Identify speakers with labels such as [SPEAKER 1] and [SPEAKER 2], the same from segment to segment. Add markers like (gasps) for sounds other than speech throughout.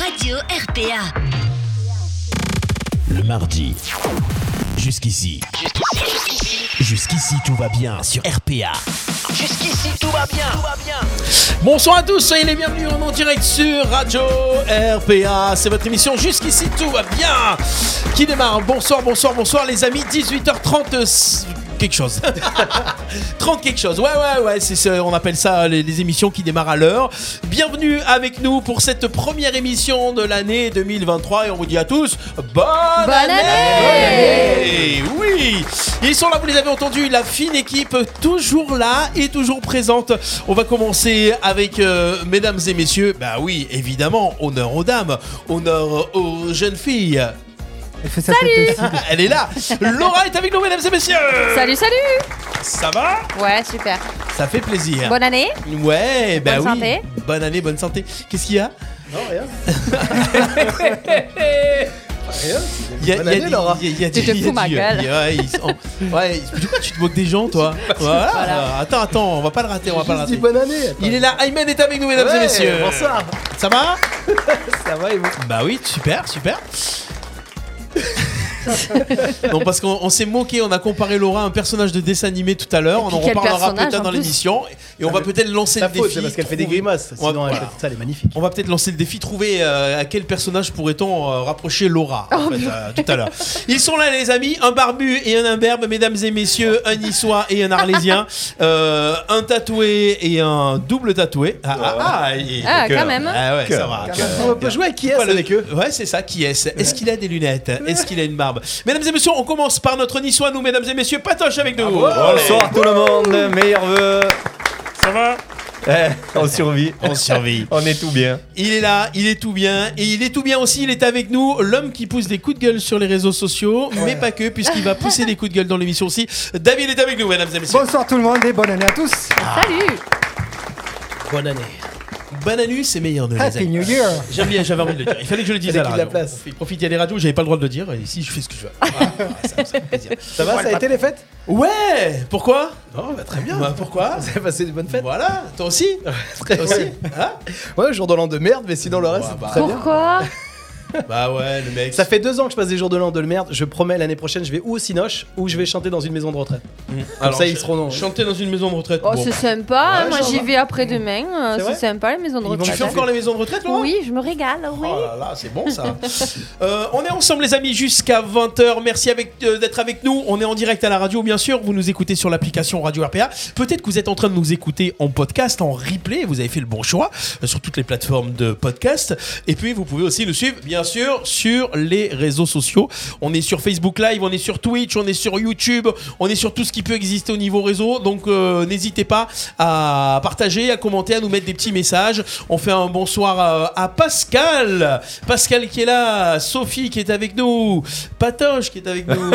[SPEAKER 1] Radio RPA.
[SPEAKER 2] Le mardi. Jusqu'ici. Jusqu'ici, tout va bien sur RPA.
[SPEAKER 3] Jusqu'ici, tout va bien. Tout va bien.
[SPEAKER 2] Bonsoir à tous, soyez les bienvenus en direct sur Radio RPA. C'est votre émission Jusqu'ici, tout va bien qui démarre. Bonsoir, bonsoir, bonsoir les amis. 18h30 euh, quelque chose. 30 quelque chose. Ouais, ouais, ouais. C'est, ce- on appelle ça les, les émissions qui démarrent à l'heure. Bienvenue avec nous pour cette première émission de l'année 2023. Et on vous dit à tous, bonne, année, Oui Ils sont là, vous les avez entendus. La fine équipe, toujours là et toujours présente. On va commencer avec, euh, mesdames et messieurs, bah oui, évidemment, honneur aux dames, honneur aux jeunes filles.
[SPEAKER 4] Elle fait sa tête aussi.
[SPEAKER 2] Elle est là Laura est avec nous, mesdames et messieurs
[SPEAKER 4] Euh.
[SPEAKER 5] Salut, salut
[SPEAKER 2] Ça va
[SPEAKER 5] Ouais, super.
[SPEAKER 2] Ça fait plaisir.
[SPEAKER 5] Bonne année
[SPEAKER 2] Ouais, bah
[SPEAKER 5] Bonne
[SPEAKER 2] oui.
[SPEAKER 5] santé.
[SPEAKER 2] Bonne année, bonne santé. Qu'est-ce qu'il y a (laughs) Il y a,
[SPEAKER 4] Bonne
[SPEAKER 2] il y a
[SPEAKER 4] année,
[SPEAKER 2] des-
[SPEAKER 4] Laura.
[SPEAKER 2] il y a- il y a
[SPEAKER 5] Tu
[SPEAKER 2] des-
[SPEAKER 5] te
[SPEAKER 2] il y a
[SPEAKER 5] fous ma
[SPEAKER 2] des-
[SPEAKER 5] gueule.
[SPEAKER 2] il y a- Ouais, ils sont- ouais, ils- pourquoi tu te moques des gens,
[SPEAKER 5] (laughs)
[SPEAKER 2] toi Voilà. Attends, attends, on va pas le rater, on va pas le
[SPEAKER 4] Je dis
[SPEAKER 2] rater.
[SPEAKER 4] bonne année. attends.
[SPEAKER 2] Il est là, Ayman est avec nous, mesdames et
[SPEAKER 4] Ouais,
[SPEAKER 2] messieurs.
[SPEAKER 4] Bonsoir.
[SPEAKER 2] Ça va
[SPEAKER 4] Ça va et vous
[SPEAKER 2] Bah oui, super,
[SPEAKER 5] (laughs)
[SPEAKER 2] super. non, parce qu'on on s'est moqué, on a comparé Laura à un personnage de dessin animé tout à l'heure.
[SPEAKER 5] Et
[SPEAKER 2] On
[SPEAKER 5] puis
[SPEAKER 2] en
[SPEAKER 5] quel
[SPEAKER 2] reparlera
[SPEAKER 5] personnage,
[SPEAKER 2] peut-être hein,
[SPEAKER 5] en
[SPEAKER 2] dans
[SPEAKER 5] plus
[SPEAKER 2] l'émission. Et on va peut-être lancer
[SPEAKER 4] Sa
[SPEAKER 2] le
[SPEAKER 4] faute,
[SPEAKER 2] défi.
[SPEAKER 4] c'est parce qu'elle fait des
[SPEAKER 2] trouver-
[SPEAKER 4] grimaces.
[SPEAKER 2] Ouais,
[SPEAKER 4] Sinon,
[SPEAKER 2] voilà.
[SPEAKER 4] elle fait ça, elle est magnifique.
[SPEAKER 2] On va peut-être lancer le défi, trouver euh, à quel personnage pourrait-on euh, rapprocher Laura
[SPEAKER 5] Oh
[SPEAKER 2] en fait, euh, tout à l'heure. Ils sont là, les amis, un barbu et un imberbe, mesdames et messieurs, un niçois et un arlésien, euh, un tatoué et un double tatoué. Ah, ah, ah, et-
[SPEAKER 5] Ah,
[SPEAKER 2] que-
[SPEAKER 5] quand même.
[SPEAKER 2] Ah ouais, ça va.
[SPEAKER 4] On peut jouer à qui Oh, est-ce
[SPEAKER 2] Pas le-
[SPEAKER 4] avec eux
[SPEAKER 2] Ouais, c'est ça, qui est-ce Est-ce qu'il a des lunettes Est-ce qu'il a une barbe Mesdames et messieurs, on commence par notre niçois, nous, mesdames et messieurs, Patoche avec nous. Allez.
[SPEAKER 6] Bonsoir tout le monde, meilleurs vœux. Ça
[SPEAKER 4] Eh,
[SPEAKER 6] va On survit,
[SPEAKER 2] On survit.
[SPEAKER 6] on est tout bien.
[SPEAKER 2] Il est là, il est tout bien, et il est tout bien aussi, il est avec nous, l'homme qui pousse des coups de gueule sur les réseaux sociaux, mais pas que, puisqu'il va pousser des coups de gueule dans l'émission aussi. David est avec nous, mesdames et messieurs.
[SPEAKER 4] Bonsoir tout le monde et bonne année à tous.
[SPEAKER 5] Salut
[SPEAKER 2] Bonne année. Bonne année, c'est meilleur de les
[SPEAKER 4] Happy
[SPEAKER 2] amis.
[SPEAKER 4] New Year.
[SPEAKER 2] J'aime bien, j'avais envie de le dire. Il fallait que je le dise
[SPEAKER 4] Fallait
[SPEAKER 2] à la
[SPEAKER 4] qu'il la
[SPEAKER 2] radio.
[SPEAKER 4] place.
[SPEAKER 2] Il profitait des radios, j'avais pas le droit de le dire, et ici je fais ce
[SPEAKER 4] (laughs)
[SPEAKER 2] que je veux. Ah, ça, ça fait plaisir.
[SPEAKER 4] Ça va, ça a été les (laughs) fêtes
[SPEAKER 2] Ouais Pourquoi
[SPEAKER 4] Non, bah très
[SPEAKER 2] Bah, Pourquoi
[SPEAKER 4] Vous avez passé des bonnes fêtes
[SPEAKER 2] Voilà, toi aussi Toi aussi Hein
[SPEAKER 4] Ouais, jour de l'an de merde, mais sinon le reste,
[SPEAKER 2] Ouais,
[SPEAKER 4] c'est
[SPEAKER 2] bah.
[SPEAKER 4] très bien.
[SPEAKER 5] Pourquoi
[SPEAKER 2] (laughs) Bah ouais, le mec.
[SPEAKER 4] Ça fait deux ans que je passe des jours de l'an de merde. Je promets, l'année prochaine, je vais ou au Cinoche ou je vais chanter dans une maison de retraite.
[SPEAKER 2] Alors,
[SPEAKER 4] ça, ils
[SPEAKER 2] ch-
[SPEAKER 4] seront non.
[SPEAKER 2] Chanter dans une maison de retraite.
[SPEAKER 5] Oh,
[SPEAKER 2] bon.
[SPEAKER 5] c'est sympa,
[SPEAKER 4] Ouais,
[SPEAKER 5] moi
[SPEAKER 4] ça
[SPEAKER 5] j'y
[SPEAKER 4] va.
[SPEAKER 5] vais après-demain, euh,
[SPEAKER 4] C'est vrai
[SPEAKER 5] c'est sympa les maisons de
[SPEAKER 4] Ils vont
[SPEAKER 2] Tu
[SPEAKER 5] retraite.
[SPEAKER 2] fais encore les maisons de retraite, Laurent
[SPEAKER 5] Oui, je me régale, oui
[SPEAKER 2] Oh là là, c'est bon
[SPEAKER 5] (laughs)
[SPEAKER 2] ça. Euh, on est ensemble les amis jusqu'à 20h. Merci avec- euh, d'être avec nous. On est en direct à la radio bien sûr. Vous nous écoutez sur l'application Radio RPA. Peut-être que vous êtes en train de nous écouter en podcast, en replay. Vous avez fait le bon choix euh, sur toutes les plateformes de podcast. Et puis vous pouvez aussi nous suivre bien sûr sur les réseaux sociaux. On est sur Facebook Live, on est sur Twitch, on est sur YouTube, on est sur tout ce qui peut exister au niveau réseau. Donc euh, n'hésitez pas à partager, à commenter, à nous mettre des petits messages. On fait un bonsoir euh, à, à Pascal. Pascal qui est là, Sophie qui est avec nous, Patoche qui est avec nous.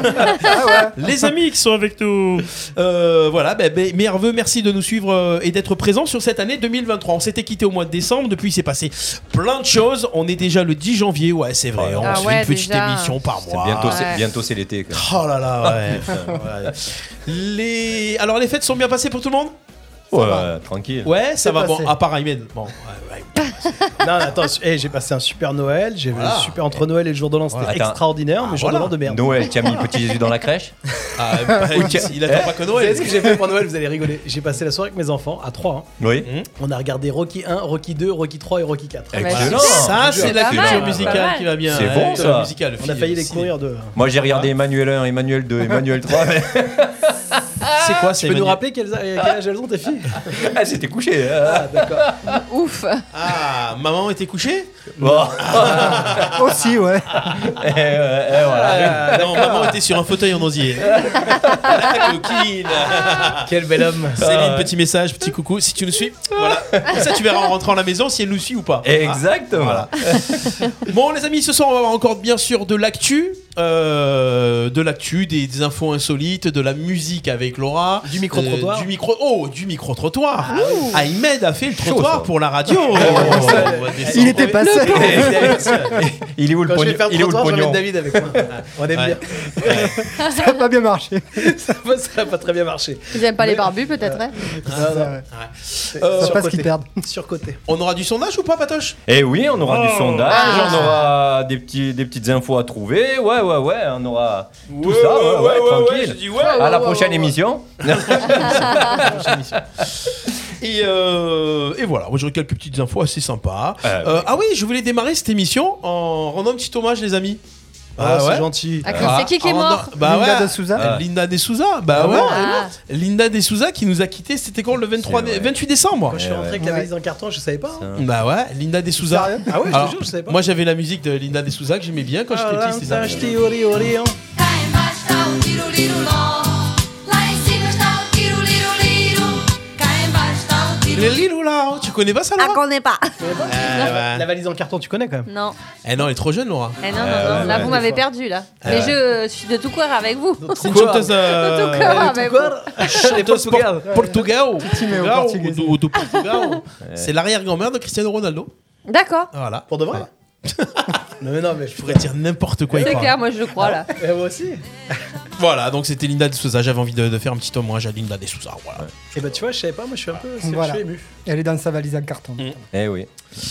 [SPEAKER 2] (laughs) Les amis qui sont avec nous. Euh, voilà, ben, ben, mes nerveux, merci de nous suivre euh, et d'être présents sur cette année 2023. On s'était quitté au mois de décembre, depuis il s'est passé plein de choses. On est déjà le 10 janvier, ouais c'est vrai. On
[SPEAKER 5] Ah
[SPEAKER 2] se
[SPEAKER 5] ouais,
[SPEAKER 2] fait une petite
[SPEAKER 5] déjà.
[SPEAKER 2] émission par mois.
[SPEAKER 6] Bientôt,
[SPEAKER 5] Ouais.
[SPEAKER 6] c'est, bientôt c'est l'été. quoi.
[SPEAKER 2] Oh là là, ouais. Ouais. Les... Alors les fêtes sont bien passées pour tout le monde
[SPEAKER 6] Ouais, tranquille.
[SPEAKER 2] Ouais, ça
[SPEAKER 4] C'est
[SPEAKER 2] va,
[SPEAKER 4] passé.
[SPEAKER 2] bon, à part Aymen. Bon, ouais, ouais.
[SPEAKER 4] Non, attends, su- eh, j'ai passé un super Noël. J'ai
[SPEAKER 2] Voilà.
[SPEAKER 4] un super entre Noël et le jour de l'an, c'était
[SPEAKER 6] Voilà.
[SPEAKER 4] extraordinaire, mais jour
[SPEAKER 2] voilà.
[SPEAKER 4] de l'an de merde.
[SPEAKER 6] Noël, tu as mis petit Jésus dans la crèche
[SPEAKER 2] Ah, bah, il, il attend pas que
[SPEAKER 4] Vous savez
[SPEAKER 2] Noël.
[SPEAKER 4] ce que j'ai fait pour Noël Vous allez rigoler. J'ai passé la soirée avec mes enfants à 3.
[SPEAKER 6] (laughs) Oui.
[SPEAKER 4] On a regardé Rocky 1, Rocky 2, Rocky 3 et Rocky 4.
[SPEAKER 5] Bah,
[SPEAKER 6] Excellent.
[SPEAKER 2] Ah, Ça, c'est la
[SPEAKER 5] Pas mal,
[SPEAKER 2] culture
[SPEAKER 5] pas
[SPEAKER 2] musicale
[SPEAKER 5] mal.
[SPEAKER 2] qui va bien.
[SPEAKER 6] C'est
[SPEAKER 2] ouais,
[SPEAKER 6] bon,
[SPEAKER 2] culture
[SPEAKER 6] ça.
[SPEAKER 2] musicale,
[SPEAKER 4] On a
[SPEAKER 2] fille,
[SPEAKER 4] failli les
[SPEAKER 2] c'est-
[SPEAKER 4] courir de.
[SPEAKER 6] Moi j'ai regardé Emmanuel 1, Emmanuel 2, Emmanuel 3. mais-
[SPEAKER 2] C'est quoi,
[SPEAKER 4] Tu
[SPEAKER 2] c'est
[SPEAKER 4] peux nous
[SPEAKER 2] Emmanuel
[SPEAKER 4] rappeler quels- quel âge elles ont tes filles
[SPEAKER 6] (laughs) Ah, c'était couché. euh.
[SPEAKER 4] Ah, d'accord.
[SPEAKER 5] Ouf
[SPEAKER 2] Ah, maman était couchée
[SPEAKER 6] Bon. (laughs)
[SPEAKER 7] Aussi, Ah ouais.
[SPEAKER 6] Eh, ouais, eh, voilà.
[SPEAKER 2] Non, maman était sur un fauteuil en osier. La coquine
[SPEAKER 4] Quel bel homme Ah,
[SPEAKER 2] Céline, petit message, petit coucou. Si tu nous suis, voilà. Ça, tu verras en rentrant à la maison si elle nous suit ou pas.
[SPEAKER 6] (laughs) Exactement.
[SPEAKER 2] Bon les amis, ce soir on va avoir encore bien sûr de l'actu, euh, de l'actu, des, des infos insolites, de la musique avec Laura.
[SPEAKER 4] Du micro-trottoir. Ah
[SPEAKER 2] du micro Oh, du micro-trottoir.
[SPEAKER 5] Ouh.
[SPEAKER 2] Ahmed a fait le
[SPEAKER 6] Chaud, ça.
[SPEAKER 2] trottoir pour la
[SPEAKER 4] (laughs)
[SPEAKER 2] radio. On va
[SPEAKER 7] Il
[SPEAKER 2] descendre.
[SPEAKER 7] était pas seul.
[SPEAKER 6] Eh, (laughs) Il est où le
[SPEAKER 4] Quand je vais
[SPEAKER 6] pognon
[SPEAKER 4] faire le
[SPEAKER 6] Il est où le
[SPEAKER 4] trottoir, je vais mettre
[SPEAKER 6] pognon
[SPEAKER 4] David avec moi. On aime
[SPEAKER 2] Ouais.
[SPEAKER 4] bien. (laughs)
[SPEAKER 7] Ça a pas bien marché.
[SPEAKER 4] Ça va, ça va pas très bien marcher.
[SPEAKER 5] Ils aiment pas les barbus, peut-être. hein
[SPEAKER 7] Ça,
[SPEAKER 4] Euh,
[SPEAKER 7] ouais. Ça passe
[SPEAKER 4] surcoté.
[SPEAKER 7] qu'ils perdent.
[SPEAKER 4] Surcoté.
[SPEAKER 2] On aura du sondage ou pas, Patoche
[SPEAKER 6] Eh oui, on aura du
[SPEAKER 1] Oh.
[SPEAKER 6] sondage, on aura des, petits, des petites infos à trouver. Ouais, ouais, ouais, on aura tout ça. Ouais, ouais, tranquille. à la prochaine émission.
[SPEAKER 2] Et, euh, et voilà, moi j'aurais quelques petites infos assez sympas.
[SPEAKER 6] Euh,
[SPEAKER 2] Euh, ah oui, je voulais démarrer cette émission en rendant un petit hommage, les amis.
[SPEAKER 4] Ah,
[SPEAKER 2] Ah ouais
[SPEAKER 4] c'est gentil.
[SPEAKER 5] Ah, c'est qui qui est
[SPEAKER 2] en rendant-
[SPEAKER 5] mort
[SPEAKER 2] bah
[SPEAKER 7] Linda
[SPEAKER 2] ouais.
[SPEAKER 7] de Souza.
[SPEAKER 2] Euh, Linda De Souza, bah ouais.
[SPEAKER 5] Ah.
[SPEAKER 2] Linda De Souza qui nous a quittés, c'était quand le 23
[SPEAKER 6] C'est vrai.
[SPEAKER 2] dé- 28 décembre
[SPEAKER 4] Quand je suis
[SPEAKER 6] Ouais,
[SPEAKER 4] rentré avec
[SPEAKER 7] ouais.
[SPEAKER 4] la valise en carton, je savais pas. hein.
[SPEAKER 2] Bah ouais, Linda De Souza.
[SPEAKER 7] Sérieux
[SPEAKER 4] Ah ouais, je
[SPEAKER 2] Alors,
[SPEAKER 4] te jure, je savais pas.
[SPEAKER 2] Moi j'avais la musique de Linda De Souza que j'aimais bien quand j'étais
[SPEAKER 4] Ah
[SPEAKER 2] petit. c'était ça.
[SPEAKER 4] acheté Ori Ori. hein.
[SPEAKER 2] Les Liloula, tu connais pas ça
[SPEAKER 8] Ah,
[SPEAKER 2] Laura
[SPEAKER 8] qu'on n'est pas.
[SPEAKER 2] Euh,
[SPEAKER 4] La
[SPEAKER 2] ouais.
[SPEAKER 4] valise en carton, tu connais quand même.
[SPEAKER 5] (laughs) Non.
[SPEAKER 2] Eh non, elle est trop jeune Laura.
[SPEAKER 5] Eh non, non, non. là,
[SPEAKER 6] ouais, ouais,
[SPEAKER 5] vous
[SPEAKER 6] des
[SPEAKER 5] m'avez
[SPEAKER 4] fois.
[SPEAKER 5] perdu, là. Mais je, euh, je suis de tout cœur avec vous. De
[SPEAKER 2] C'est une chanteuse.
[SPEAKER 5] Eh, tout
[SPEAKER 2] euh,
[SPEAKER 5] cœur avec vous.
[SPEAKER 4] Encore
[SPEAKER 5] (laughs)
[SPEAKER 4] Les
[SPEAKER 2] chanteuse por-
[SPEAKER 4] Portugais.
[SPEAKER 2] Portugao.
[SPEAKER 7] mais au
[SPEAKER 2] Portugao,
[SPEAKER 7] portugais.
[SPEAKER 2] ou du- du
[SPEAKER 7] (laughs)
[SPEAKER 2] Portugao. C'est l'arrière-grand-mère de Cristiano Ronaldo.
[SPEAKER 5] D'accord.
[SPEAKER 2] Voilà.
[SPEAKER 4] Pour de vrai (laughs) Non, mais non, mais je
[SPEAKER 2] Je pourrais dire n'importe quoi. il
[SPEAKER 5] C'est
[SPEAKER 2] croit.
[SPEAKER 5] clair, moi, je le crois, là.
[SPEAKER 4] Eh, moi aussi.
[SPEAKER 2] Voilà, donc c'était Linda de Souza. J'avais envie de, de faire un petit hommage à Linda de Souza. Voilà.
[SPEAKER 4] Et bah, tu vois, je savais pas, moi je suis un peu.
[SPEAKER 7] Voilà.
[SPEAKER 4] Je suis ému.
[SPEAKER 7] Elle est dans sa valise en carton.
[SPEAKER 6] Eh oui.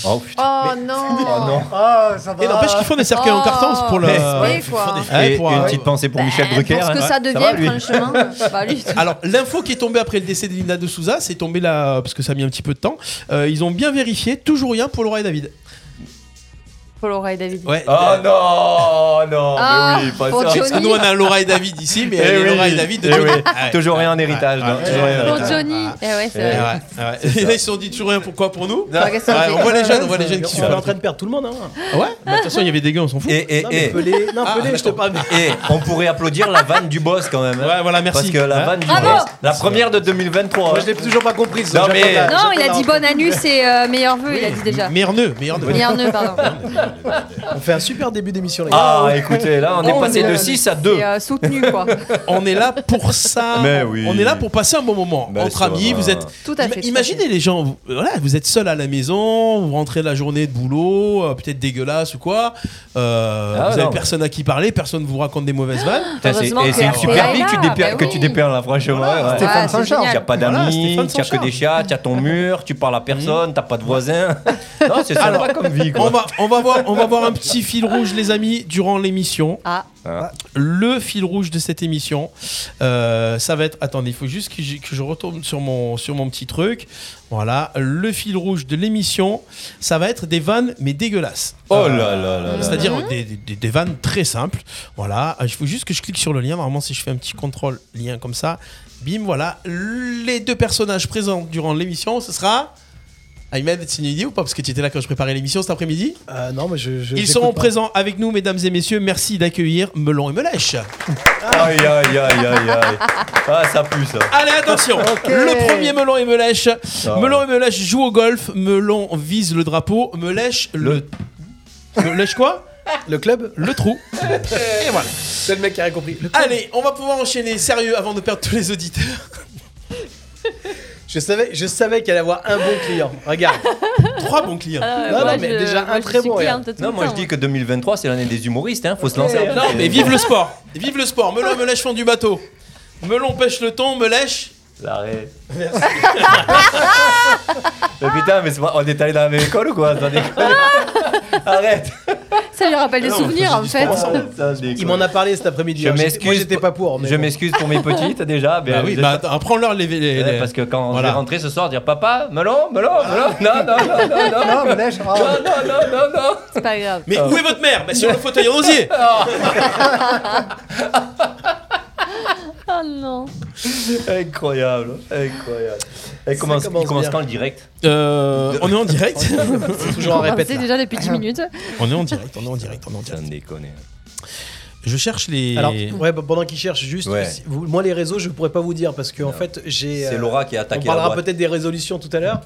[SPEAKER 6] Oh putain.
[SPEAKER 5] Oh non.
[SPEAKER 7] Ah, ça va.
[SPEAKER 2] Et n'empêche qu'ils font des cercueils en
[SPEAKER 5] Oh.
[SPEAKER 2] carton c'est pour le.
[SPEAKER 5] Oui, quoi.
[SPEAKER 2] Ouais,
[SPEAKER 6] Et
[SPEAKER 2] pour,
[SPEAKER 6] une
[SPEAKER 2] euh,
[SPEAKER 6] petite pensée pour Michel Drucker.
[SPEAKER 5] Je pense Ben, Bah, que
[SPEAKER 6] hein.
[SPEAKER 5] ça
[SPEAKER 6] va,
[SPEAKER 5] devient,
[SPEAKER 6] lui
[SPEAKER 5] franchement. Bah, lui,
[SPEAKER 2] (laughs) Alors, l'info qui est tombée après le décès de Linda de Souza, c'est tombé là, parce que ça a mis un petit peu de temps. Euh, ils ont bien vérifié, toujours rien pour Laura et David.
[SPEAKER 5] pour l'oreille, David.
[SPEAKER 2] Ouais.
[SPEAKER 6] Oh non, non,
[SPEAKER 5] Ah,
[SPEAKER 6] mais oui, pas
[SPEAKER 5] faut
[SPEAKER 6] ça.
[SPEAKER 5] Johnny.
[SPEAKER 2] Parce que nous, on a Laura et David ici, mais
[SPEAKER 6] Eh
[SPEAKER 2] elle est
[SPEAKER 6] oui,
[SPEAKER 2] Laura et David de
[SPEAKER 6] eh
[SPEAKER 2] tout-
[SPEAKER 6] oui.
[SPEAKER 2] Ouais.
[SPEAKER 6] Toujours rien d'héritage. non, toujours rien
[SPEAKER 5] Pour
[SPEAKER 6] d'héritage.
[SPEAKER 5] Johnny. Eh ouais,
[SPEAKER 2] Eh ouais,
[SPEAKER 5] c'est vrai.
[SPEAKER 2] ouais. Et là, (laughs) ils se sont dit toujours rien, pourquoi pour nous
[SPEAKER 5] Enfin, qu'est-ce qu'on
[SPEAKER 2] Ouais,
[SPEAKER 5] fait
[SPEAKER 2] On voit les jeunes, on voit les jeunes qui sont
[SPEAKER 4] On est
[SPEAKER 2] là.
[SPEAKER 4] en train de perdre tout le monde. Hein.
[SPEAKER 2] Ouais, bah, de toute façon, il y avait des gars, on s'en fout.
[SPEAKER 6] Et, et,
[SPEAKER 4] non, mais
[SPEAKER 6] et,
[SPEAKER 4] Pelé, non,
[SPEAKER 2] Ah,
[SPEAKER 4] Pelé, je te parle.
[SPEAKER 6] (laughs) et on pourrait applaudir la vanne du boss quand même. hein.
[SPEAKER 2] Ouais, voilà, merci.
[SPEAKER 6] Parce que
[SPEAKER 2] Hein
[SPEAKER 6] la vanne du
[SPEAKER 5] Bravo.
[SPEAKER 6] boss, la première de 2023.
[SPEAKER 4] Moi,
[SPEAKER 6] hein.
[SPEAKER 4] je l'ai toujours pas compris.
[SPEAKER 6] Non, mais-
[SPEAKER 5] Non, il a dit bonne anus et euh, meilleur vœu, il a dit déjà.
[SPEAKER 2] Meilleur nœud, meilleur nœud.
[SPEAKER 5] Meilleur nœud, pardon.
[SPEAKER 4] On fait un super début d'émission, les gars.
[SPEAKER 6] Ah, écoutez, là, on est passé de 6 à 2.
[SPEAKER 5] Et euh, soutenu, quoi.
[SPEAKER 2] On est là pour ça.
[SPEAKER 6] (laughs) Mais oui.
[SPEAKER 2] On est là pour passer un bon moment.
[SPEAKER 6] Ben,
[SPEAKER 2] Entre
[SPEAKER 6] ça
[SPEAKER 2] amis,
[SPEAKER 6] va.
[SPEAKER 2] vous êtes.
[SPEAKER 5] Tout à fait.
[SPEAKER 2] Ima-
[SPEAKER 5] tout à
[SPEAKER 2] Imaginez
[SPEAKER 5] fait.
[SPEAKER 2] les gens, vous, voilà, vous êtes seul à la maison, vous rentrez la journée de boulot, euh, peut-être dégueulasse ou quoi. euh,
[SPEAKER 6] Ah,
[SPEAKER 2] vous
[SPEAKER 6] non,
[SPEAKER 2] avez
[SPEAKER 6] mais-
[SPEAKER 2] personne à qui parler, personne vous raconte des
[SPEAKER 5] (gasps)
[SPEAKER 2] mauvaises vannes.
[SPEAKER 6] Putain, c'est-
[SPEAKER 5] Heureusement
[SPEAKER 6] et
[SPEAKER 5] que
[SPEAKER 6] c'est une
[SPEAKER 5] RTL
[SPEAKER 6] super
[SPEAKER 5] est
[SPEAKER 6] vie que tu
[SPEAKER 5] là,
[SPEAKER 6] déperles,
[SPEAKER 5] bah
[SPEAKER 6] que tu
[SPEAKER 5] oui.
[SPEAKER 6] déperles là, franchement. ouais. Ah,
[SPEAKER 5] Ouais,
[SPEAKER 7] Stéphane
[SPEAKER 5] c'est
[SPEAKER 7] Saint-Charles.
[SPEAKER 5] génial.
[SPEAKER 6] T'as pas
[SPEAKER 2] Voilà,
[SPEAKER 6] d'amis,
[SPEAKER 2] Stéphane
[SPEAKER 6] t'as que
[SPEAKER 2] Sanchard.
[SPEAKER 6] des chats, t'as ton mur, tu parles à personne, t'as pas de voisin. Non, c'est sympa comme vie.
[SPEAKER 2] On
[SPEAKER 6] Quoi.
[SPEAKER 2] va, on, va voir, on va voir un petit fil rouge, les amis, durant l'émission.
[SPEAKER 5] Ah,
[SPEAKER 2] Le fil rouge de cette émission, euh, ça va être. Attendez, il faut juste que, j'ai- que je retourne sur mon, sur mon petit truc. Voilà, le fil rouge de l'émission, ça va être des vannes, mais dégueulasses.
[SPEAKER 6] Oh là là là là.
[SPEAKER 2] C'est-à-dire des, des- des vannes très simples. Voilà, il faut juste que je clique sur le lien. Normalement, si je fais un petit contrôle lien comme ça, bim, voilà. Les deux personnages présents durant l'émission, ce sera. Ahmed, c'est une idée ou pas Parce que tu étais là quand je préparais l'émission cet après-midi.
[SPEAKER 4] Euh, non, mais je. je
[SPEAKER 2] Ils
[SPEAKER 4] j'écoute
[SPEAKER 2] seront
[SPEAKER 4] pas.
[SPEAKER 2] présents avec nous, mesdames et messieurs. Merci d'accueillir Melon et Melèche.
[SPEAKER 6] Aïe aïe aïe aïe aïe. Ah, ça pue ça.
[SPEAKER 2] Allez,
[SPEAKER 4] (laughs)
[SPEAKER 2] attention Le premier Melon et Melèche.
[SPEAKER 6] Ah.
[SPEAKER 2] Melon et Melèche jouent au golf. Melon vise le drapeau. Melèche le. Melèche quoi
[SPEAKER 4] Le club
[SPEAKER 2] Le trou. Et voilà.
[SPEAKER 4] C'est le mec qui a rien compris. Le-
[SPEAKER 2] Allez, on va pouvoir enchaîner sérieux avant de perdre tous les auditeurs.
[SPEAKER 4] Je savais, je savais qu'elle allait avoir un bon client. Regarde.
[SPEAKER 2] Trois bons clients.
[SPEAKER 5] euh,
[SPEAKER 4] Non,
[SPEAKER 5] moi,
[SPEAKER 4] non, mais
[SPEAKER 5] je-
[SPEAKER 4] déjà
[SPEAKER 5] moi,
[SPEAKER 4] un
[SPEAKER 5] je
[SPEAKER 4] très
[SPEAKER 5] suis
[SPEAKER 4] bon,
[SPEAKER 5] cliente tout
[SPEAKER 6] Non,
[SPEAKER 5] le
[SPEAKER 6] moi je
[SPEAKER 5] temps.
[SPEAKER 6] dis que 2023, c'est l'année des humoristes, hein. Faut se lancer. un peu.
[SPEAKER 2] Non, mais vive le sport. Vive le sport. Melon et Melèche font du bateau. Melon pêche le thon. Melèche.
[SPEAKER 6] L'arrêt. Mais putain, mais c'est pas- on est allé dans la même école ou quoi
[SPEAKER 4] (laughs)
[SPEAKER 6] Ça déconne. Arrête.
[SPEAKER 5] Ça lui rappelle des
[SPEAKER 2] Non, mais
[SPEAKER 5] souvenirs,
[SPEAKER 2] je
[SPEAKER 5] en
[SPEAKER 2] dis
[SPEAKER 5] fait.
[SPEAKER 6] Ça déconne.
[SPEAKER 4] Il m'en a parlé cet après-midi.
[SPEAKER 6] Je
[SPEAKER 4] hein. J'étais-
[SPEAKER 6] m'excuse
[SPEAKER 4] Moi, j'étais pas pour. mais
[SPEAKER 6] Je
[SPEAKER 4] bon.
[SPEAKER 6] m'excuse pour mes petites déjà. mais
[SPEAKER 2] Bah oui,
[SPEAKER 6] je-
[SPEAKER 2] bah attends, prends-leur les, les- les-
[SPEAKER 6] Ouais, parce que quand
[SPEAKER 2] Voilà.
[SPEAKER 6] je vais rentrer ce soir, dire papa, melon, melon, melon, non, non, non, non,
[SPEAKER 7] Non,
[SPEAKER 6] non,
[SPEAKER 7] mais là, je-
[SPEAKER 6] non,
[SPEAKER 7] ah,
[SPEAKER 6] non, non, non, non.
[SPEAKER 5] C'est pas grave.
[SPEAKER 2] Mais où est votre mère Bah sur le fauteuil en
[SPEAKER 6] (laughs)
[SPEAKER 2] osier.
[SPEAKER 5] Oh non.
[SPEAKER 6] Incroyable, incroyable. Et comment
[SPEAKER 4] Ça commence
[SPEAKER 6] il commence
[SPEAKER 4] bien.
[SPEAKER 6] quand le direct
[SPEAKER 2] Euh, on est en direct.
[SPEAKER 4] C'est toujours en répète.
[SPEAKER 5] C'est déjà depuis 10 minutes.
[SPEAKER 2] on est en direct. On est en direct. On est en
[SPEAKER 6] Ça
[SPEAKER 2] direct.
[SPEAKER 6] me déconne.
[SPEAKER 2] Je cherche les.
[SPEAKER 4] Alors, ouais, bah, pendant qu'il cherche, juste,
[SPEAKER 6] Ouais.
[SPEAKER 4] si- vous- moi les réseaux, je pourrais pas vous dire parce que en fait, j'ai.
[SPEAKER 6] C'est
[SPEAKER 4] euh,
[SPEAKER 6] Laura qui a
[SPEAKER 4] On
[SPEAKER 6] attaqué la
[SPEAKER 4] parlera
[SPEAKER 6] boîte.
[SPEAKER 4] peut-être des résolutions tout à l'heure.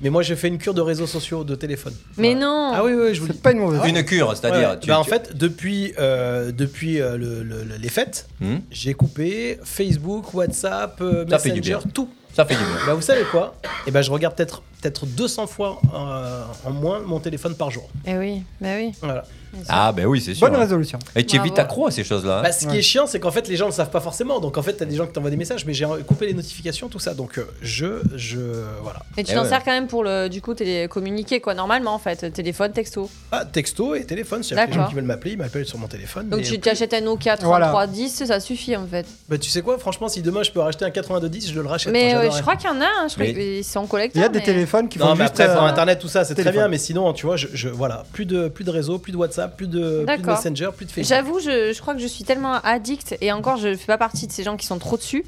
[SPEAKER 4] Mais moi, j'ai fait une cure de réseaux sociaux, de téléphone.
[SPEAKER 5] Mais non.
[SPEAKER 4] Ah oui, oui, je vous le dis.
[SPEAKER 7] C'est pas une mauvaise.
[SPEAKER 6] Une cure, c'est-à-dire.
[SPEAKER 4] Ouais.
[SPEAKER 6] tu-
[SPEAKER 4] Bah, en
[SPEAKER 6] tu-
[SPEAKER 4] fait, depuis, euh, depuis euh, le- le- le- les fêtes,
[SPEAKER 6] Hmm
[SPEAKER 4] j'ai coupé Facebook, WhatsApp, euh,
[SPEAKER 6] Ça fait du
[SPEAKER 4] Messenger,
[SPEAKER 6] bien.
[SPEAKER 4] tout.
[SPEAKER 6] Ça fait du bien.
[SPEAKER 4] Bah, vous savez quoi Eh ben, je regarde peut-être peut-être 200 fois euh, en moins mon téléphone par jour.
[SPEAKER 5] Eh oui, bah oui.
[SPEAKER 4] Voilà.
[SPEAKER 6] Ah, ben oui, c'est sûr.
[SPEAKER 7] Bonne résolution.
[SPEAKER 6] Et tu es vite
[SPEAKER 5] Bravo.
[SPEAKER 6] accro à ces choses-là. hein.
[SPEAKER 4] Bah, ce qui
[SPEAKER 7] Ouais.
[SPEAKER 4] est chiant, c'est qu'en fait, les gens ne le savent pas forcément. Donc, en fait, t'as des gens qui t'envoient des messages, mais j'ai coupé les notifications, tout ça. Donc, euh, je, je, voilà.
[SPEAKER 5] Mais tu
[SPEAKER 6] Eh
[SPEAKER 5] t'en
[SPEAKER 6] ouais.
[SPEAKER 5] sers quand même pour le, du coup, télé- communiquer quoi, normalement en fait, téléphone, texto.
[SPEAKER 4] Ah, texto et téléphone. C'est les
[SPEAKER 5] D'accord.
[SPEAKER 4] gens qui veulent m'appeler, ils m'appellent sur mon téléphone.
[SPEAKER 5] Donc
[SPEAKER 4] mais-
[SPEAKER 5] tu t'achètes un Nokia
[SPEAKER 7] Voilà.
[SPEAKER 5] 3310, ça suffit en fait.
[SPEAKER 4] Bah, tu sais quoi Franchement, si demain je peux racheter un 90, je le rachète.
[SPEAKER 5] Mais
[SPEAKER 4] Moi,
[SPEAKER 5] euh,
[SPEAKER 4] j'adorerais.
[SPEAKER 5] je crois qu'il y en a, hein, je crois
[SPEAKER 6] Mais-
[SPEAKER 5] qu'ils sont en collecte.
[SPEAKER 7] Il y a des téléphones qui
[SPEAKER 4] Non,
[SPEAKER 7] font
[SPEAKER 4] mais
[SPEAKER 7] juste.
[SPEAKER 4] après, pour
[SPEAKER 7] euh,
[SPEAKER 4] internet, tout ça, c'est très
[SPEAKER 7] téléphone.
[SPEAKER 4] bien. Mais sinon, tu vois, je, je- voilà, plus de, plus de réseau, plus de WhatsApp, plus de, plus de
[SPEAKER 5] D'accord.
[SPEAKER 4] Messenger, plus de Facebook.
[SPEAKER 5] J'avoue, je, je crois que je suis tellement addict et encore, je fais pas partie de ces gens qui sont trop dessus.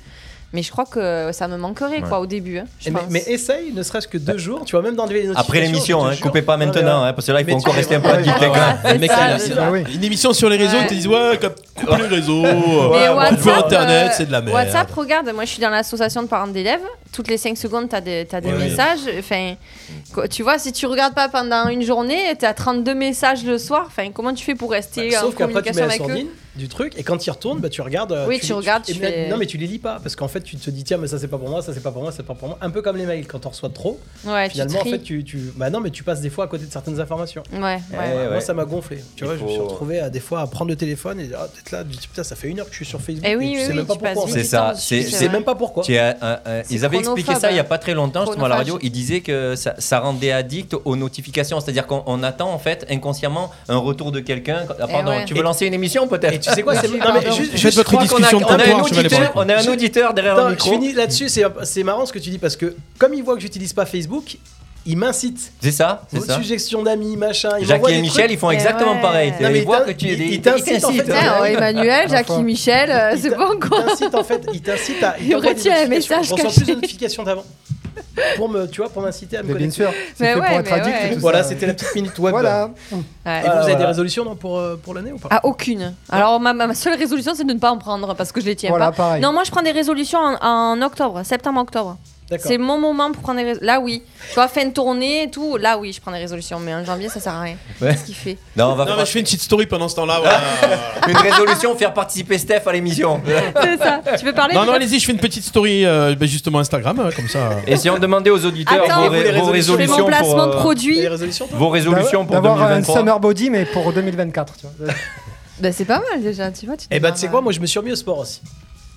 [SPEAKER 5] Mais je crois que ça me manquerait quoi au début. hein, je
[SPEAKER 4] Et Eh, Mais,
[SPEAKER 5] pense. Bah,
[SPEAKER 4] mais essaye, ne serait-ce que deux jours, tu vois, même d'enlever les notifications.
[SPEAKER 6] Après l'émission,
[SPEAKER 4] je te
[SPEAKER 6] hein,
[SPEAKER 4] jure.
[SPEAKER 6] coupez pas
[SPEAKER 4] Ouais, ouais,
[SPEAKER 6] maintenant, hein, parce que là, il
[SPEAKER 4] Mais euh,
[SPEAKER 6] faut encore
[SPEAKER 4] tu-
[SPEAKER 6] rester un peu
[SPEAKER 4] Ouais,
[SPEAKER 6] addict. hein, quand même.
[SPEAKER 5] Ouais,
[SPEAKER 4] Le mec,
[SPEAKER 5] Ah, c'est
[SPEAKER 4] il
[SPEAKER 5] ça,
[SPEAKER 4] a-
[SPEAKER 5] c'est
[SPEAKER 4] il a-
[SPEAKER 5] ça.
[SPEAKER 7] Ah oui.
[SPEAKER 2] Une émission sur les réseaux,
[SPEAKER 5] Ouais.
[SPEAKER 2] ils te disent ouais, coupe coupe les réseaux,
[SPEAKER 5] Mais
[SPEAKER 2] euh,
[SPEAKER 5] WhatsApp,
[SPEAKER 2] le internet,
[SPEAKER 5] euh,
[SPEAKER 2] c'est de la merde.
[SPEAKER 5] WhatsApp, regarde, moi je suis dans l'association de parents d'élèves. Toutes les 5 secondes, t'as des, t'as des
[SPEAKER 2] Ouais, ouais.
[SPEAKER 5] messages. Enfin, quoi, tu vois, si tu regardes pas pendant une journée, t'as 32 messages le soir. Enfin, comment tu fais pour rester en
[SPEAKER 4] bah, Sauf qu'après, tu mets
[SPEAKER 5] communication
[SPEAKER 4] la
[SPEAKER 5] avec eux
[SPEAKER 4] sourdine du truc, et quand il retourne, bah, tu regardes. euh,
[SPEAKER 5] Oui, tu
[SPEAKER 4] les-
[SPEAKER 5] regardes, tu
[SPEAKER 4] et même-
[SPEAKER 5] fais-
[SPEAKER 4] Non, mais tu les lis pas, parce qu'en fait, tu te dis, tiens, mais ça, c'est pas pour moi, ça, c'est pas pour moi, ça, c'est pas pour moi. Un peu comme les mails, quand on reçoit trop,
[SPEAKER 5] Ouais, tu
[SPEAKER 4] finalement, en
[SPEAKER 5] tries.
[SPEAKER 4] fait, Euh, tu, tu- Bah non, mais tu passes des fois à côté de certaines informations.
[SPEAKER 5] Ouais, ouais.
[SPEAKER 6] Eh ouais.
[SPEAKER 4] Moi, ça m'a gonflé. Tu
[SPEAKER 6] Il
[SPEAKER 4] vois, je me suis
[SPEAKER 6] faut-
[SPEAKER 4] retrouvé à, des fois à prendre le téléphone et dire, ah, peut-être là, je dis, putain, ça fait une heure que je suis sur Facebook.
[SPEAKER 5] Eh oui,
[SPEAKER 4] tu
[SPEAKER 5] oui,
[SPEAKER 4] sais
[SPEAKER 5] oui,
[SPEAKER 4] même pas
[SPEAKER 5] tu passes
[SPEAKER 4] pourquoi. en
[SPEAKER 5] vite.
[SPEAKER 4] fait.
[SPEAKER 6] C'est ça,
[SPEAKER 5] Putain,
[SPEAKER 6] c'est-
[SPEAKER 5] je
[SPEAKER 4] Tu
[SPEAKER 5] suis
[SPEAKER 4] sais
[SPEAKER 5] vrai.
[SPEAKER 4] même pas pourquoi.
[SPEAKER 6] Tu es, euh, euh,
[SPEAKER 5] C'est
[SPEAKER 6] ils avaient expliqué
[SPEAKER 5] chronophobe,
[SPEAKER 6] ça il n'y a
[SPEAKER 5] hein.
[SPEAKER 6] pas très longtemps, justement, à la radio.
[SPEAKER 5] Chronophage.
[SPEAKER 6] Ils disaient que ça, ça rendait addict aux notifications. C'est-à-dire qu'on on attend, en fait, inconsciemment, un retour de quelqu'un. Ah,
[SPEAKER 5] Eh
[SPEAKER 6] pardon,
[SPEAKER 5] ouais.
[SPEAKER 6] tu veux lancer une émission,
[SPEAKER 4] Et
[SPEAKER 6] peut-être Ah.
[SPEAKER 4] tu sais quoi, c'est. Non, mais juste,
[SPEAKER 2] Faites
[SPEAKER 4] juste
[SPEAKER 2] votre
[SPEAKER 4] je crois qu'on a-
[SPEAKER 2] discussion de
[SPEAKER 6] on, a un
[SPEAKER 2] comptoir, je vais aller
[SPEAKER 6] auditeur,
[SPEAKER 2] prendre.
[SPEAKER 6] on a un auditeur derrière
[SPEAKER 4] Attends,
[SPEAKER 6] le
[SPEAKER 4] Je
[SPEAKER 6] micro.
[SPEAKER 4] finis là-dessus, c'est c'est marrant ce que tu dis parce que comme ils voient que j'utilise pas Facebook, ils m'incitent.
[SPEAKER 6] C'est ça, c'est
[SPEAKER 4] Vos
[SPEAKER 6] ça.
[SPEAKER 4] suggestions d'amis, machin. Ils
[SPEAKER 6] Jackie
[SPEAKER 4] m'envoient
[SPEAKER 6] et
[SPEAKER 4] des
[SPEAKER 6] Michel,
[SPEAKER 4] trucs.
[SPEAKER 6] ils font
[SPEAKER 5] Eh
[SPEAKER 6] exactement
[SPEAKER 5] ouais.
[SPEAKER 6] pareil.
[SPEAKER 5] Non,
[SPEAKER 4] mais
[SPEAKER 6] Ils
[SPEAKER 4] ils
[SPEAKER 6] voient
[SPEAKER 4] t'in-
[SPEAKER 6] que tu es
[SPEAKER 4] ils-
[SPEAKER 6] des-
[SPEAKER 4] ils t'incitent, en fait.
[SPEAKER 5] Ouais,
[SPEAKER 6] t'incitent.
[SPEAKER 5] alors,
[SPEAKER 4] (laughs)
[SPEAKER 5] Emmanuel, Jackie,
[SPEAKER 7] Enfin.
[SPEAKER 5] Michel, euh, c'est
[SPEAKER 4] Ils
[SPEAKER 5] bon
[SPEAKER 4] t'in-
[SPEAKER 5] quoi.
[SPEAKER 4] Ils t'incitent en fait, ils t'incitent à.
[SPEAKER 5] Il
[SPEAKER 4] Ils t'envoient des
[SPEAKER 5] retient un
[SPEAKER 4] notifications.
[SPEAKER 5] message
[SPEAKER 4] Je reçends
[SPEAKER 5] caché.
[SPEAKER 4] plus de notifications d'avant. Pour me, tu vois, pour m'inciter à me
[SPEAKER 7] Mais bien
[SPEAKER 4] connecter.
[SPEAKER 7] sûr.
[SPEAKER 5] Mais
[SPEAKER 7] C'est fait pour
[SPEAKER 5] ouais,
[SPEAKER 7] être
[SPEAKER 5] mais
[SPEAKER 7] addict
[SPEAKER 5] ouais.
[SPEAKER 7] et tout
[SPEAKER 4] Voilà,
[SPEAKER 7] ça.
[SPEAKER 4] c'était la petite minute web.
[SPEAKER 7] Voilà.
[SPEAKER 5] Ouais.
[SPEAKER 4] Et vous, vous avez des
[SPEAKER 7] Voilà.
[SPEAKER 4] résolutions non, pour, euh, pour l'année ou pas
[SPEAKER 5] Ah, aucune. Alors, ma, ma seule résolution, c'est de ne pas en prendre parce que je les tiens
[SPEAKER 7] Voilà,
[SPEAKER 5] pas.
[SPEAKER 7] pareil.
[SPEAKER 5] Non, moi, je prends des résolutions en, en octobre, septembre-octobre.
[SPEAKER 4] D'accord.
[SPEAKER 5] C'est mon moment pour prendre des résolutions. Là, oui. Tu vois, fin de tournée et tout. Là, oui, je prends des résolutions. Mais en janvier, ça sert à rien.
[SPEAKER 6] Ouais.
[SPEAKER 5] Qu'est-ce qu'il fait
[SPEAKER 6] Non, on va
[SPEAKER 2] Non,
[SPEAKER 6] faire
[SPEAKER 2] mais je fais une petite story pendant ce temps-là.
[SPEAKER 5] (laughs)
[SPEAKER 2] voilà.
[SPEAKER 6] une résolution, faire participer Steph à l'émission.
[SPEAKER 5] C'est ça. Tu veux parler
[SPEAKER 2] non,
[SPEAKER 5] de-
[SPEAKER 2] non, allez-y, je fais une petite story euh, ben, justement Instagram, euh, comme ça. euh.
[SPEAKER 6] Et si on demandait aux auditeurs
[SPEAKER 5] Attends,
[SPEAKER 6] vos, ré-
[SPEAKER 4] Et vous, les
[SPEAKER 6] vos
[SPEAKER 5] Je fais
[SPEAKER 6] résolutions
[SPEAKER 5] mon
[SPEAKER 6] pour,
[SPEAKER 5] placement de
[SPEAKER 6] euh,
[SPEAKER 4] T'as
[SPEAKER 5] produit.
[SPEAKER 4] des résolutions toi
[SPEAKER 6] vos résolutions pour
[SPEAKER 7] D'avoir un
[SPEAKER 6] 2023.
[SPEAKER 7] summer body, mais pour 2024. Tu
[SPEAKER 6] (laughs)
[SPEAKER 7] vois.
[SPEAKER 5] Bah, c'est pas mal déjà. Tu vois, tu
[SPEAKER 4] Eh bah, tu sais
[SPEAKER 5] démarres,
[SPEAKER 4] quoi,
[SPEAKER 5] euh,
[SPEAKER 4] moi, je me suis remis au sport aussi.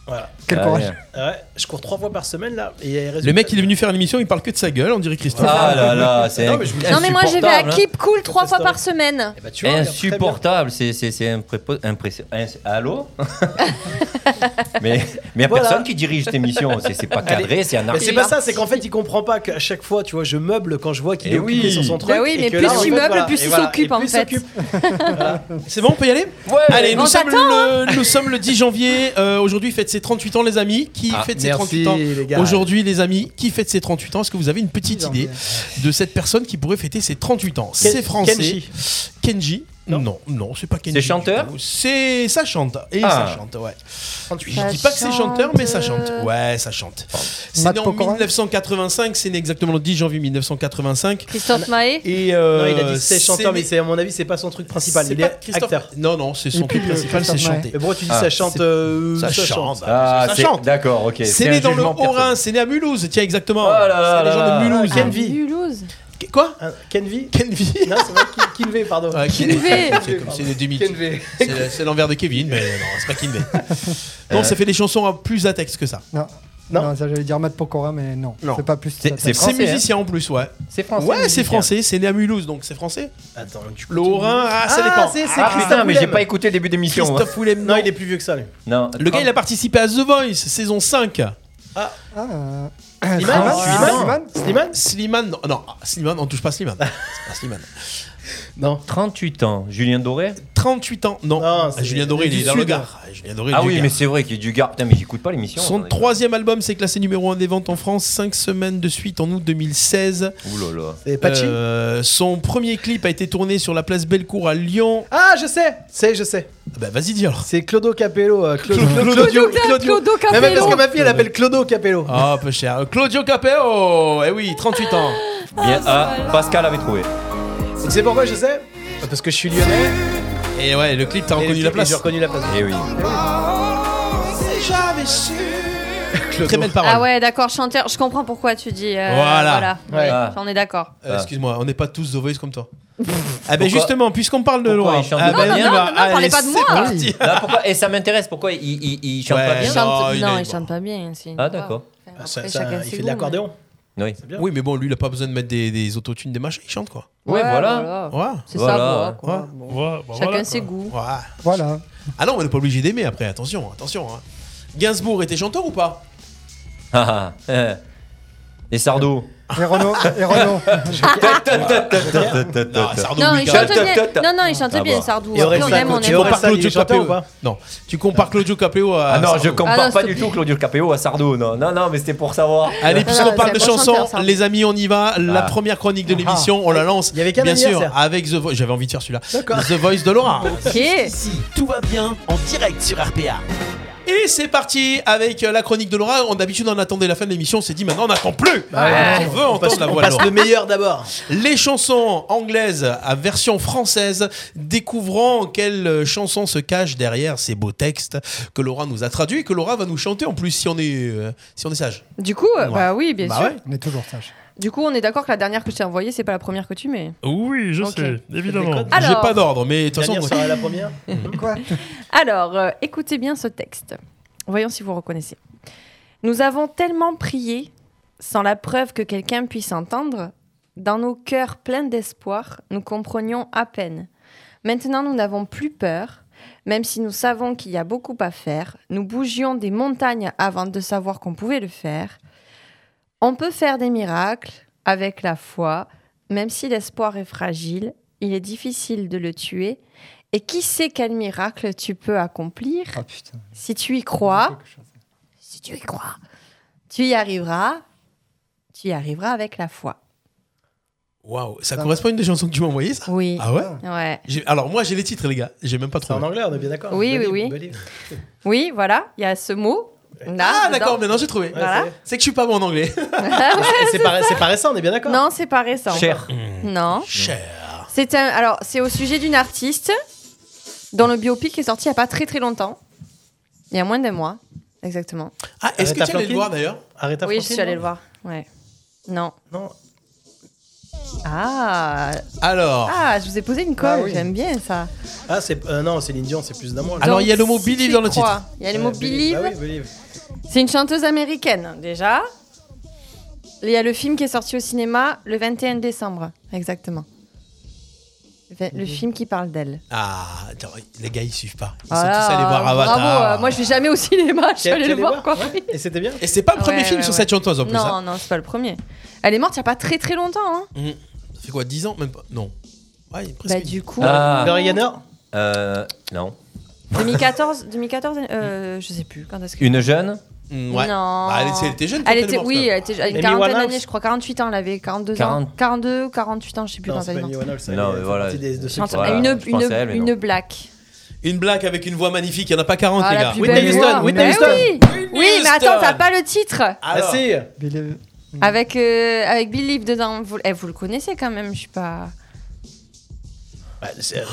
[SPEAKER 4] Voilà.
[SPEAKER 7] Quel
[SPEAKER 6] Ah,
[SPEAKER 7] courage.
[SPEAKER 6] ouais.
[SPEAKER 4] Ouais, je cours trois fois par semaine là. Et
[SPEAKER 2] Le mec, il est venu faire une émission, il parle que de sa gueule, on dirait Christophe.
[SPEAKER 6] Ah là là, c'est
[SPEAKER 4] Non, mais je vous-
[SPEAKER 5] Non, mais moi, je vais à
[SPEAKER 6] insupportable, hein.
[SPEAKER 5] Keep Cool trois
[SPEAKER 4] Ça
[SPEAKER 5] fois
[SPEAKER 4] se
[SPEAKER 5] par
[SPEAKER 4] tente.
[SPEAKER 5] semaine.
[SPEAKER 4] Eh bah, tu vois, il est très bien.
[SPEAKER 6] Insupportable, c'est c'est c'est un prépo- un pré- un-
[SPEAKER 5] (laughs)
[SPEAKER 6] Allô Mais mais y a
[SPEAKER 4] Voilà.
[SPEAKER 6] personne qui dirige cette émission, c'est c'est pas cadré, c'est
[SPEAKER 4] Mais
[SPEAKER 6] anarchique.
[SPEAKER 4] c'est pas ça, c'est qu'en fait il comprend pas qu'à chaque fois, tu vois, je meuble quand je vois qu'il
[SPEAKER 6] Eh
[SPEAKER 4] est occupé
[SPEAKER 6] oui.
[SPEAKER 4] sur son
[SPEAKER 6] Bah
[SPEAKER 4] truc.
[SPEAKER 5] oui,
[SPEAKER 4] et
[SPEAKER 5] mais
[SPEAKER 4] que
[SPEAKER 5] plus
[SPEAKER 4] là,
[SPEAKER 5] tu
[SPEAKER 4] en fait,
[SPEAKER 5] meubles,
[SPEAKER 4] voilà,
[SPEAKER 5] plus
[SPEAKER 4] et
[SPEAKER 5] il
[SPEAKER 4] voilà,
[SPEAKER 5] s'occupe,
[SPEAKER 4] et
[SPEAKER 5] en
[SPEAKER 4] plus il
[SPEAKER 5] fait.
[SPEAKER 4] s'occupe.
[SPEAKER 2] C'est bon, on peut y aller
[SPEAKER 6] Ouais.
[SPEAKER 2] Allez, nous
[SPEAKER 5] Euh, On
[SPEAKER 2] sommes,
[SPEAKER 5] t'attend, hein.
[SPEAKER 2] le, nous sommes le 10 janvier. euh, Aujourd'hui, fête ses 38 ans, les amis. Qui
[SPEAKER 6] Ah,
[SPEAKER 2] fête ses 38
[SPEAKER 4] Merci
[SPEAKER 2] ans
[SPEAKER 4] les gars.
[SPEAKER 2] Aujourd'hui, les amis, qui fête ses 38 ans Est-ce que vous avez une petite
[SPEAKER 7] Ils ont
[SPEAKER 2] idée de cette personne qui pourrait fêter ses 38 ans
[SPEAKER 4] Ken-
[SPEAKER 2] C'est français.
[SPEAKER 4] Kenji.
[SPEAKER 2] Kenji. Non,
[SPEAKER 4] Non.
[SPEAKER 2] non, c'est pas Kenji.
[SPEAKER 6] C'est
[SPEAKER 2] du
[SPEAKER 6] chanteur
[SPEAKER 2] tout. C'est ça chante et
[SPEAKER 6] Ah.
[SPEAKER 2] ça chante, ouais.
[SPEAKER 4] 38.
[SPEAKER 2] Je
[SPEAKER 5] Ça
[SPEAKER 2] dis pas que c'est chanteur, mais ça chante.
[SPEAKER 5] chante.
[SPEAKER 2] Ouais, ça chante. C'est
[SPEAKER 7] Matt
[SPEAKER 2] né en
[SPEAKER 7] Pokora
[SPEAKER 2] 1985, c'est né exactement le 10 janvier 1985.
[SPEAKER 5] Christophe Maé.
[SPEAKER 2] Et euh,
[SPEAKER 4] Non, il a dit que c'est chanteur,
[SPEAKER 2] né-
[SPEAKER 4] mais c'est à mon avis, c'est pas son truc principal.
[SPEAKER 2] c'est
[SPEAKER 4] Il
[SPEAKER 2] pas
[SPEAKER 4] est
[SPEAKER 2] Christophe-
[SPEAKER 4] acteur.
[SPEAKER 2] Non, non, c'est son
[SPEAKER 7] Et puis,
[SPEAKER 2] truc
[SPEAKER 7] euh,
[SPEAKER 2] principal, c'est
[SPEAKER 7] Christophe Maé.
[SPEAKER 2] chanter.
[SPEAKER 4] Mais pourquoi tu dis
[SPEAKER 6] Ah,
[SPEAKER 4] ça chante euh,
[SPEAKER 2] Ça chante.
[SPEAKER 6] Ah,
[SPEAKER 2] Ça
[SPEAKER 6] c'est-
[SPEAKER 2] chante.
[SPEAKER 6] D'accord, ok.
[SPEAKER 2] C'est
[SPEAKER 6] un
[SPEAKER 2] né dans le
[SPEAKER 6] jugement de personne.
[SPEAKER 2] Haut-Rhin, c'est né à Mulhouse, tiens exactement.
[SPEAKER 6] Oh là là
[SPEAKER 2] c'est les gens
[SPEAKER 6] là
[SPEAKER 2] de
[SPEAKER 6] là.
[SPEAKER 2] Mulhouse.
[SPEAKER 4] Ah, Kenvi.
[SPEAKER 5] Mulhouse.
[SPEAKER 2] Qu- Quoi
[SPEAKER 4] Hein, Kenvi
[SPEAKER 2] Kenvi
[SPEAKER 4] Non, c'est vrai, Ken- Kinvey, pardon.
[SPEAKER 2] Ouais, Kinvey,
[SPEAKER 5] Kinvey.
[SPEAKER 2] c'est comme- C'est le demi.
[SPEAKER 4] Kenvey.
[SPEAKER 2] C'est le- c'est l'envers de Kevin, mais non, c'est pas
[SPEAKER 4] (laughs)
[SPEAKER 2] Kinvey.
[SPEAKER 4] Euh.
[SPEAKER 2] Non, ça fait des chansons à plus à texte que ça.
[SPEAKER 7] Non.
[SPEAKER 4] Non.
[SPEAKER 7] Non. ça j'allais dire Matt Pokora, mais non.
[SPEAKER 2] Non.
[SPEAKER 7] C'est pas plus.
[SPEAKER 6] C'est-
[SPEAKER 2] C'est
[SPEAKER 6] c'est Français,
[SPEAKER 2] musicien en plus, ouais.
[SPEAKER 6] C'est français.
[SPEAKER 2] Ouais, c'est
[SPEAKER 6] musicien.
[SPEAKER 2] français, c'est né à Mulhouse, donc c'est français.
[SPEAKER 4] Attends, du coup.
[SPEAKER 2] Le Haut-Rhin, ah, ça
[SPEAKER 4] Ah,
[SPEAKER 2] dépend.
[SPEAKER 4] c'est- c'est
[SPEAKER 6] Ah,
[SPEAKER 4] Christophe
[SPEAKER 6] putain, mais j'ai
[SPEAKER 4] Willem.
[SPEAKER 6] pas écouté le début d'émission. hein.
[SPEAKER 2] Christophe Willem,
[SPEAKER 4] Non,
[SPEAKER 2] non.
[SPEAKER 4] il est plus vieux que ça, lui.
[SPEAKER 6] Non.
[SPEAKER 2] Le gars, il a participé à The Voice, saison 5.
[SPEAKER 7] Ah, euh,
[SPEAKER 4] Slimane
[SPEAKER 7] Slimane,
[SPEAKER 4] Slimane
[SPEAKER 7] Slimane
[SPEAKER 4] Slimane
[SPEAKER 2] Slimane, non, non, ah, Slimane, on touche pas Slimane. C'est pas Slimane.
[SPEAKER 4] Non.
[SPEAKER 6] 38 ans, Julien Doré
[SPEAKER 2] 38 ans, non.
[SPEAKER 4] Non,
[SPEAKER 2] Ah,
[SPEAKER 4] c'est-
[SPEAKER 2] Julien Doré, il
[SPEAKER 4] du
[SPEAKER 2] est dans le
[SPEAKER 4] Sud.
[SPEAKER 2] Gard. Ah, Julien Doré,
[SPEAKER 6] Ah
[SPEAKER 2] du
[SPEAKER 6] oui,
[SPEAKER 2] Gard.
[SPEAKER 6] mais c'est vrai qu'il est du Gard. Putain, mais j'écoute pas l'émission.
[SPEAKER 2] Son
[SPEAKER 6] attendez.
[SPEAKER 2] troisième album s'est classé numéro 1 des ventes en France, 5 semaines de suite en août 2016.
[SPEAKER 6] Ouh là là.
[SPEAKER 4] C'est Pachi
[SPEAKER 2] Euh, son premier clip a été tourné sur la place Bellecour à Lyon.
[SPEAKER 4] Ah, je sais C'est, je sais.
[SPEAKER 2] Ah Bah vas-y, dis alors.
[SPEAKER 4] C'est Clodo Capello. euh, Clodo-
[SPEAKER 5] Claudio,
[SPEAKER 4] Claudio. Claudio.
[SPEAKER 5] Claudio
[SPEAKER 4] Mais parce que
[SPEAKER 5] Capello.
[SPEAKER 4] Ah. ma fille, elle appelle Clodo Capello.
[SPEAKER 2] Ah, peu cher. Claudio Capeo Eh oui, 38 ans.
[SPEAKER 6] Bien, ah, Pascal avait trouvé.
[SPEAKER 4] Et Tu sais pourquoi je sais Parce que je suis lyonnais.
[SPEAKER 2] Et ouais, le clip, t'as
[SPEAKER 4] et-
[SPEAKER 2] reconnu la
[SPEAKER 4] et
[SPEAKER 2] place.
[SPEAKER 4] J'ai reconnu la place.
[SPEAKER 5] (laughs)
[SPEAKER 6] Eh oui.
[SPEAKER 2] Très belle parole.
[SPEAKER 5] Ah ouais, d'accord, chanteur. Je comprends pourquoi tu dis. euh,
[SPEAKER 2] Voilà.
[SPEAKER 5] voilà.
[SPEAKER 4] Ouais.
[SPEAKER 6] Ah.
[SPEAKER 5] On est d'accord.
[SPEAKER 2] Euh, Excuse-moi, on n'est pas tous The Voice comme toi. ah ben
[SPEAKER 6] Pourquoi-
[SPEAKER 2] justement, puisqu'on parle de
[SPEAKER 6] Pourquoi
[SPEAKER 2] Laurent.
[SPEAKER 6] il chante
[SPEAKER 2] ah
[SPEAKER 6] pas
[SPEAKER 2] ben
[SPEAKER 6] bien
[SPEAKER 2] viens,
[SPEAKER 5] Non, non,
[SPEAKER 2] bah,
[SPEAKER 5] non, parlez
[SPEAKER 2] allez,
[SPEAKER 5] pas de
[SPEAKER 2] c'est
[SPEAKER 5] moi.
[SPEAKER 2] parti.
[SPEAKER 6] Là, pourquoi Et ça m'intéresse, pourquoi il, il, il- Eh ben, il chante
[SPEAKER 2] Ouais.
[SPEAKER 6] pas
[SPEAKER 5] Il
[SPEAKER 6] bien
[SPEAKER 5] chante...
[SPEAKER 2] Non, il
[SPEAKER 5] non,
[SPEAKER 2] a-
[SPEAKER 5] il chante pas bien. c'est une
[SPEAKER 6] Ah
[SPEAKER 5] voix.
[SPEAKER 6] d'accord.
[SPEAKER 5] Enfin,
[SPEAKER 4] Ah, ça-
[SPEAKER 5] après,
[SPEAKER 4] ça-
[SPEAKER 5] chacun
[SPEAKER 4] il
[SPEAKER 5] ses
[SPEAKER 4] fait de
[SPEAKER 5] goûts, hein.
[SPEAKER 4] l'accordéon.
[SPEAKER 6] Oui.
[SPEAKER 4] C'est bien.
[SPEAKER 2] Oui, mais bon, lui, il a pas besoin de mettre des, des autotunes, des machins, il chante quoi.
[SPEAKER 5] mais-
[SPEAKER 6] Ouais, voilà.
[SPEAKER 2] Voilà.
[SPEAKER 5] hein. C'est
[SPEAKER 6] Voilà.
[SPEAKER 5] sa voix, quoi.
[SPEAKER 2] Ouais.
[SPEAKER 5] Bon.
[SPEAKER 2] Voilà, bah
[SPEAKER 5] Chacun
[SPEAKER 2] voilà,
[SPEAKER 5] ses
[SPEAKER 2] quoi.
[SPEAKER 5] goûts.
[SPEAKER 2] Voilà.
[SPEAKER 7] Voilà.
[SPEAKER 2] Ah non, on n'est pas obligé d'aimer après, attention, attention. hein. Gainsbourg était chanteur ou pas
[SPEAKER 6] (laughs) Ah, ah, eh.
[SPEAKER 2] (laughs)
[SPEAKER 6] Et Sardou.
[SPEAKER 7] Et Renaud, et Renaud.
[SPEAKER 2] Non, Ah, Sardou,
[SPEAKER 5] Non,
[SPEAKER 2] oui,
[SPEAKER 5] il
[SPEAKER 2] quand même.
[SPEAKER 5] chante
[SPEAKER 6] Cal- Cal-
[SPEAKER 5] bien.
[SPEAKER 6] Cal-
[SPEAKER 5] Non, non, il chante
[SPEAKER 6] Ah
[SPEAKER 5] bien,
[SPEAKER 6] bah.
[SPEAKER 5] Sardou.
[SPEAKER 4] Et
[SPEAKER 5] Après,
[SPEAKER 4] Orelsan,
[SPEAKER 5] on aime, on
[SPEAKER 4] tu
[SPEAKER 2] Tu
[SPEAKER 5] aime.
[SPEAKER 4] vois,
[SPEAKER 5] pas.
[SPEAKER 2] compares
[SPEAKER 4] Orelsan, il
[SPEAKER 2] Claudio
[SPEAKER 4] est chanteur
[SPEAKER 2] Capéo
[SPEAKER 4] ou pas
[SPEAKER 2] Non, tu compares Claudio Capéo à.
[SPEAKER 6] Ah non, je
[SPEAKER 2] Sardou.
[SPEAKER 5] Ah
[SPEAKER 6] compare
[SPEAKER 5] non,
[SPEAKER 6] pas
[SPEAKER 5] s'il
[SPEAKER 6] du
[SPEAKER 5] te
[SPEAKER 6] tout
[SPEAKER 5] plaît.
[SPEAKER 6] Claudio Capéo à Sardou. Non, non, non, mais c'était pour savoir.
[SPEAKER 2] Allez,
[SPEAKER 5] Non,
[SPEAKER 2] puisqu'on
[SPEAKER 5] non,
[SPEAKER 2] parle
[SPEAKER 5] c'est
[SPEAKER 2] de
[SPEAKER 5] un bon
[SPEAKER 2] chansons,
[SPEAKER 5] chanteur, Sardou.
[SPEAKER 2] les amis, on y va. La
[SPEAKER 6] Ah.
[SPEAKER 2] première chronique de l'émission, on la lance.
[SPEAKER 4] Il y avait qu'un
[SPEAKER 2] Bien sûr,
[SPEAKER 4] anniversaire.
[SPEAKER 2] avec The Voice. J'avais envie de faire celui-là.
[SPEAKER 4] D'accord.
[SPEAKER 2] The Voice de
[SPEAKER 5] (laughs)
[SPEAKER 2] Laura.
[SPEAKER 5] Ok.
[SPEAKER 3] Ici, tout va bien en direct sur RPA.
[SPEAKER 2] Et c'est parti avec euh, la chronique de Laura. On d'habitude on attendait la fin de l'émission, on s'est dit maintenant on n'attend plus. on veut entendre
[SPEAKER 4] passe,
[SPEAKER 2] la
[SPEAKER 4] on
[SPEAKER 2] voix de
[SPEAKER 4] passe
[SPEAKER 2] Laura.
[SPEAKER 4] le meilleur d'abord.
[SPEAKER 2] Les chansons anglaises à version française, découvrant quelle euh, chanson se cache derrière ces beaux textes que Laura nous a traduits et que Laura va nous chanter en plus si on est euh, si on est sage.
[SPEAKER 5] Du coup, euh,
[SPEAKER 2] Ouais.
[SPEAKER 5] bah oui, bien
[SPEAKER 2] Bah
[SPEAKER 5] sûr.
[SPEAKER 2] ouais.
[SPEAKER 7] On est toujours sage.
[SPEAKER 5] Du coup, on est d'accord que la dernière que je t'ai envoyée, c'est pas la première que tu mets.
[SPEAKER 1] Oui, je
[SPEAKER 5] Ok.
[SPEAKER 1] sais, évidemment.
[SPEAKER 5] Alors-
[SPEAKER 2] J'ai pas d'ordre, mais de toute façon
[SPEAKER 4] Dernière sera la première.
[SPEAKER 7] Quoi
[SPEAKER 5] Alors, euh, écoutez bien ce texte. Voyons si vous reconnaissez. Nous avons tellement prié, sans la preuve que quelqu'un puisse entendre, dans nos cœurs pleins d'espoir, nous comprenions à peine. Maintenant, nous n'avons plus peur, même si nous savons qu'il y a beaucoup à faire. Nous bougions des montagnes avant de savoir qu'on pouvait le faire. On peut faire des miracles avec la foi, même si l'espoir est fragile, il est difficile de le tuer. Et qui sait quel miracle tu peux accomplir
[SPEAKER 7] (laughs) Ah putain.
[SPEAKER 5] si tu y crois, si tu y crois, tu y arriveras, tu y arriveras avec la foi.
[SPEAKER 2] Waouh, ça correspond à une des chansons que tu m'as envoyée ça
[SPEAKER 5] Oui.
[SPEAKER 2] Ah ouais
[SPEAKER 5] Ouais.
[SPEAKER 2] J'ai- Alors moi j'ai les titres les gars, j'ai même pas
[SPEAKER 4] C'est en
[SPEAKER 2] trouvé.
[SPEAKER 4] anglais, on est bien d'accord.
[SPEAKER 5] Oui, oui,
[SPEAKER 4] Believe,
[SPEAKER 5] oui.
[SPEAKER 4] believe.
[SPEAKER 5] Oui, voilà, il y a ce mot.
[SPEAKER 2] Ah d'accord,
[SPEAKER 5] dedans.
[SPEAKER 2] maintenant j'ai trouvé.
[SPEAKER 4] Ouais,
[SPEAKER 5] Voilà.
[SPEAKER 4] c'est-
[SPEAKER 2] C'est que je suis pas bon en anglais.
[SPEAKER 4] Et C'est pas, c'est pas récent, on est bien d'accord.
[SPEAKER 5] Non, c'est pas récent.
[SPEAKER 6] Cher.
[SPEAKER 5] Non.
[SPEAKER 2] Cher.
[SPEAKER 5] C'est un. Alors, c'est au sujet d'une artiste dont le biopic est sorti il y a pas très très longtemps. Il y a moins d'un mois, exactement.
[SPEAKER 2] Ah, est-ce que
[SPEAKER 4] Aretha
[SPEAKER 2] tu allais le
[SPEAKER 4] Franklin
[SPEAKER 2] voir d'ailleurs
[SPEAKER 4] Arrête à
[SPEAKER 5] oui, je suis allée le voir. Ouais. Non.
[SPEAKER 4] Non,
[SPEAKER 5] Ah.
[SPEAKER 2] Alors,
[SPEAKER 5] Ah, je vous ai posé une colle.
[SPEAKER 7] Ah oui.
[SPEAKER 5] J'aime bien ça.
[SPEAKER 4] ah, c'est euh, non, c'est l'Indien, c'est plus d'un mois. là.
[SPEAKER 2] Alors, il y a le mot
[SPEAKER 5] si
[SPEAKER 2] believe
[SPEAKER 5] tu y
[SPEAKER 2] dans le
[SPEAKER 5] crois, Il y a le
[SPEAKER 4] Ouais,
[SPEAKER 5] mot
[SPEAKER 4] believe.
[SPEAKER 5] believe.
[SPEAKER 4] Ah oui, believe.
[SPEAKER 5] C'est une chanteuse américaine, déjà. Il y a le film qui est sorti au cinéma le 21 décembre, exactement. Le fait- Le film qui parle d'elle.
[SPEAKER 2] Ah, attends, les gars, ils suivent pas. Ils
[SPEAKER 5] Voilà,
[SPEAKER 2] sont tous allés voir Avatar.
[SPEAKER 5] Bravo, euh, moi je vais jamais au cinéma, je suis
[SPEAKER 4] T'es- t'es
[SPEAKER 5] allée le
[SPEAKER 4] allée
[SPEAKER 5] voir quoi.
[SPEAKER 4] ouais. Et c'était bien.
[SPEAKER 2] Et c'est pas le premier
[SPEAKER 5] Ouais,
[SPEAKER 2] film
[SPEAKER 5] ouais,
[SPEAKER 2] sur
[SPEAKER 5] ouais.
[SPEAKER 2] cette chanteuse en plus. hein.
[SPEAKER 5] Non, non, c'est pas le premier. Elle est morte il n'y a pas très très longtemps. Hein.
[SPEAKER 2] Ça fait quoi, 10 ans Même pas Non. Ouais, presque.
[SPEAKER 5] Bah, du coup,
[SPEAKER 6] Ah.
[SPEAKER 4] Gloria Gaynor
[SPEAKER 6] Euh, non.
[SPEAKER 5] 2014, 2014 euh, je sais plus quand est-ce que.
[SPEAKER 6] Une jeune
[SPEAKER 2] Mm, ouais.
[SPEAKER 5] Non.
[SPEAKER 2] Bah, elle, était- elle était jeune quand
[SPEAKER 5] Elle était,
[SPEAKER 2] est morte,
[SPEAKER 5] oui,
[SPEAKER 2] là.
[SPEAKER 5] elle était elle a
[SPEAKER 4] Amy
[SPEAKER 5] une quarantaine
[SPEAKER 4] Winehouse
[SPEAKER 5] d'années, je crois, 48 ans, elle avait 42 ans.
[SPEAKER 6] 40.
[SPEAKER 5] 42 48 ans, je sais plus
[SPEAKER 4] Non,
[SPEAKER 5] quand
[SPEAKER 4] c'est
[SPEAKER 5] elle est
[SPEAKER 4] pas
[SPEAKER 5] morte.
[SPEAKER 4] Amy Winehouse, ça,
[SPEAKER 6] Non,
[SPEAKER 4] elle
[SPEAKER 6] mais
[SPEAKER 4] fait
[SPEAKER 6] voilà.
[SPEAKER 4] partie des- de
[SPEAKER 5] Je
[SPEAKER 4] ceux
[SPEAKER 5] chante-
[SPEAKER 4] qui-
[SPEAKER 6] Voilà,
[SPEAKER 5] une,
[SPEAKER 6] je pensais à elle,
[SPEAKER 5] une,
[SPEAKER 6] mais non.
[SPEAKER 5] une black.
[SPEAKER 2] Une blague avec une voix magnifique, il n'y en a pas 40,
[SPEAKER 5] Ah,
[SPEAKER 2] les
[SPEAKER 5] la
[SPEAKER 2] gars.
[SPEAKER 5] plus
[SPEAKER 4] Whitney
[SPEAKER 5] belle
[SPEAKER 4] Houston,
[SPEAKER 5] voix.
[SPEAKER 4] Whitney
[SPEAKER 5] Mais
[SPEAKER 4] Houston.
[SPEAKER 5] oui, oui, mais attends, t'as pas le titre
[SPEAKER 4] Ah
[SPEAKER 2] Alors,
[SPEAKER 4] si
[SPEAKER 7] Believe-
[SPEAKER 5] avec euh, avec Believe dedans. Vous, eh, vous le connaissez quand même, je suis pas.
[SPEAKER 4] Bah, c'est-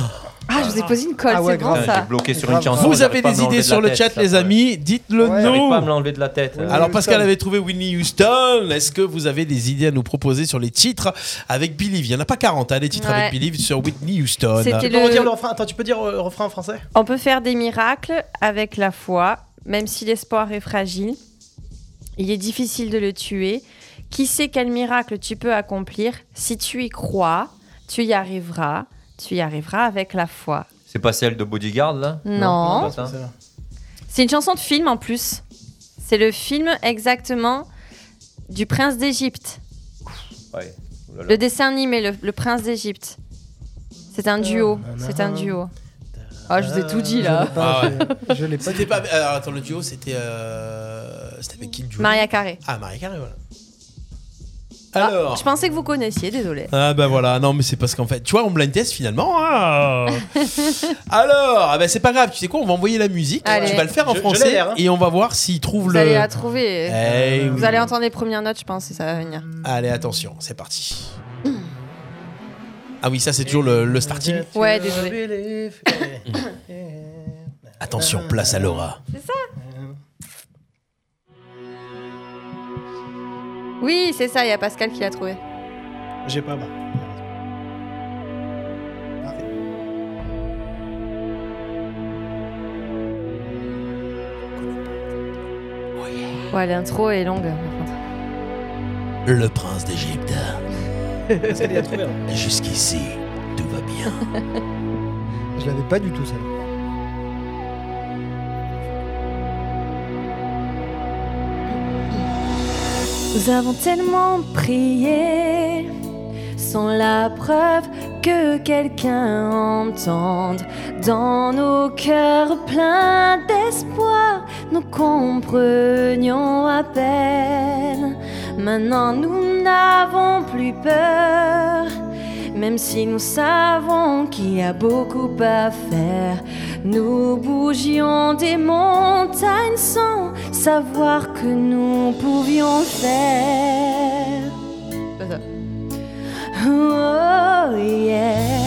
[SPEAKER 5] Ah, je vous ai posé une colle,
[SPEAKER 7] Ah ouais,
[SPEAKER 5] c'est bon
[SPEAKER 7] grave.
[SPEAKER 6] Putain, J'ai
[SPEAKER 5] ça.
[SPEAKER 6] bloqué sur
[SPEAKER 7] Grave.
[SPEAKER 6] une chanson.
[SPEAKER 2] vous
[SPEAKER 6] j'arrive
[SPEAKER 2] avez
[SPEAKER 6] pas à
[SPEAKER 2] des
[SPEAKER 6] me l'enlever
[SPEAKER 2] idées
[SPEAKER 6] de la
[SPEAKER 2] sur le
[SPEAKER 6] tête,
[SPEAKER 2] chat,
[SPEAKER 6] là,
[SPEAKER 2] les
[SPEAKER 6] ouais.
[SPEAKER 2] amis. Dites-le
[SPEAKER 7] Ouais,
[SPEAKER 6] J'arrive pas à
[SPEAKER 2] nous.
[SPEAKER 6] me l'enlever de la tête. euh.
[SPEAKER 7] Ouais.
[SPEAKER 2] Alors
[SPEAKER 7] Whitney
[SPEAKER 2] Pascal
[SPEAKER 7] Houston.
[SPEAKER 2] avait trouvé Whitney Houston. Est-ce que vous avez des idées à nous proposer sur les titres avec Believe Il n'y en a pas 40, hein, les titres
[SPEAKER 5] Ouais.
[SPEAKER 2] avec Believe sur Whitney Houston.
[SPEAKER 5] C'était
[SPEAKER 4] Tu peux redire
[SPEAKER 5] le.
[SPEAKER 4] le refrain Attends, tu peux dire euh, le refrain en français
[SPEAKER 5] On peut faire des miracles avec la foi, même si l'espoir est fragile. Il est difficile de le tuer. Qui sait quel miracle tu peux accomplir si tu y crois, tu y arriveras. Tu y arriveras avec la foi.
[SPEAKER 6] C'est pas celle de Bodyguard là
[SPEAKER 5] Non.
[SPEAKER 6] c'est pas ça.
[SPEAKER 5] C'est une chanson de film en plus. C'est le film exactement du prince d'Égypte.
[SPEAKER 6] Ouais. Oh là là.
[SPEAKER 5] Le dessin animé, le, le prince d'Égypte. C'est un duo. C'est un duo. Ah, je vous ai tout dit là.
[SPEAKER 2] Ah
[SPEAKER 7] Pas- je- Je l'ai Bah, pas
[SPEAKER 2] C'était pas. Alors attends, le duo, c'était. euh, C'était avec qui le duo
[SPEAKER 5] Maria Carré.
[SPEAKER 2] Ah, Maria Carré, voilà.
[SPEAKER 4] Alors.
[SPEAKER 5] Je pensais que vous connaissiez, désolé.
[SPEAKER 2] Ah bah voilà, non mais c'est parce qu'en fait, tu vois, on blind test finalement.
[SPEAKER 5] (laughs)
[SPEAKER 2] ah. Alors, ah bah c'est pas grave, tu sais quoi, on va envoyer la musique,
[SPEAKER 5] Allez.
[SPEAKER 2] tu vas le faire en
[SPEAKER 4] Je- je l'ai
[SPEAKER 2] français
[SPEAKER 4] l'air, hein.
[SPEAKER 2] et on va voir s'il trouve
[SPEAKER 5] Vous
[SPEAKER 2] le...
[SPEAKER 5] allez la trouver.
[SPEAKER 2] Eh
[SPEAKER 5] Vous
[SPEAKER 2] oui.
[SPEAKER 5] allez entendre les premières notes, je pense, et ça va venir.
[SPEAKER 2] Allez, attention, c'est parti. Ah oui, ça c'est toujours le, le starting.
[SPEAKER 5] Ouais, désolé.
[SPEAKER 2] Attention, place à Laura.
[SPEAKER 5] Oui, c'est ça, il y a Pascal qui l'a trouvé.
[SPEAKER 4] J'ai pas. bah.
[SPEAKER 5] Ouais, l'intro est longue. par contre.
[SPEAKER 2] Le prince d'Égypte.
[SPEAKER 4] Parce qu'elle l'a
[SPEAKER 5] (laughs)
[SPEAKER 4] trouvé. hein.
[SPEAKER 2] Jusqu'ici, tout va bien.
[SPEAKER 7] Je l'avais pas du tout, ça.
[SPEAKER 5] Nous avons tellement prié sans la preuve que quelqu'un entende. Dans nos cœurs pleins d'espoir, nous comprenions à peine. Maintenant nous n'avons plus peur, même si nous savons qu'il y a beaucoup à faire. Nous bougions des montagnes sans savoir que nous pouvions faire. Oh yeah.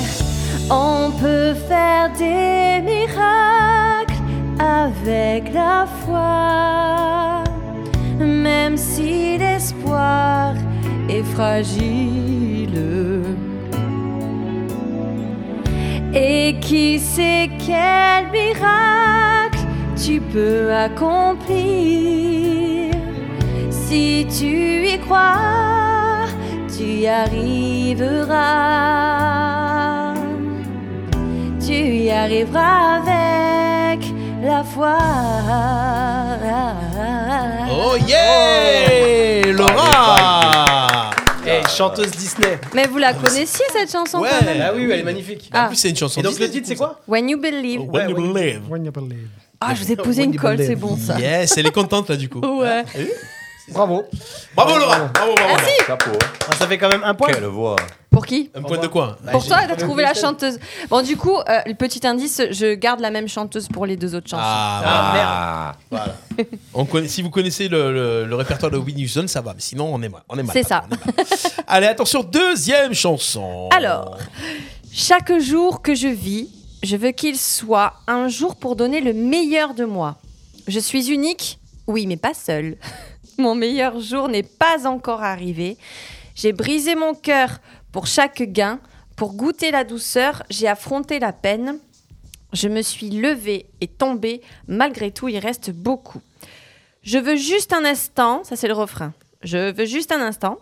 [SPEAKER 5] On peut faire des miracles avec la foi, même si l'espoir est fragile. Et qui sait quel miracle tu peux accomplir si tu y crois, tu y arriveras. Tu y arriveras avec la foi.
[SPEAKER 2] Oh yeah Laura
[SPEAKER 4] Eh, chanteuse Disney.
[SPEAKER 5] Mais vous la connaissiez cette chanson
[SPEAKER 2] Ouais.
[SPEAKER 5] quand même
[SPEAKER 4] Ah oui, elle est magnifique.
[SPEAKER 2] En
[SPEAKER 5] Ah.
[SPEAKER 2] plus, c'est une chanson
[SPEAKER 4] Et donc
[SPEAKER 2] Disney,
[SPEAKER 4] le titre,
[SPEAKER 2] du
[SPEAKER 4] c'est
[SPEAKER 2] coup,
[SPEAKER 4] quoi
[SPEAKER 5] When You Believe.
[SPEAKER 2] ça. When you
[SPEAKER 4] Ouais, ouais.
[SPEAKER 2] believe.
[SPEAKER 7] When you believe.
[SPEAKER 5] Ah, je vous ai posé une colle, c'est bon ça.
[SPEAKER 2] Yes, elle est contente là du coup.
[SPEAKER 4] Oh.
[SPEAKER 5] Ouais.
[SPEAKER 7] Bravo.
[SPEAKER 2] Bravo Laura Bravo, bravo.
[SPEAKER 5] Merci.
[SPEAKER 6] Chapeau.
[SPEAKER 4] Ah, Ça fait quand même un point.
[SPEAKER 6] Quelle voix.
[SPEAKER 5] Pour qui
[SPEAKER 2] Un point de quoi
[SPEAKER 4] Bah,
[SPEAKER 5] Pour
[SPEAKER 4] j'ai-
[SPEAKER 5] toi, de trouver la chanteuse. Bon, du coup, euh, le petit indice, je garde la même chanteuse pour les deux autres chansons.
[SPEAKER 2] Ah,
[SPEAKER 4] Ah, merde.
[SPEAKER 6] Ah.
[SPEAKER 2] On connaît- si vous connaissez le, le- le répertoire de Whitney Houston, ça va, mais sinon on est mal. On est mal,
[SPEAKER 5] C'est
[SPEAKER 2] pardon, on est mal. Allez, attention, deuxième chanson.
[SPEAKER 5] Alors. Chaque jour que je vis, je veux qu'il soit un jour pour donner le meilleur de moi. Je suis unique, oui, mais pas seule. (laughs) Mon meilleur jour n'est pas encore arrivé. J'ai brisé mon cœur pour chaque gain. Pour goûter la douceur, j'ai affronté la peine. Je me suis levée et tombée. Malgré tout, il reste beaucoup. Je veux juste un instant, ça c'est le refrain. Je veux juste un instant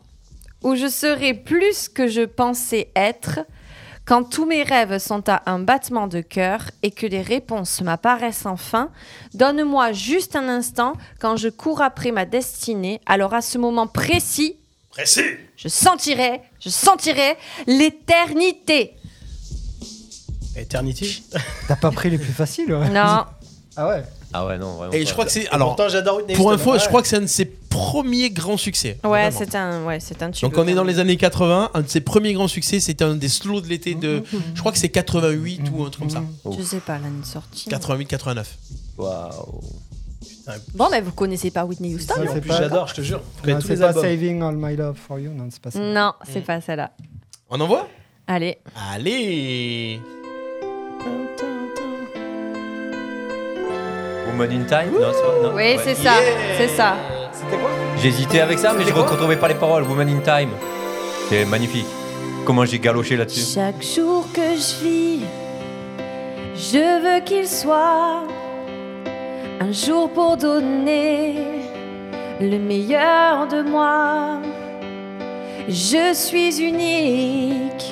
[SPEAKER 5] où je serai plus que je pensais être quand tous mes rêves sont à un battement de cœur et que les réponses m'apparaissent enfin, donne-moi juste un instant quand je cours après ma destinée. Alors à ce moment précis,
[SPEAKER 2] Précis.
[SPEAKER 5] je sentirai, je sentirai l'éternité.
[SPEAKER 4] Eternity.
[SPEAKER 7] T'as pas pris les plus faciles, ouais.
[SPEAKER 5] Non,
[SPEAKER 7] Ah ouais.
[SPEAKER 6] Ah ouais, non, vraiment.
[SPEAKER 2] Et je
[SPEAKER 6] pas.
[SPEAKER 2] crois que c'est. Alors,
[SPEAKER 4] euh, Pourtant, j'adore Whitney
[SPEAKER 2] pour
[SPEAKER 4] Houston.
[SPEAKER 2] info, je
[SPEAKER 4] Ouais.
[SPEAKER 2] crois que c'est un de ses premiers grands succès.
[SPEAKER 5] ouais,
[SPEAKER 2] vraiment.
[SPEAKER 5] c'est un, ouais, c'est un tube. euh,
[SPEAKER 2] Donc on est dans les années 80, un de ses premiers grands succès, c'était un des slows de l'été de,
[SPEAKER 4] Mhm.
[SPEAKER 2] je crois que c'est 88 ou un truc comme ça,
[SPEAKER 5] Je sais pas l'année de sortie.
[SPEAKER 2] 88-89.
[SPEAKER 6] Waouh.
[SPEAKER 5] Bon, mais vous connaissez pas Whitney Houston
[SPEAKER 7] Ça,
[SPEAKER 4] Et Ah, en
[SPEAKER 7] c'est
[SPEAKER 4] plus,
[SPEAKER 7] pas-
[SPEAKER 4] j'adore, je te jure. Je connais
[SPEAKER 7] Non,
[SPEAKER 4] tous
[SPEAKER 7] C'est
[SPEAKER 4] les
[SPEAKER 7] pas
[SPEAKER 4] albums.
[SPEAKER 7] Saving All My Love for You. Non, c'est pas ça.
[SPEAKER 5] Non, c'est pas celle-là.
[SPEAKER 2] On en voit
[SPEAKER 5] Allez,
[SPEAKER 2] Allez
[SPEAKER 6] Woman in Time Non, c'est vrai, non
[SPEAKER 5] oui,
[SPEAKER 6] Ouais.
[SPEAKER 5] c'est ça, c'est ça.
[SPEAKER 4] C'était quoi
[SPEAKER 6] J'hésitais avec ça, mais je
[SPEAKER 4] C'était quoi
[SPEAKER 6] retrouvais pas les paroles. Woman in Time. C'est magnifique. Comment j'ai galoché là-dessus.
[SPEAKER 5] Chaque jour que je vis, je veux qu'il soit un jour pour donner le meilleur de moi. Je suis unique,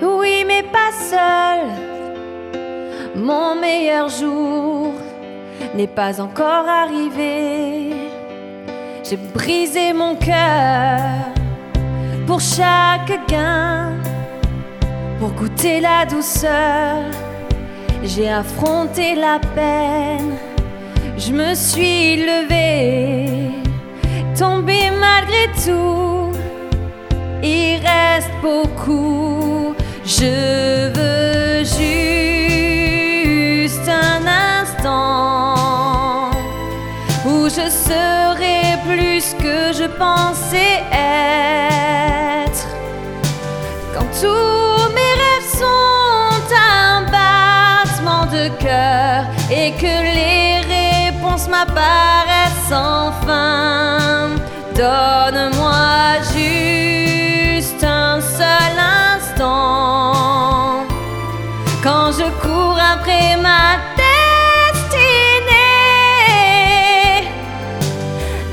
[SPEAKER 5] oui, mais pas seule. Mon meilleur jour n'est pas encore arrivé. J'ai brisé mon cœur pour chaque gain. Pour goûter la douceur, j'ai affronté la peine. Je me suis levée, tombée malgré tout. il reste beaucoup. Je veux juste un instant où je serai plus que je pensais être. Quand tous mes rêves sont un battement de cœur et que les réponses m'apparaissent sans fin, donne-moi juste un seul instant. Quand je cours après ma destinée,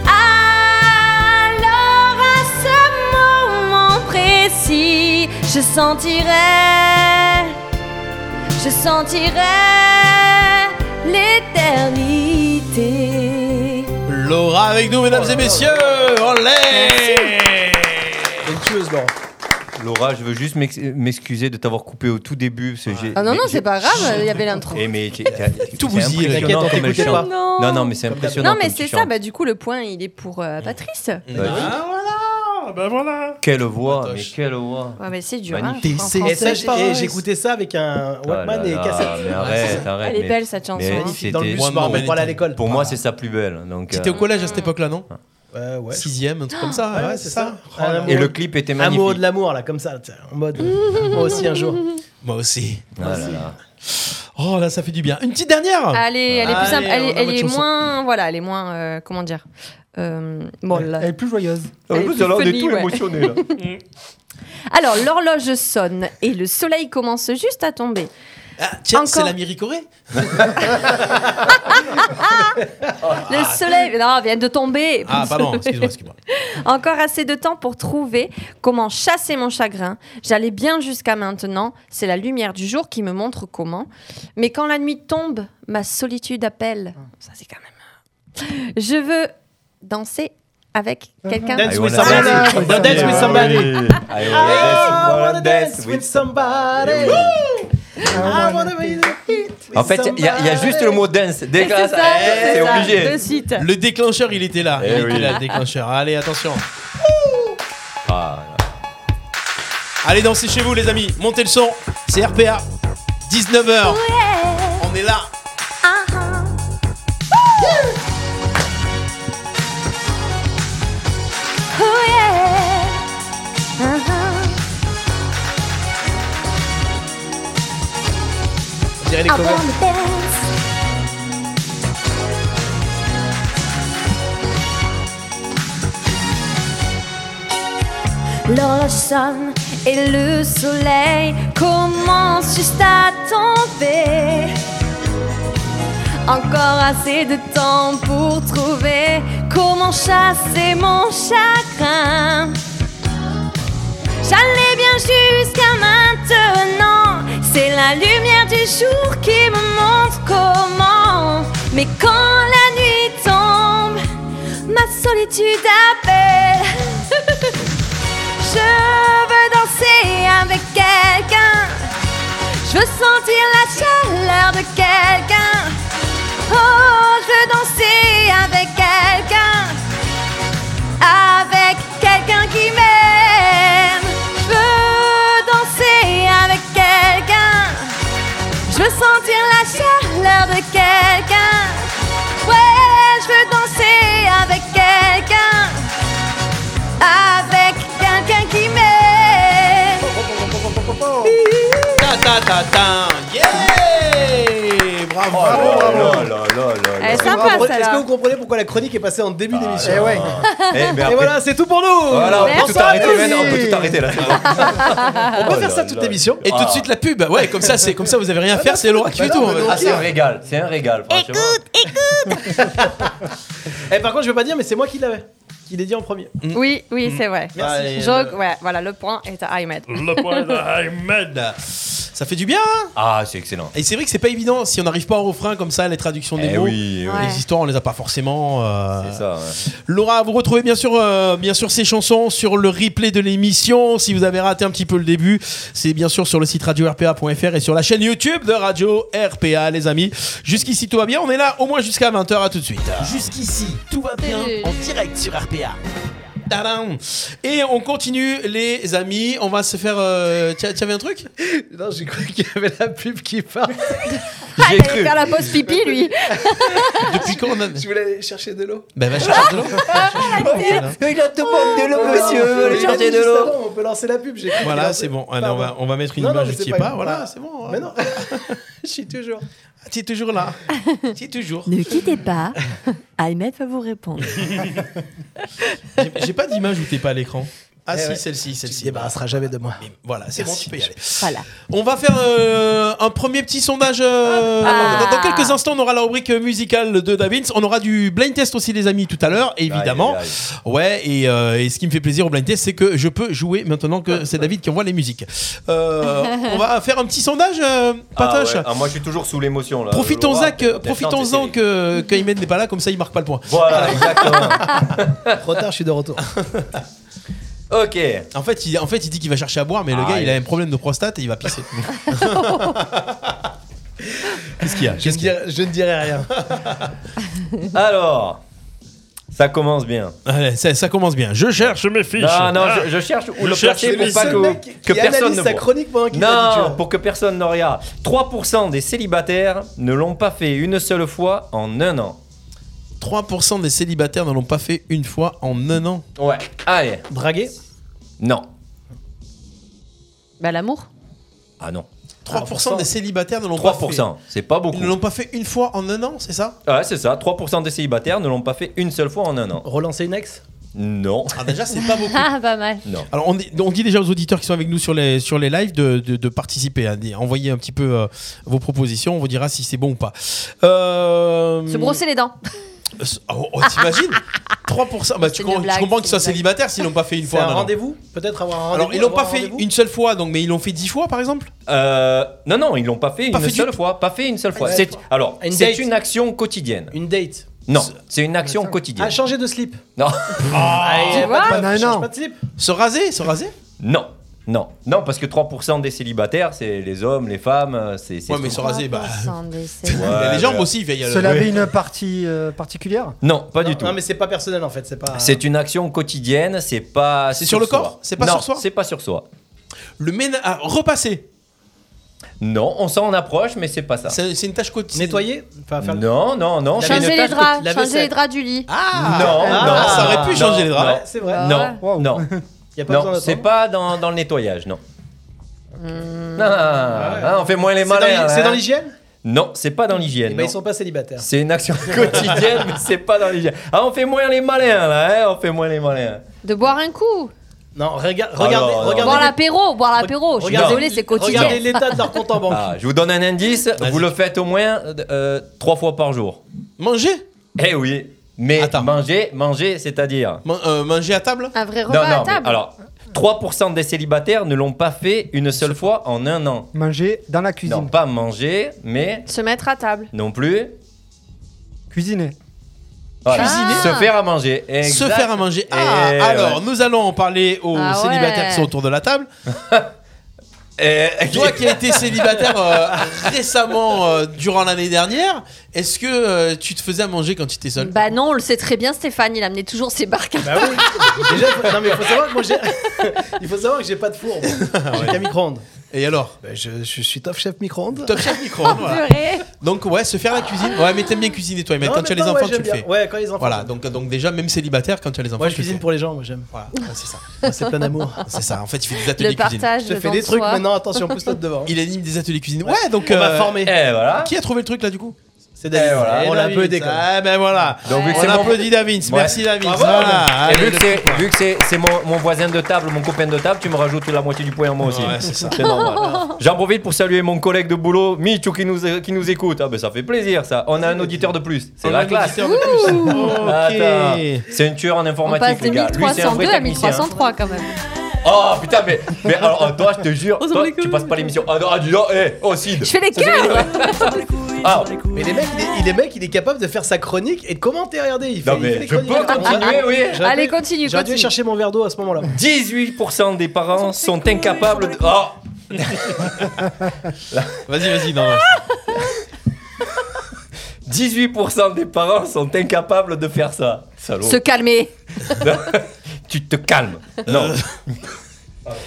[SPEAKER 5] alors à ce moment précis, je sentirai, je sentirai l'éternité.
[SPEAKER 2] Laura avec nous, mesdames et
[SPEAKER 4] Oh
[SPEAKER 2] messieurs. Olé
[SPEAKER 4] T'es une tueuse, Laurent.
[SPEAKER 6] Laura, je veux juste m'ex- m'excuser de t'avoir coupé au tout début. Parce que j'ai-
[SPEAKER 5] Ah non, non,
[SPEAKER 6] j'ai-
[SPEAKER 5] c'est pas grave, il y avait l'intro.
[SPEAKER 6] Eh, mais t'es- t'es-
[SPEAKER 2] Tout
[SPEAKER 6] c'est
[SPEAKER 2] bousillé, la
[SPEAKER 6] impressionnant
[SPEAKER 4] guêpe, on
[SPEAKER 6] comme elle
[SPEAKER 4] t'écoutait
[SPEAKER 6] chante.
[SPEAKER 4] pas.
[SPEAKER 5] Non.
[SPEAKER 6] Non, non, mais c'est impressionnant.
[SPEAKER 5] Non, mais
[SPEAKER 6] comme tu
[SPEAKER 5] c'est ça,
[SPEAKER 6] chantes.
[SPEAKER 5] bah du coup, le point, il est pour euh, Patrice.
[SPEAKER 4] Bah
[SPEAKER 2] Ah, voilà Ben voilà
[SPEAKER 6] Quelle voix, mais
[SPEAKER 2] Patoche.
[SPEAKER 6] quelle voix.
[SPEAKER 5] Ouais, mais c'est dur. hein,
[SPEAKER 6] Magnifique.
[SPEAKER 5] en euh,
[SPEAKER 4] Et
[SPEAKER 5] français,
[SPEAKER 4] ça,
[SPEAKER 5] je-
[SPEAKER 4] j'ai- et j'écoutais ça avec un Walkman
[SPEAKER 6] Ah là
[SPEAKER 4] et
[SPEAKER 6] là,
[SPEAKER 4] cassette.
[SPEAKER 6] Mais arrête, arrête.
[SPEAKER 5] Elle est
[SPEAKER 6] mais-
[SPEAKER 5] belle cette chanson.
[SPEAKER 6] mais
[SPEAKER 5] hein.
[SPEAKER 6] c'était-
[SPEAKER 4] Dans le bus,
[SPEAKER 2] Moi,
[SPEAKER 4] par
[SPEAKER 2] non,
[SPEAKER 4] pour aller à l'école.
[SPEAKER 6] Pour moi, c'est sa plus belle. Donc,
[SPEAKER 2] C'était au
[SPEAKER 6] euh,
[SPEAKER 2] collège à cette époque-là, non
[SPEAKER 4] Ouais, ouais.
[SPEAKER 2] Sixième, un truc comme ça.
[SPEAKER 4] Ouais,
[SPEAKER 2] hein,
[SPEAKER 4] c'est ça.
[SPEAKER 2] Oh là là.
[SPEAKER 4] Un
[SPEAKER 6] Et le clip était magnifique.
[SPEAKER 4] Amoureux de l'amour, là, comme ça, tu sais, en mode. euh, moi aussi, un jour.
[SPEAKER 2] Moi aussi.
[SPEAKER 6] Ah là là.
[SPEAKER 2] Oh là, ça fait du bien. Une petite dernière
[SPEAKER 5] Allez, elle est plus
[SPEAKER 2] Allez,
[SPEAKER 5] simple. Elle, est-
[SPEAKER 2] on a
[SPEAKER 5] elle
[SPEAKER 2] votre
[SPEAKER 5] est
[SPEAKER 2] chanson.
[SPEAKER 5] moins. Voilà, elle est moins. euh, comment dire euh, molle.
[SPEAKER 7] Elle est plus joyeuse.
[SPEAKER 6] Ah
[SPEAKER 5] Elle est plus funny, ouais.
[SPEAKER 6] émotionnés
[SPEAKER 4] (laughs)
[SPEAKER 6] là.
[SPEAKER 5] Alors, l'horloge sonne et le soleil commence juste à tomber.
[SPEAKER 2] Ah, Tiens,
[SPEAKER 5] Encore.
[SPEAKER 2] c'est la Miricorée
[SPEAKER 5] Le soleil non, vient de tomber.
[SPEAKER 2] Ah, pardon, excuse-moi, excuse-moi.
[SPEAKER 5] (laughs) Encore assez de temps pour trouver comment chasser mon chagrin. J'allais bien jusqu'à maintenant. C'est la lumière du jour qui me montre comment. Mais quand la nuit tombe, ma solitude appelle. Ça, c'est quand même. euh, Je veux danser avec quelqu'un.
[SPEAKER 4] Dance
[SPEAKER 6] I
[SPEAKER 4] with
[SPEAKER 6] wanna
[SPEAKER 4] somebody.
[SPEAKER 7] dance with
[SPEAKER 4] Dance with somebody. I wanna
[SPEAKER 6] Ah,
[SPEAKER 4] dance with somebody. Ah,
[SPEAKER 7] Ah,
[SPEAKER 4] I wanna be with
[SPEAKER 6] En fait, il y, a- il y a juste le mot dance.
[SPEAKER 5] Et
[SPEAKER 6] Dégrâce, eh, c'est
[SPEAKER 5] ça,
[SPEAKER 6] obligé.
[SPEAKER 5] de suite.
[SPEAKER 2] Le déclencheur, il était là.
[SPEAKER 6] Eh
[SPEAKER 2] il était
[SPEAKER 6] oui.
[SPEAKER 2] là, le déclencheur. Allez, attention.
[SPEAKER 6] Ah,
[SPEAKER 2] Allez danser chez vous, les amis. Montez le son. C'est RPA. 19h. On est là.
[SPEAKER 5] Oh yeah. Uh-huh.
[SPEAKER 4] On dirait les
[SPEAKER 5] I
[SPEAKER 4] covers.
[SPEAKER 5] wanna dance. L'horloge sonne et le soleil commence juste à tomber. Encore assez de temps pour trouver comment chasser mon chagrin. J'allais bien jusqu'à maintenant. C'est la lumière du jour qui me montre comment. Mais quand la nuit tombe, ma solitude appelle. (laughs) Je veux danser avec quelqu'un. Je veux sentir la chaleur de quelqu'un. Oh, je veux danser avec quelqu'un avec quelqu'un qui m'aime. Je veux danser avec quelqu'un. Je veux sentir la chaleur de quelqu'un. Ouais, je veux danser avec quelqu'un. Avec quelqu'un qui m'aime.
[SPEAKER 2] Ta ta ta ta. Yeah Bravo.
[SPEAKER 6] Oh, là là là là.
[SPEAKER 5] Elle est
[SPEAKER 4] Est-ce que vous
[SPEAKER 5] sympa,
[SPEAKER 4] comprenez- Est-ce que
[SPEAKER 5] celle-là.
[SPEAKER 4] vous comprenez pourquoi la chronique est passée en début d'émission
[SPEAKER 7] Eh ouais.
[SPEAKER 2] Ah,
[SPEAKER 6] Eh, mais
[SPEAKER 4] Et
[SPEAKER 6] après-
[SPEAKER 4] voilà, c'est tout pour nous
[SPEAKER 6] Voilà, on peut tout
[SPEAKER 4] Bonsoir,
[SPEAKER 6] arrêter,
[SPEAKER 4] merci.
[SPEAKER 6] man, on peut tout arrêter là.
[SPEAKER 4] On peut
[SPEAKER 6] Oh
[SPEAKER 4] faire
[SPEAKER 6] là
[SPEAKER 4] ça toute
[SPEAKER 6] là.
[SPEAKER 4] l'émission.
[SPEAKER 2] Et tout de suite la pub. Ouais, comme ça, c'est comme ça, vous avez rien à faire, c'est Laura qui fait tout. en fait.
[SPEAKER 6] Ah, c'est un régal, c'est un régal, franchement.
[SPEAKER 4] Et Eh, par contre, je veux pas dire, mais c'est moi qui l'avais. Qui l'ai dit en premier.
[SPEAKER 5] Oui, oui, c'est vrai.
[SPEAKER 4] Allez,
[SPEAKER 5] Je-
[SPEAKER 4] euh,
[SPEAKER 5] ouais, voilà, le point est à Ahmed.
[SPEAKER 2] Le point de Ahmed. Ça fait du bien. hein
[SPEAKER 6] Ah, c'est excellent.
[SPEAKER 2] Et c'est vrai que c'est pas évident si on n'arrive pas au refrain comme ça, les traductions des
[SPEAKER 6] Eh
[SPEAKER 2] mots.
[SPEAKER 6] oui, oui.
[SPEAKER 5] Ouais.
[SPEAKER 2] Les histoires, on les a pas forcément. euh,
[SPEAKER 6] C'est ça. hein. ouais.
[SPEAKER 2] Laura, vous retrouvez bien sûr, euh, bien sûr ces chansons sur le replay de l'émission. Si vous avez raté un petit peu le début, c'est bien sûr sur le site radio-rpa.fr et sur la chaîne YouTube de Radio RPA, les amis. Jusqu'ici, tout va bien. On est là au moins jusqu'à 20h. À tout de suite.
[SPEAKER 9] Jusqu'ici, tout va bien en direct sur RPA.
[SPEAKER 2] Tadam. Et on continue, les amis. On va se faire. euh, t'as- T'avais un truc
[SPEAKER 4] Non, j'ai cru qu'il y avait la pub qui part.
[SPEAKER 1] Ah, il allait faire la pause pipi, lui.
[SPEAKER 2] Depuis quand
[SPEAKER 4] (laughs)
[SPEAKER 2] on a.
[SPEAKER 4] (laughs) Je voulais aller chercher de l'eau.
[SPEAKER 2] Ben, va
[SPEAKER 4] Ah.
[SPEAKER 2] chercher de l'eau. hein.
[SPEAKER 8] Il a tout manque
[SPEAKER 7] Oh,
[SPEAKER 8] de l'eau,
[SPEAKER 4] Non,
[SPEAKER 8] monsieur.
[SPEAKER 4] mais
[SPEAKER 8] Le
[SPEAKER 4] j'ai
[SPEAKER 8] chercher
[SPEAKER 4] dit
[SPEAKER 8] de
[SPEAKER 4] juste
[SPEAKER 8] l'eau.
[SPEAKER 4] avant, On peut lancer la pub. j'ai cru qu'il
[SPEAKER 2] Voilà,
[SPEAKER 4] en-
[SPEAKER 2] c'est bon. Allez, on va, on va mettre une
[SPEAKER 4] Non, non,
[SPEAKER 2] image
[SPEAKER 4] mais c'est
[SPEAKER 2] qui est
[SPEAKER 4] pas
[SPEAKER 2] pas.
[SPEAKER 4] une-
[SPEAKER 2] Voilà,
[SPEAKER 4] voilà.
[SPEAKER 2] c'est bon. hein.
[SPEAKER 4] Mais non, (laughs) je suis toujours.
[SPEAKER 2] Ah, T'es toujours
[SPEAKER 4] (laughs)
[SPEAKER 2] là. T'es toujours.
[SPEAKER 5] Ne quittez pas. Ahmed va vous répondre.
[SPEAKER 2] J'ai- J'ai pas d'image où t'es pas à l'écran. Ah
[SPEAKER 4] Eh
[SPEAKER 2] si,
[SPEAKER 4] ouais.
[SPEAKER 2] celle-ci,
[SPEAKER 4] Tu te
[SPEAKER 2] celle-ci.
[SPEAKER 4] débarrasseras jamais de moi.
[SPEAKER 2] Voilà, c'est bon, tu peux y aller.
[SPEAKER 5] Voilà.
[SPEAKER 2] On va faire euh, un premier petit sondage. euh,
[SPEAKER 5] Ah.
[SPEAKER 2] dans, dans quelques instants, on aura la rubrique musicale de Davins. On aura du blind test aussi, les amis, tout à l'heure, évidemment.
[SPEAKER 6] Aïe, aïe,
[SPEAKER 2] Ouais, et, euh, et ce qui me fait plaisir au blind test, c'est que je peux jouer maintenant que c'est David qui envoie les musiques.
[SPEAKER 5] (laughs)
[SPEAKER 2] Euh, on va faire un petit sondage, euh, Patoche.
[SPEAKER 6] Ah ouais, ah, moi, je suis toujours sous l'émotion. là.
[SPEAKER 2] Profitons-en
[SPEAKER 6] Laura,
[SPEAKER 2] que,
[SPEAKER 6] t'es- t'es
[SPEAKER 2] profitons
[SPEAKER 6] en tête.
[SPEAKER 2] que, que Ayman n'est pas là, comme ça il marque pas le point.
[SPEAKER 6] Voilà, exactement.
[SPEAKER 4] Trop tard, je suis de retour.
[SPEAKER 6] ok.
[SPEAKER 2] En fait, il, en fait, il dit qu'il va chercher à boire, mais le
[SPEAKER 6] Ah,
[SPEAKER 2] gars, il
[SPEAKER 6] il-
[SPEAKER 2] a un problème de prostate et il va pisser. (laughs) Qu'est-ce qu'il y a
[SPEAKER 4] Je ne dirai, je ne dirai rien.
[SPEAKER 6] Alors, ça commence bien.
[SPEAKER 2] Allez, ça, ça commence bien. Je cherche mes fiches.
[SPEAKER 6] Non, non, je, je cherche où le placer pour pas
[SPEAKER 4] seul
[SPEAKER 6] que,
[SPEAKER 4] mec qui
[SPEAKER 6] que personne
[SPEAKER 4] analyse
[SPEAKER 6] ne
[SPEAKER 4] sa
[SPEAKER 6] voit.
[SPEAKER 4] chronique pendant qu'il t'a dit tu
[SPEAKER 6] Non,
[SPEAKER 4] vois.
[SPEAKER 6] pour que personne ne regarde. 3% des célibataires ne l'ont pas fait une seule fois en un an.
[SPEAKER 2] 3% des célibataires ne l'ont pas fait une fois en un an.
[SPEAKER 6] Ouais. Allez.
[SPEAKER 4] Draguer
[SPEAKER 6] Non.
[SPEAKER 5] Bah, l'amour.
[SPEAKER 6] Ah non.
[SPEAKER 2] 3% des célibataires ne l'ont pas fait.
[SPEAKER 6] 3%. C'est pas
[SPEAKER 2] Ils ne
[SPEAKER 6] beaucoup.
[SPEAKER 2] l'ont pas fait une fois en un an, c'est ça
[SPEAKER 6] Ouais, c'est ça. 3% des célibataires ne l'ont pas fait une seule fois en un an.
[SPEAKER 4] Relancer une ex
[SPEAKER 6] Non.
[SPEAKER 2] Ah, déjà, c'est pas (laughs) beaucoup.
[SPEAKER 5] Ah, pas mal.
[SPEAKER 2] Alors, on, dit- on dit déjà aux auditeurs qui sont avec nous sur les, sur les lives de, de- de participer, hein, d'y- envoyer un petit peu euh, vos propositions, on vous dira si c'est bon ou pas. Euh,
[SPEAKER 1] Se brosser les dents.
[SPEAKER 2] Oh, oh,
[SPEAKER 5] (laughs)
[SPEAKER 2] t'imagines 3% bah, tu,
[SPEAKER 5] C'est
[SPEAKER 2] com-
[SPEAKER 5] une
[SPEAKER 2] tu
[SPEAKER 5] blague,
[SPEAKER 2] comprends
[SPEAKER 5] c'est
[SPEAKER 2] qu'ils soient
[SPEAKER 5] une blague.
[SPEAKER 2] célibataires s'ils l'ont pas fait une
[SPEAKER 4] C'est
[SPEAKER 2] fois.
[SPEAKER 4] un
[SPEAKER 2] non, non.
[SPEAKER 4] rendez-vous Peut-être avoir un rendez-vous
[SPEAKER 2] Alors ils l'ont pas
[SPEAKER 4] avoir un
[SPEAKER 2] fait
[SPEAKER 4] rendez-vous
[SPEAKER 2] une seule fois, donc mais ils l'ont fait 10 fois par exemple.
[SPEAKER 6] Euh, non, non, ils l'ont pas fait
[SPEAKER 2] Pas
[SPEAKER 6] une
[SPEAKER 2] fait du
[SPEAKER 6] seule
[SPEAKER 2] tout.
[SPEAKER 6] fois. Pas fait une seule fois.
[SPEAKER 4] Une
[SPEAKER 6] C'est
[SPEAKER 4] seule fois.
[SPEAKER 6] alors,
[SPEAKER 4] Une
[SPEAKER 6] c'est
[SPEAKER 4] date.
[SPEAKER 6] une action quotidienne.
[SPEAKER 4] Une date
[SPEAKER 6] Non, c'est une action
[SPEAKER 4] Ah,
[SPEAKER 6] quotidienne.
[SPEAKER 4] changer de slip
[SPEAKER 6] Non,
[SPEAKER 4] Tu
[SPEAKER 1] vois
[SPEAKER 4] pas, de-
[SPEAKER 7] Bah, non,
[SPEAKER 4] change
[SPEAKER 7] non.
[SPEAKER 4] pas de slip
[SPEAKER 2] Se raser, se raser.
[SPEAKER 6] non, non, non, parce que 3% des célibataires, c'est les hommes, les femmes, euh, c'est. (laughs) c'est
[SPEAKER 2] Ouais, mais
[SPEAKER 6] tout.
[SPEAKER 2] se raser, bah.
[SPEAKER 4] Ah,
[SPEAKER 5] 3% des
[SPEAKER 2] (laughs) Il
[SPEAKER 5] célibataires.
[SPEAKER 2] y a
[SPEAKER 6] Ouais,
[SPEAKER 2] les jambes
[SPEAKER 6] ouais.
[SPEAKER 2] aussi, il y a le-
[SPEAKER 7] Se laver une partie euh, particulière
[SPEAKER 6] Non, pas du
[SPEAKER 4] Non,
[SPEAKER 6] tout.
[SPEAKER 4] Non, mais c'est pas personnel en fait, c'est pas.
[SPEAKER 6] C'est une action quotidienne. C'est pas.
[SPEAKER 2] C'est sur le
[SPEAKER 6] soi.
[SPEAKER 2] corps C'est pas
[SPEAKER 6] Non,
[SPEAKER 2] sur soi
[SPEAKER 6] C'est pas sur soi.
[SPEAKER 2] Le ménage. ah, repasser.
[SPEAKER 6] Non, on s'en approche, mais c'est pas ça.
[SPEAKER 2] C'est c'est une tâche quotidienne.
[SPEAKER 4] Nettoyer Enfin, faire-
[SPEAKER 6] Non, non, non.
[SPEAKER 4] La
[SPEAKER 6] c'est une
[SPEAKER 1] Changer les
[SPEAKER 6] tâche
[SPEAKER 1] draps.
[SPEAKER 4] la
[SPEAKER 1] Changer les
[SPEAKER 4] vaisselle.
[SPEAKER 1] draps du lit.
[SPEAKER 2] Ah
[SPEAKER 6] Non,
[SPEAKER 2] Ah,
[SPEAKER 6] non,
[SPEAKER 2] ça aurait pu
[SPEAKER 6] non,
[SPEAKER 2] changer les draps.
[SPEAKER 4] Ouais, c'est vrai.
[SPEAKER 6] co-
[SPEAKER 1] Ah
[SPEAKER 6] Non,
[SPEAKER 4] (laughs)
[SPEAKER 7] ouais.
[SPEAKER 6] non,
[SPEAKER 4] Y a pas besoin
[SPEAKER 6] non.
[SPEAKER 4] d'attendre.
[SPEAKER 6] C'est pas dans, dans le nettoyage, non. Ah,
[SPEAKER 4] ouais.
[SPEAKER 6] ah, on fait moins les
[SPEAKER 4] C'est dans
[SPEAKER 6] malins.
[SPEAKER 4] l'hy-
[SPEAKER 6] là,
[SPEAKER 4] C'est dans
[SPEAKER 6] hein.
[SPEAKER 4] l'hygiène
[SPEAKER 6] Non, c'est pas dans l'hygiène.
[SPEAKER 4] Eh ben,
[SPEAKER 6] non. Ah,
[SPEAKER 4] ils sont pas célibataires.
[SPEAKER 6] C'est une action (laughs) quotidienne, mais c'est pas dans l'hygiène. Ah, on fait moins les malins là, hein, on fait moins les malins.
[SPEAKER 1] De boire un coup.
[SPEAKER 4] Non, rega- regardez,
[SPEAKER 6] non, non.
[SPEAKER 4] regardez.
[SPEAKER 1] Boire l'apéro. Boire l'apéro. Je suis
[SPEAKER 4] regardez-
[SPEAKER 1] désolée, c'est quotidien.
[SPEAKER 4] Regardez l'état de leur compte en banque.
[SPEAKER 6] Ah, je vous donne un indice, vous le faites au moins euh, euh, trois fois par jour.
[SPEAKER 2] Manger
[SPEAKER 6] Eh oui, mais
[SPEAKER 2] Attends.
[SPEAKER 6] manger, manger, c'est-à-dire.
[SPEAKER 2] Man- euh, Manger à table
[SPEAKER 1] Un vrai repas à
[SPEAKER 6] mais
[SPEAKER 1] table.
[SPEAKER 6] alors, 3% des célibataires ne l'ont pas fait une seule fois en un an.
[SPEAKER 7] Manger dans la
[SPEAKER 6] Non,
[SPEAKER 7] cuisine.
[SPEAKER 6] pas manger, mais
[SPEAKER 1] Se mettre à table.
[SPEAKER 6] non plus.
[SPEAKER 7] Cuisiner.
[SPEAKER 6] Voilà.
[SPEAKER 1] Cuisiner.
[SPEAKER 6] Se faire à manger. Exact.
[SPEAKER 2] Se faire à manger. Ah,
[SPEAKER 6] Eh,
[SPEAKER 2] alors
[SPEAKER 6] ouais.
[SPEAKER 2] nous allons en parler aux
[SPEAKER 1] Ah ouais.
[SPEAKER 2] célibataires qui sont autour de la table.
[SPEAKER 6] Eh,
[SPEAKER 2] Toi qui as été célibataire euh, récemment euh, durant l'année dernière, est-ce que euh, tu te faisais à manger quand tu étais seul
[SPEAKER 1] Bah non, on le sait très bien, Stéphane. Il amenait toujours ses barques. à-
[SPEAKER 4] Bah oui. (laughs) Déjà, faut- non mais faut savoir que moi j'ai.
[SPEAKER 2] (laughs)
[SPEAKER 4] Il faut savoir que j'ai pas de four. moi.
[SPEAKER 2] Ah
[SPEAKER 4] J'ai qu'un micro-ondes.
[SPEAKER 2] Et alors
[SPEAKER 4] Bah, je, je suis top chef micro-ondes.
[SPEAKER 2] Top chef micro.
[SPEAKER 4] Ah,
[SPEAKER 2] voilà.
[SPEAKER 5] Purée.
[SPEAKER 2] Donc ouais, se faire la cuisine. Ouais, mais t'aimes bien cuisiner toi. Mais
[SPEAKER 4] Non,
[SPEAKER 2] quand tu as les
[SPEAKER 4] maintenant, ouais,
[SPEAKER 2] enfants, tu
[SPEAKER 4] j'aime
[SPEAKER 2] le
[SPEAKER 4] bien.
[SPEAKER 2] fais.
[SPEAKER 4] Ouais, quand les enfants.
[SPEAKER 2] Voilà,
[SPEAKER 4] j'aime.
[SPEAKER 2] donc, donc déjà, même célibataire, quand tu as les enfants,
[SPEAKER 4] Moi je
[SPEAKER 2] tu le
[SPEAKER 4] cuisine
[SPEAKER 2] fais.
[SPEAKER 4] pour les gens, moi j'aime.
[SPEAKER 2] Voilà, ouais, c'est ça.
[SPEAKER 4] Moi, c'est plein d'amour.
[SPEAKER 2] (laughs) C'est ça. En fait, il fait des ateliers
[SPEAKER 5] Le
[SPEAKER 2] cuisine.
[SPEAKER 5] partage.
[SPEAKER 4] Je te fais
[SPEAKER 5] dans
[SPEAKER 4] des
[SPEAKER 5] le
[SPEAKER 4] trucs
[SPEAKER 5] soir.
[SPEAKER 4] maintenant, attention, pousse l'autre devant.
[SPEAKER 2] Il anime des ateliers cuisine. Ouais, donc.
[SPEAKER 4] On m'a
[SPEAKER 2] euh,
[SPEAKER 4] formé.
[SPEAKER 6] eh, voilà.
[SPEAKER 2] Qui a trouvé le truc là du coup
[SPEAKER 4] C'est David. Eh,
[SPEAKER 6] Eh, voilà.
[SPEAKER 4] On l'a un peu aidé quand même.
[SPEAKER 2] Ah ben voilà.
[SPEAKER 6] Donc, vu que
[SPEAKER 2] On
[SPEAKER 6] c'est mon-
[SPEAKER 2] applaudit Davins. Merci Davins. Voilà.
[SPEAKER 6] Et
[SPEAKER 2] Allez,
[SPEAKER 6] vu
[SPEAKER 2] le
[SPEAKER 6] que c'est, vu que c'est, c'est mon, mon voisin de table, mon copain de table, tu me rajoutes la moitié du point en moi aussi.
[SPEAKER 2] Ouais, c'est ça.
[SPEAKER 6] normal. J'en profite pour saluer mon collègue de boulot, Michou, qui nous, qui nous écoute. Ah ben ça fait plaisir ça. On a un auditeur de plus. C'est
[SPEAKER 2] On a
[SPEAKER 6] la
[SPEAKER 2] un
[SPEAKER 6] classe.
[SPEAKER 2] auditeur de plus.
[SPEAKER 6] Attends.
[SPEAKER 2] Ok.
[SPEAKER 6] C'est un tueur en
[SPEAKER 5] On
[SPEAKER 6] informatique,
[SPEAKER 5] passe de
[SPEAKER 6] les gars. Lui, c'est un vrai
[SPEAKER 5] 1302 à
[SPEAKER 6] technicien.
[SPEAKER 5] 1303 quand même.
[SPEAKER 6] Oh putain, mais, mais alors, oh, toi, je te jure,
[SPEAKER 5] s'en
[SPEAKER 6] toi,
[SPEAKER 5] bat les
[SPEAKER 6] tu
[SPEAKER 5] couilles.
[SPEAKER 6] passes pas l'émission. Ah non, ah, dis donc, eh, oh Sid.
[SPEAKER 5] Je fais les cœurs
[SPEAKER 6] Ah,
[SPEAKER 4] Mais les mecs, il est, il est mec, il est capable de faire sa chronique et de commenter. Regardez, il fait.
[SPEAKER 6] non,
[SPEAKER 4] il fait
[SPEAKER 6] mais
[SPEAKER 4] les
[SPEAKER 6] je peux
[SPEAKER 4] chroniques à la con.
[SPEAKER 6] continuer, oui.
[SPEAKER 4] J'aurais
[SPEAKER 1] Allez,
[SPEAKER 4] dû-
[SPEAKER 1] continue.
[SPEAKER 4] J'aurais dû aller
[SPEAKER 1] continue.
[SPEAKER 4] chercher mon verre d'eau à ce moment-là.
[SPEAKER 6] 18% des parents sont incapables de. Oh
[SPEAKER 2] Vas-y, vas-y. Non, non.
[SPEAKER 6] 18% des parents sont incapables de faire ça. Salaud.
[SPEAKER 1] Se calmer.
[SPEAKER 6] (laughs) tu te calmes. Non,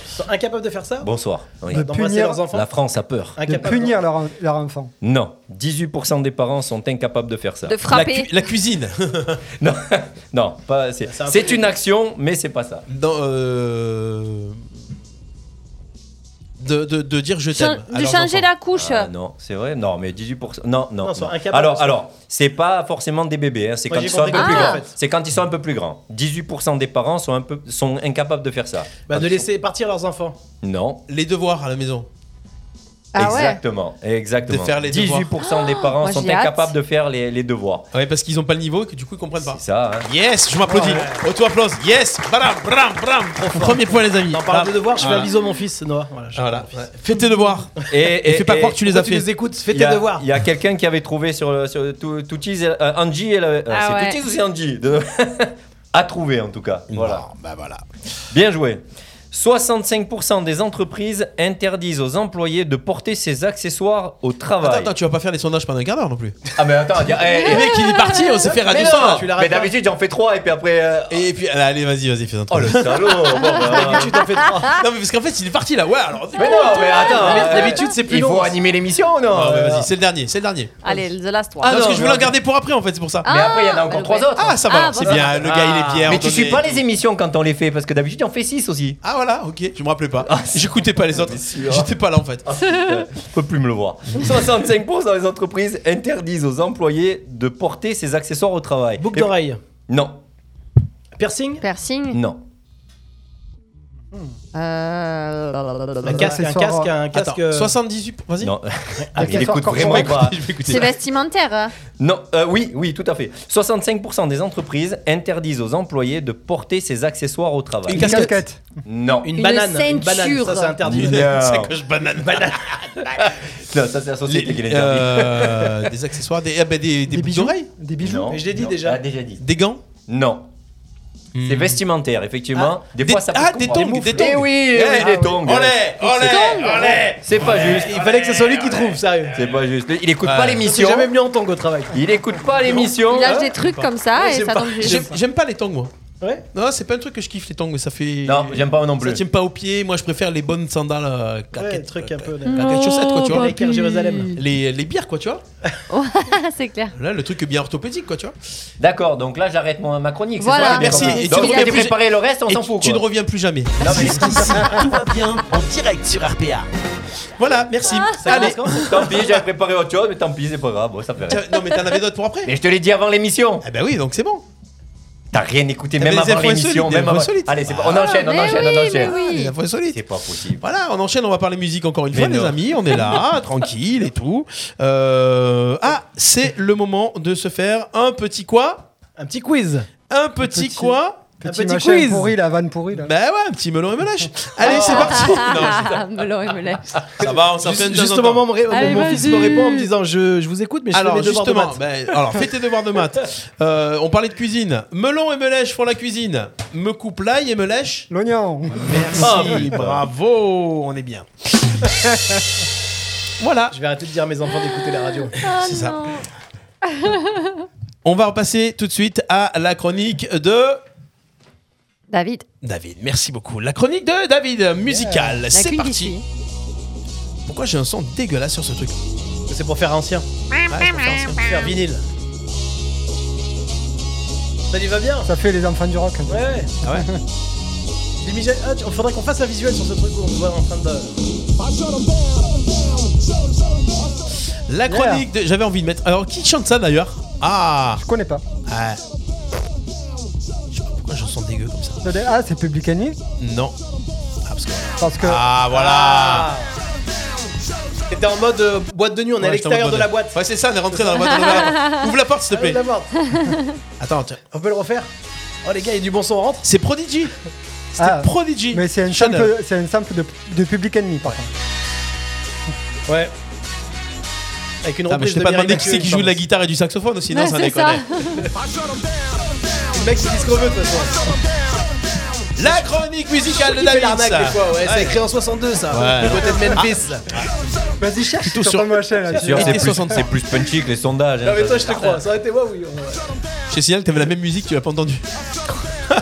[SPEAKER 4] Sont incapables de faire ça Bah,
[SPEAKER 6] bonsoir. Oui.
[SPEAKER 7] De
[SPEAKER 4] D'embrasser
[SPEAKER 7] punir-
[SPEAKER 4] leurs enfants
[SPEAKER 6] La France a peur.
[SPEAKER 7] de
[SPEAKER 4] Incapables
[SPEAKER 7] punir leur, leur enfant.
[SPEAKER 6] Non, 18% des parents sont incapables de faire ça.
[SPEAKER 1] De
[SPEAKER 2] La,
[SPEAKER 1] frapper.
[SPEAKER 2] cu- la cuisine.
[SPEAKER 6] Non, non, pas. C'est
[SPEAKER 4] C'est un peu-
[SPEAKER 6] c'est une action, mais c'est pas ça.
[SPEAKER 2] Dans, euh, de, de- de dire je
[SPEAKER 1] Chan-
[SPEAKER 2] t'aime. à
[SPEAKER 1] de
[SPEAKER 2] leurs
[SPEAKER 1] changer
[SPEAKER 2] enfants.
[SPEAKER 1] la couche.
[SPEAKER 6] Ah, non, c'est vrai. Non, mais 18%. Non, non.
[SPEAKER 4] Non, ils sont
[SPEAKER 6] non.
[SPEAKER 4] incapables de
[SPEAKER 6] Alors,
[SPEAKER 4] ça.
[SPEAKER 6] alors, c'est pas forcément des bébés. hein, C'est
[SPEAKER 4] Moi,
[SPEAKER 6] quand
[SPEAKER 4] j'ai
[SPEAKER 6] ils sont un peu
[SPEAKER 4] compris
[SPEAKER 6] plus
[SPEAKER 1] que- Ah.
[SPEAKER 6] grands. C'est quand ils sont un peu plus grands. 18% des parents sont un peu sont incapables de faire ça.
[SPEAKER 4] Bah, de laisser partir leurs enfants.
[SPEAKER 6] Non.
[SPEAKER 2] Les devoirs à la maison.
[SPEAKER 1] Ah ouais. Ah,
[SPEAKER 6] exactement, exactement.
[SPEAKER 2] De faire les
[SPEAKER 6] 18% des parents
[SPEAKER 1] moi,
[SPEAKER 6] sont
[SPEAKER 1] j'ai hâte.
[SPEAKER 6] incapables de faire les, les devoirs.
[SPEAKER 2] Ah Ouais, parce qu'ils n'ont pas le niveau et que du coup ils comprennent pas.
[SPEAKER 6] C'est ça.
[SPEAKER 2] (laughs)
[SPEAKER 6] hein.
[SPEAKER 2] Yes, je m'applaudis. Auto-applause. Yes. Bram, bram, bram. Premier point, les amis.
[SPEAKER 4] T'en parles de devoirs, je fais
[SPEAKER 2] Voilà. Ah,
[SPEAKER 4] un bisou à mon fils, Noah. Voilà, je fais un
[SPEAKER 2] Voilà.
[SPEAKER 4] bisou à mon fils.
[SPEAKER 2] Fais tes devoirs.
[SPEAKER 6] Et,
[SPEAKER 2] Et
[SPEAKER 6] et-
[SPEAKER 2] fais pas
[SPEAKER 6] et-
[SPEAKER 2] croire que tu les as
[SPEAKER 4] Pourquoi tu
[SPEAKER 2] fait.
[SPEAKER 4] nous écoutes, fais
[SPEAKER 6] il
[SPEAKER 4] tes
[SPEAKER 6] y a-
[SPEAKER 4] devoirs.
[SPEAKER 6] Il y a quelqu'un qui avait trouvé sur, sur tout- Toutis, euh, Angie, elle, euh,
[SPEAKER 1] Ah
[SPEAKER 6] c'est
[SPEAKER 1] ouais.
[SPEAKER 6] Toutis ou c'est Angie De- (laughs) À trouver en tout cas. Voilà.
[SPEAKER 2] Bon, Bah voilà.
[SPEAKER 4] Ah,
[SPEAKER 6] Bien joué. 65% des entreprises interdisent aux employés de porter ces accessoires au
[SPEAKER 2] Attends,
[SPEAKER 6] travail.
[SPEAKER 2] attends, tu vas pas faire les sondages pendant un quart d'heure non (laughs) plus.
[SPEAKER 6] Ah mais attends, dire, eh,
[SPEAKER 1] (laughs)
[SPEAKER 6] eh,
[SPEAKER 2] Le mec, il est parti, on s'est fait
[SPEAKER 4] Mais
[SPEAKER 2] radio
[SPEAKER 4] non,
[SPEAKER 2] sondages.
[SPEAKER 4] Ah, tu l'arrêtes
[SPEAKER 6] mais
[SPEAKER 4] pas.
[SPEAKER 6] d'habitude j'en fais trois et puis après... euh,
[SPEAKER 2] Et puis, allez, vas-y, vas-y, fais un
[SPEAKER 6] Oh
[SPEAKER 2] truc.
[SPEAKER 6] le salaud
[SPEAKER 2] (laughs)
[SPEAKER 6] bon, bah,
[SPEAKER 4] Tu t'en fais trois.
[SPEAKER 2] Non, mais parce qu'en fait, il est parti là. Ouais, alors.
[SPEAKER 6] Mais non, mais attends,
[SPEAKER 4] Ah, Mais
[SPEAKER 6] euh,
[SPEAKER 4] d'habitude, c'est plus
[SPEAKER 6] Il faut
[SPEAKER 4] long.
[SPEAKER 6] animer l'émission non
[SPEAKER 2] Non, mais
[SPEAKER 6] Euh,
[SPEAKER 2] Ah, bah, vas-y, c'est le dernier, c'est le dernier.
[SPEAKER 1] Allez, the last one.
[SPEAKER 6] Ah,
[SPEAKER 2] Non, parce que
[SPEAKER 6] non,
[SPEAKER 2] je
[SPEAKER 6] mais
[SPEAKER 2] voulais en
[SPEAKER 6] attends.
[SPEAKER 2] garder pour après, en fait, c'est pour ça.
[SPEAKER 1] Ah,
[SPEAKER 6] Mais après il y en a
[SPEAKER 1] bah,
[SPEAKER 6] encore
[SPEAKER 1] le
[SPEAKER 6] trois
[SPEAKER 1] bête.
[SPEAKER 6] autres.
[SPEAKER 2] Ah, ça va,
[SPEAKER 1] Ah,
[SPEAKER 2] alors, c'est
[SPEAKER 1] bon,
[SPEAKER 2] bien. Le gars, il est Pierre.
[SPEAKER 6] Ah, Mais tu
[SPEAKER 2] Antoine
[SPEAKER 6] suis pas
[SPEAKER 2] est-
[SPEAKER 6] les émissions quand on les fait parce que d'habitude on fait
[SPEAKER 4] (laughs)
[SPEAKER 6] six aussi.
[SPEAKER 2] Ah, voilà, ok, je me rappelais pas.
[SPEAKER 6] Ah,
[SPEAKER 2] (laughs) J'écoutais pas les autres. J'étais pas là, en fait.
[SPEAKER 6] Euh, Faut plus me le voir. 65% des entreprises interdisent aux employés de porter ces accessoires au travail.
[SPEAKER 4] Boucle
[SPEAKER 6] Et-
[SPEAKER 4] d'oreille.
[SPEAKER 6] Non,
[SPEAKER 4] Piercing
[SPEAKER 1] Piercing.
[SPEAKER 6] non.
[SPEAKER 4] Un
[SPEAKER 1] Euh,
[SPEAKER 4] casque, un casque, un
[SPEAKER 2] Attends,
[SPEAKER 4] casque. euh,
[SPEAKER 2] 78. Vas-y.
[SPEAKER 4] (laughs)
[SPEAKER 6] Non. Ah, mais il
[SPEAKER 7] Accessoires
[SPEAKER 6] écoute vraiment
[SPEAKER 7] corporels.
[SPEAKER 6] pas.
[SPEAKER 2] Je vais écouter.
[SPEAKER 1] C'est vestimentaire. hein.
[SPEAKER 6] Non, euh, oui, oui, tout à fait. 65% des entreprises interdisent aux employés de porter ces accessoires au travail.
[SPEAKER 2] Une
[SPEAKER 7] Une
[SPEAKER 2] casquette.
[SPEAKER 7] casquette.
[SPEAKER 6] Non.
[SPEAKER 4] Une
[SPEAKER 1] Une
[SPEAKER 4] banane. Une banane,
[SPEAKER 1] ceinture.
[SPEAKER 4] ça c'est interdit.
[SPEAKER 6] Une-
[SPEAKER 2] (laughs)
[SPEAKER 6] Non.
[SPEAKER 2] C'est que je banane.
[SPEAKER 6] Non, ça c'est la société qui
[SPEAKER 2] Les-
[SPEAKER 6] l'interdit.
[SPEAKER 2] euh, Des accessoires, des ah, bah, des- des boucles
[SPEAKER 7] bijoux
[SPEAKER 2] d'oreilles,
[SPEAKER 7] Des bijoux
[SPEAKER 6] Non,
[SPEAKER 4] Mais je l'ai dit
[SPEAKER 6] non.
[SPEAKER 4] déjà.
[SPEAKER 6] Ah, déjà dit.
[SPEAKER 2] des gants.
[SPEAKER 6] Non. C'est vestimentaire, effectivement. des fois,
[SPEAKER 2] Des-
[SPEAKER 6] ça peut
[SPEAKER 2] Hmm. ah,
[SPEAKER 6] se
[SPEAKER 2] des
[SPEAKER 6] comprendre.
[SPEAKER 2] tongs, des
[SPEAKER 6] moufles. Eh
[SPEAKER 2] tongs.
[SPEAKER 6] oui, eh oui,
[SPEAKER 2] Eh,
[SPEAKER 6] des tongs.
[SPEAKER 2] Olé, olé, olé.
[SPEAKER 6] C'est pas juste.
[SPEAKER 4] Il fallait que ce soit lui qui trouve, sérieux.
[SPEAKER 6] C'est pas juste. Il écoute
[SPEAKER 2] Ouais.
[SPEAKER 6] pas
[SPEAKER 4] Je suis
[SPEAKER 6] l'émission.
[SPEAKER 4] jamais venu en tango au travail.
[SPEAKER 6] Il écoute pas
[SPEAKER 5] Oh,
[SPEAKER 6] l'émission. Hein
[SPEAKER 1] Il lâche des trucs comme ça
[SPEAKER 4] Ouais,
[SPEAKER 1] et
[SPEAKER 4] c'est
[SPEAKER 1] ça
[SPEAKER 4] pas-
[SPEAKER 1] tombe
[SPEAKER 2] J'aime
[SPEAKER 1] juste.
[SPEAKER 2] j'aime pas les tongs, moi.
[SPEAKER 4] Ouais.
[SPEAKER 2] Non, c'est pas un truc que je kiffe les tongs, mais ça fait.
[SPEAKER 6] Non, j'aime pas non
[SPEAKER 2] Ça
[SPEAKER 6] plus.
[SPEAKER 2] tient pas aux pieds. Moi, je préfère les bonnes sandales, euh,
[SPEAKER 4] Ouais,
[SPEAKER 2] claquettes,
[SPEAKER 4] truc
[SPEAKER 2] euh,
[SPEAKER 4] un peu.
[SPEAKER 2] claquettes chaussettes, quoi, tu vois.
[SPEAKER 4] Avec Air Jérusalem.
[SPEAKER 2] Les, les bières, quoi, tu vois.
[SPEAKER 1] Ah, (laughs) c'est clair.
[SPEAKER 2] Là, le truc bien orthopédique, quoi, tu vois.
[SPEAKER 6] D'accord, donc là j'arrête mon ma chronique. c'est
[SPEAKER 1] Voilà.
[SPEAKER 6] ça, j'ai
[SPEAKER 2] Merci.
[SPEAKER 6] compris.
[SPEAKER 2] Et tu
[SPEAKER 6] Donc,
[SPEAKER 1] reviens
[SPEAKER 6] j'ai
[SPEAKER 2] plus-
[SPEAKER 6] préparé le reste, on
[SPEAKER 2] Et
[SPEAKER 6] s'en
[SPEAKER 2] tu-
[SPEAKER 6] fout.
[SPEAKER 2] tu ne
[SPEAKER 6] quoi.
[SPEAKER 2] reviens plus jamais. (laughs)
[SPEAKER 3] Jusqu'ici, tout va bien en direct sur RPA.
[SPEAKER 2] Voilà, merci. Allez.
[SPEAKER 6] Tant pis, j'avais préparé autre chose, mais tant pis, c'est pas grave, bon, ça
[SPEAKER 2] (laughs)
[SPEAKER 6] fait rien.
[SPEAKER 2] Tiens, Non, mais t'en avais d'autres pour après
[SPEAKER 6] Mais je te l'ai dit avant l'émission.
[SPEAKER 2] Eh ben oui, donc c'est bon.
[SPEAKER 6] T'as rien écouté,
[SPEAKER 2] Eh,
[SPEAKER 6] même
[SPEAKER 2] mais les
[SPEAKER 6] avant
[SPEAKER 2] infos
[SPEAKER 6] l'émission.
[SPEAKER 2] insolites, les
[SPEAKER 6] Même
[SPEAKER 2] infos
[SPEAKER 6] avant...
[SPEAKER 2] insolites. Ah,
[SPEAKER 6] Allez, c'est pas... on enchaîne, on
[SPEAKER 1] Mais
[SPEAKER 6] enchaîne,
[SPEAKER 1] oui,
[SPEAKER 6] on
[SPEAKER 1] mais
[SPEAKER 6] enchaîne.
[SPEAKER 1] oui.
[SPEAKER 2] La voix
[SPEAKER 6] C'est
[SPEAKER 2] solide.
[SPEAKER 6] pas possible.
[SPEAKER 2] Voilà, on enchaîne, on va parler musique encore une
[SPEAKER 6] Mais
[SPEAKER 2] fois, les
[SPEAKER 6] non.
[SPEAKER 2] amis. On est (laughs) là, tranquille et tout. Euh, Ah, c'est le moment de se faire un petit quoi
[SPEAKER 4] Un petit quiz.
[SPEAKER 2] Un petit,
[SPEAKER 7] petit.
[SPEAKER 2] quoi
[SPEAKER 7] Petit,
[SPEAKER 4] petit
[SPEAKER 7] machin
[SPEAKER 4] quiz.
[SPEAKER 7] pourri, la vanne pourrie. Là.
[SPEAKER 2] Ben ouais, un petit melon et melèche. Allez,
[SPEAKER 1] (laughs)
[SPEAKER 2] c'est parti. Ah. (laughs) Non,
[SPEAKER 1] Melon et me lèche.
[SPEAKER 2] ça va, on s'en fait
[SPEAKER 4] Juste,
[SPEAKER 2] une
[SPEAKER 4] juste
[SPEAKER 2] de temps
[SPEAKER 4] au
[SPEAKER 2] en temps.
[SPEAKER 4] moment où mon ré-
[SPEAKER 1] Allez,
[SPEAKER 4] mon fils me
[SPEAKER 1] vas-y.
[SPEAKER 4] répond en me disant je, je vous écoute, mais je fais
[SPEAKER 2] Alors
[SPEAKER 4] mes devoirs de
[SPEAKER 2] justement,
[SPEAKER 4] maths.
[SPEAKER 2] ben, alors fais tes devoirs de
[SPEAKER 4] (laughs)
[SPEAKER 2] maths. Euh, on parlait de cuisine. Melon et me lèche font la cuisine. Me coupe l'ail et me lèche.
[SPEAKER 7] L'oignon.
[SPEAKER 2] Merci,
[SPEAKER 4] Ah,
[SPEAKER 2] bravo, on est bien. (laughs) voilà,
[SPEAKER 4] Je vais arrêter de dire à mes enfants d'écouter la radio.
[SPEAKER 1] Ah
[SPEAKER 2] c'est ça. On va repasser tout de suite à la chronique de
[SPEAKER 1] David.
[SPEAKER 2] David. Merci beaucoup. La chronique de David musicale.
[SPEAKER 1] La
[SPEAKER 2] C'est
[SPEAKER 1] cuisine
[SPEAKER 2] parti.
[SPEAKER 1] d'ici.
[SPEAKER 2] Pourquoi j'ai un son dégueulasse sur ce truc
[SPEAKER 4] C'est pour faire ancien.
[SPEAKER 2] Ouais, je préfère ça.
[SPEAKER 4] Pour faire vinyle. Ça lui va bien
[SPEAKER 7] Ça fait les enfants du rock.
[SPEAKER 4] Ouais, ouais.
[SPEAKER 2] Ah
[SPEAKER 4] (laughs)
[SPEAKER 2] ouais
[SPEAKER 4] Des Michel- ah, tu- faudrait qu'on fasse un visuel sur ce truc où on se voit en train de.
[SPEAKER 2] La chronique de. J'avais envie de mettre. Alors, qui chante ça d'ailleurs Ah
[SPEAKER 7] Je connais pas.
[SPEAKER 2] Ah. Je sais pas pourquoi je sens dégueu comme ça.
[SPEAKER 7] Ah, c'est Public Enemy
[SPEAKER 2] Non. Ah, parce que.
[SPEAKER 7] Parce que.
[SPEAKER 2] Ah, voilà
[SPEAKER 4] T'étais en mode euh, boîte de nuit, on est à
[SPEAKER 2] Ouais, je t'en
[SPEAKER 4] l'extérieur
[SPEAKER 2] mets
[SPEAKER 4] de la boîte.
[SPEAKER 2] Ouais, c'est ça, on est rentré dans la boîte. on est dans la (laughs) boîte. Ouvre la porte, s'il te
[SPEAKER 4] Allez,
[SPEAKER 2] plaît.
[SPEAKER 4] la boîte.
[SPEAKER 2] Attends, tiens.
[SPEAKER 4] On peut le refaire Oh les gars, il y a du bon son, on rentre
[SPEAKER 2] C'est Prodigy C'était
[SPEAKER 7] Ah.
[SPEAKER 2] Prodigy
[SPEAKER 7] Mais c'est un
[SPEAKER 2] Chanel.
[SPEAKER 7] sample, c'est un sample de, de Public Enemy, par contre.
[SPEAKER 4] Ouais. Avec une
[SPEAKER 2] Ah, mais
[SPEAKER 4] reprise
[SPEAKER 2] je t'ai
[SPEAKER 4] de
[SPEAKER 2] pas
[SPEAKER 4] Mireille
[SPEAKER 2] demandé qui c'est
[SPEAKER 4] Mathieu,
[SPEAKER 2] qui
[SPEAKER 4] il
[SPEAKER 2] joue de la
[SPEAKER 4] me
[SPEAKER 2] guitare et du saxophone aussi, non,
[SPEAKER 1] Ouais,
[SPEAKER 2] ça
[SPEAKER 1] c'est
[SPEAKER 2] déconne.
[SPEAKER 4] semble. Le mec, c'est ce qu'on veut de toute façon.
[SPEAKER 2] La chronique musicale de
[SPEAKER 4] Il fait
[SPEAKER 2] David
[SPEAKER 4] l'arnaque
[SPEAKER 2] ça.
[SPEAKER 4] des fois, ouais. C'est créé en 62
[SPEAKER 2] Ouais.
[SPEAKER 4] ça.
[SPEAKER 2] Ah.
[SPEAKER 4] Du côté de Memphis.
[SPEAKER 7] Vas-y, cherche
[SPEAKER 2] Plutôt
[SPEAKER 7] sur
[SPEAKER 2] sur-
[SPEAKER 7] ton machin, là.
[SPEAKER 6] C'est sûr,
[SPEAKER 2] Et
[SPEAKER 6] c'est
[SPEAKER 2] t'es
[SPEAKER 6] plus,
[SPEAKER 2] 65.
[SPEAKER 6] c'est plus punchy que les sondages. hein,
[SPEAKER 4] Non mais
[SPEAKER 6] ça,
[SPEAKER 4] toi, je
[SPEAKER 6] c'est
[SPEAKER 4] te
[SPEAKER 6] certain.
[SPEAKER 4] crois. Ça aurait été moi, oui.
[SPEAKER 2] Je te signale que t'avais la même musique, tu l'as pas entendu. (laughs)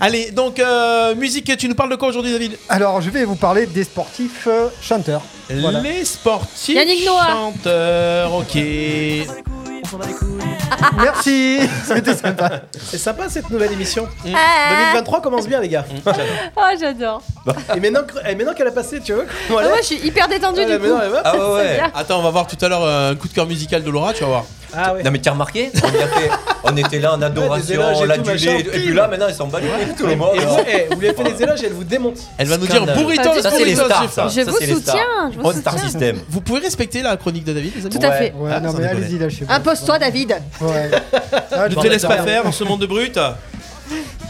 [SPEAKER 2] Allez, donc, euh, musique, tu nous parles de quoi aujourd'hui, David
[SPEAKER 7] Alors, je vais vous parler des sportifs euh, chanteurs. Voilà.
[SPEAKER 2] Les sportifs
[SPEAKER 1] Yannick Noah.
[SPEAKER 2] chanteurs, ok.
[SPEAKER 7] Merci C'était sympa.
[SPEAKER 4] C'est sympa cette nouvelle émission.
[SPEAKER 5] Hmm.
[SPEAKER 1] Ah,
[SPEAKER 4] 2023 commence bien, les gars.
[SPEAKER 1] oh, j'adore.
[SPEAKER 5] Ah,
[SPEAKER 4] Et maintenant, que- et maintenant qu'elle a passé, tu vois comment elle
[SPEAKER 1] Ah,
[SPEAKER 4] est
[SPEAKER 1] moi, je suis hyper détendue
[SPEAKER 4] Ah,
[SPEAKER 1] du
[SPEAKER 4] mais
[SPEAKER 1] coup.
[SPEAKER 4] non, elle va-
[SPEAKER 6] Ah ouais, ouais.
[SPEAKER 2] Attends, on va voir tout à l'heure euh, un coup de cœur musical de Laura, tu vas voir.
[SPEAKER 4] Ah ouais.
[SPEAKER 6] Non mais t'as remarqué on, y a fait- on était là en
[SPEAKER 4] des éloges
[SPEAKER 6] adoration,
[SPEAKER 4] et
[SPEAKER 6] on l'a
[SPEAKER 4] tout,
[SPEAKER 6] dulé,
[SPEAKER 4] machin,
[SPEAKER 6] et
[SPEAKER 4] pile.
[SPEAKER 6] puis là maintenant ils sont bat les couilles, tout le monde.
[SPEAKER 4] Et vous, eh, vous lui avez fait les éloges et elle vous démonte.
[SPEAKER 2] Elle va nous dire
[SPEAKER 6] Scandale.
[SPEAKER 2] burritos,
[SPEAKER 6] Ça c'est les
[SPEAKER 2] burritos,
[SPEAKER 6] stars
[SPEAKER 2] j'ai faim.
[SPEAKER 6] ça.
[SPEAKER 1] Je
[SPEAKER 6] Ça,
[SPEAKER 1] vous
[SPEAKER 6] c'est les stars.
[SPEAKER 1] soutiens, je vous
[SPEAKER 5] Oh,
[SPEAKER 6] On star
[SPEAKER 1] soutiens.
[SPEAKER 6] system.
[SPEAKER 2] Vous pouvez respecter la chronique de David, les amis
[SPEAKER 1] Tout à fait.
[SPEAKER 7] Ouais,
[SPEAKER 6] Ah,
[SPEAKER 7] non,
[SPEAKER 6] sans
[SPEAKER 7] mais
[SPEAKER 6] déconner.
[SPEAKER 7] allez-y, là, je suis
[SPEAKER 1] Impose-toi, David.
[SPEAKER 7] Ouais. Ah,
[SPEAKER 2] Ne
[SPEAKER 7] je-
[SPEAKER 2] te laisse pas faire en ce monde de (laughs) brut.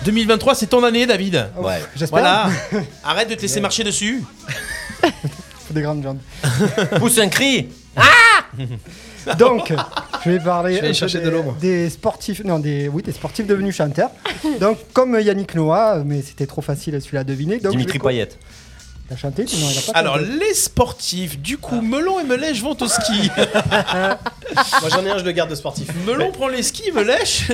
[SPEAKER 2] 2023, c'est ton année, David.
[SPEAKER 6] Ouais.
[SPEAKER 7] J'espère.
[SPEAKER 2] Voilà. (laughs) Arrête de te laisser marcher dessus.
[SPEAKER 7] Faut Des grandes jambes.
[SPEAKER 6] Pousse un cri
[SPEAKER 7] Donc, je vais parler
[SPEAKER 4] Je vais aller
[SPEAKER 7] un peu
[SPEAKER 4] chercher
[SPEAKER 7] des,
[SPEAKER 4] de l'eau, moi.
[SPEAKER 7] des sportifs, non, des, oui, des sportifs devenus chanteurs. Donc, comme Yannick Noah, mais c'était trop facile à celui-là à deviner. Donc,
[SPEAKER 6] Dimitri
[SPEAKER 7] je vais-
[SPEAKER 6] Payet.
[SPEAKER 7] T'as chanté tu- non, il a pas
[SPEAKER 2] Alors,
[SPEAKER 7] chanté.
[SPEAKER 2] les sportifs, du coup, Melon et Melèche vont au (laughs) ski.
[SPEAKER 4] Moi j'en ai un, je le garde de sportif.
[SPEAKER 2] Melon prend les skis, Melèche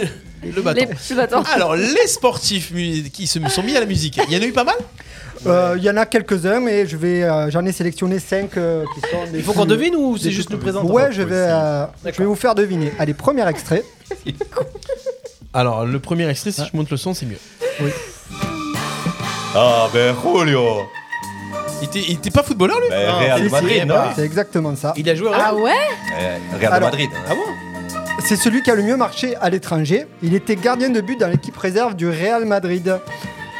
[SPEAKER 2] le bâton.
[SPEAKER 1] Les petits bâtons.
[SPEAKER 2] Alors, les sportifs mu- qui se sont mis à la musique, il y en a eu pas mal
[SPEAKER 7] Euh, Il y en a quelques-uns, mais je vais, euh, j'en ai sélectionné 5 qui sont. des
[SPEAKER 4] Il faut qu'on
[SPEAKER 7] plus-
[SPEAKER 4] devine ou
[SPEAKER 7] des
[SPEAKER 4] c'est juste
[SPEAKER 7] plus-
[SPEAKER 4] nous présenter
[SPEAKER 7] Ouais, je vais, euh, je vais
[SPEAKER 4] D'accord.
[SPEAKER 7] vous faire deviner. Allez, premier extrait.
[SPEAKER 2] Alors, le premier extrait, si je monte le son, c'est mieux.
[SPEAKER 6] Ah ben Julio
[SPEAKER 2] Il était, il était pas footballeur, lui
[SPEAKER 6] Ben,
[SPEAKER 4] Ah,
[SPEAKER 6] Real
[SPEAKER 7] Si, si,
[SPEAKER 6] Madrid, non
[SPEAKER 7] C'est exactement ça.
[SPEAKER 4] Il a joué au Real
[SPEAKER 1] Ah ouais
[SPEAKER 6] Eh, Real
[SPEAKER 7] Alors.
[SPEAKER 6] Madrid.
[SPEAKER 4] Ah bon
[SPEAKER 7] C'est celui qui a le mieux marché à l'étranger. Il était gardien de but dans l'équipe réserve du Real Madrid.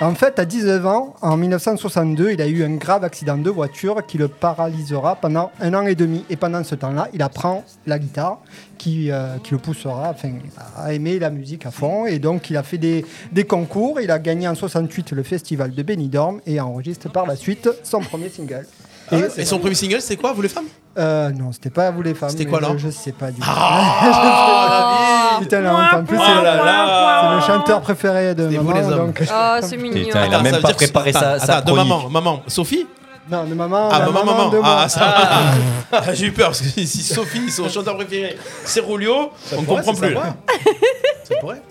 [SPEAKER 7] En fait, à 19 ans, en 1962, il a eu un grave accident de voiture qui le paralysera pendant un an et demi. Et pendant ce temps-là, il apprend la guitare qui, euh, qui le poussera enfin, à aimer la musique à fond. Et donc, il a fait des, des concours. Il a gagné en 68 le festival de Benidorm et enregistre par la suite son premier single. Et,
[SPEAKER 2] Et son premier single, Ah, c'est quoi, vous les femmes
[SPEAKER 7] euh, non, c'était pas vous les femmes.
[SPEAKER 2] C'était
[SPEAKER 7] mais
[SPEAKER 2] quoi,
[SPEAKER 7] je-
[SPEAKER 2] là
[SPEAKER 7] Je sais pas du tout. (laughs) Putain, la honte. En plus, c'est
[SPEAKER 2] là
[SPEAKER 7] le-
[SPEAKER 2] là
[SPEAKER 7] c'est le chanteur préféré de
[SPEAKER 2] C'était vous, les
[SPEAKER 7] maman.
[SPEAKER 2] hommes.
[SPEAKER 7] donc- (laughs)
[SPEAKER 1] Oh, c'est mignon.
[SPEAKER 6] Putain, il a
[SPEAKER 2] Attends,
[SPEAKER 6] même
[SPEAKER 2] ça veut
[SPEAKER 6] pas
[SPEAKER 2] dire que-
[SPEAKER 6] préparé sa-
[SPEAKER 2] attends,
[SPEAKER 6] sa
[SPEAKER 2] attends, de maman,
[SPEAKER 6] chronique.
[SPEAKER 2] maman. Sophie
[SPEAKER 7] Non, de maman.
[SPEAKER 2] Ah,
[SPEAKER 7] la
[SPEAKER 2] maman, maman.
[SPEAKER 7] de moi.
[SPEAKER 2] Ah, ça. Ah, J'ai eu peur, parce que si Sophie, son chanteur préféré, c'est Rolio, on ne comprend plus.
[SPEAKER 4] Ça pourrait.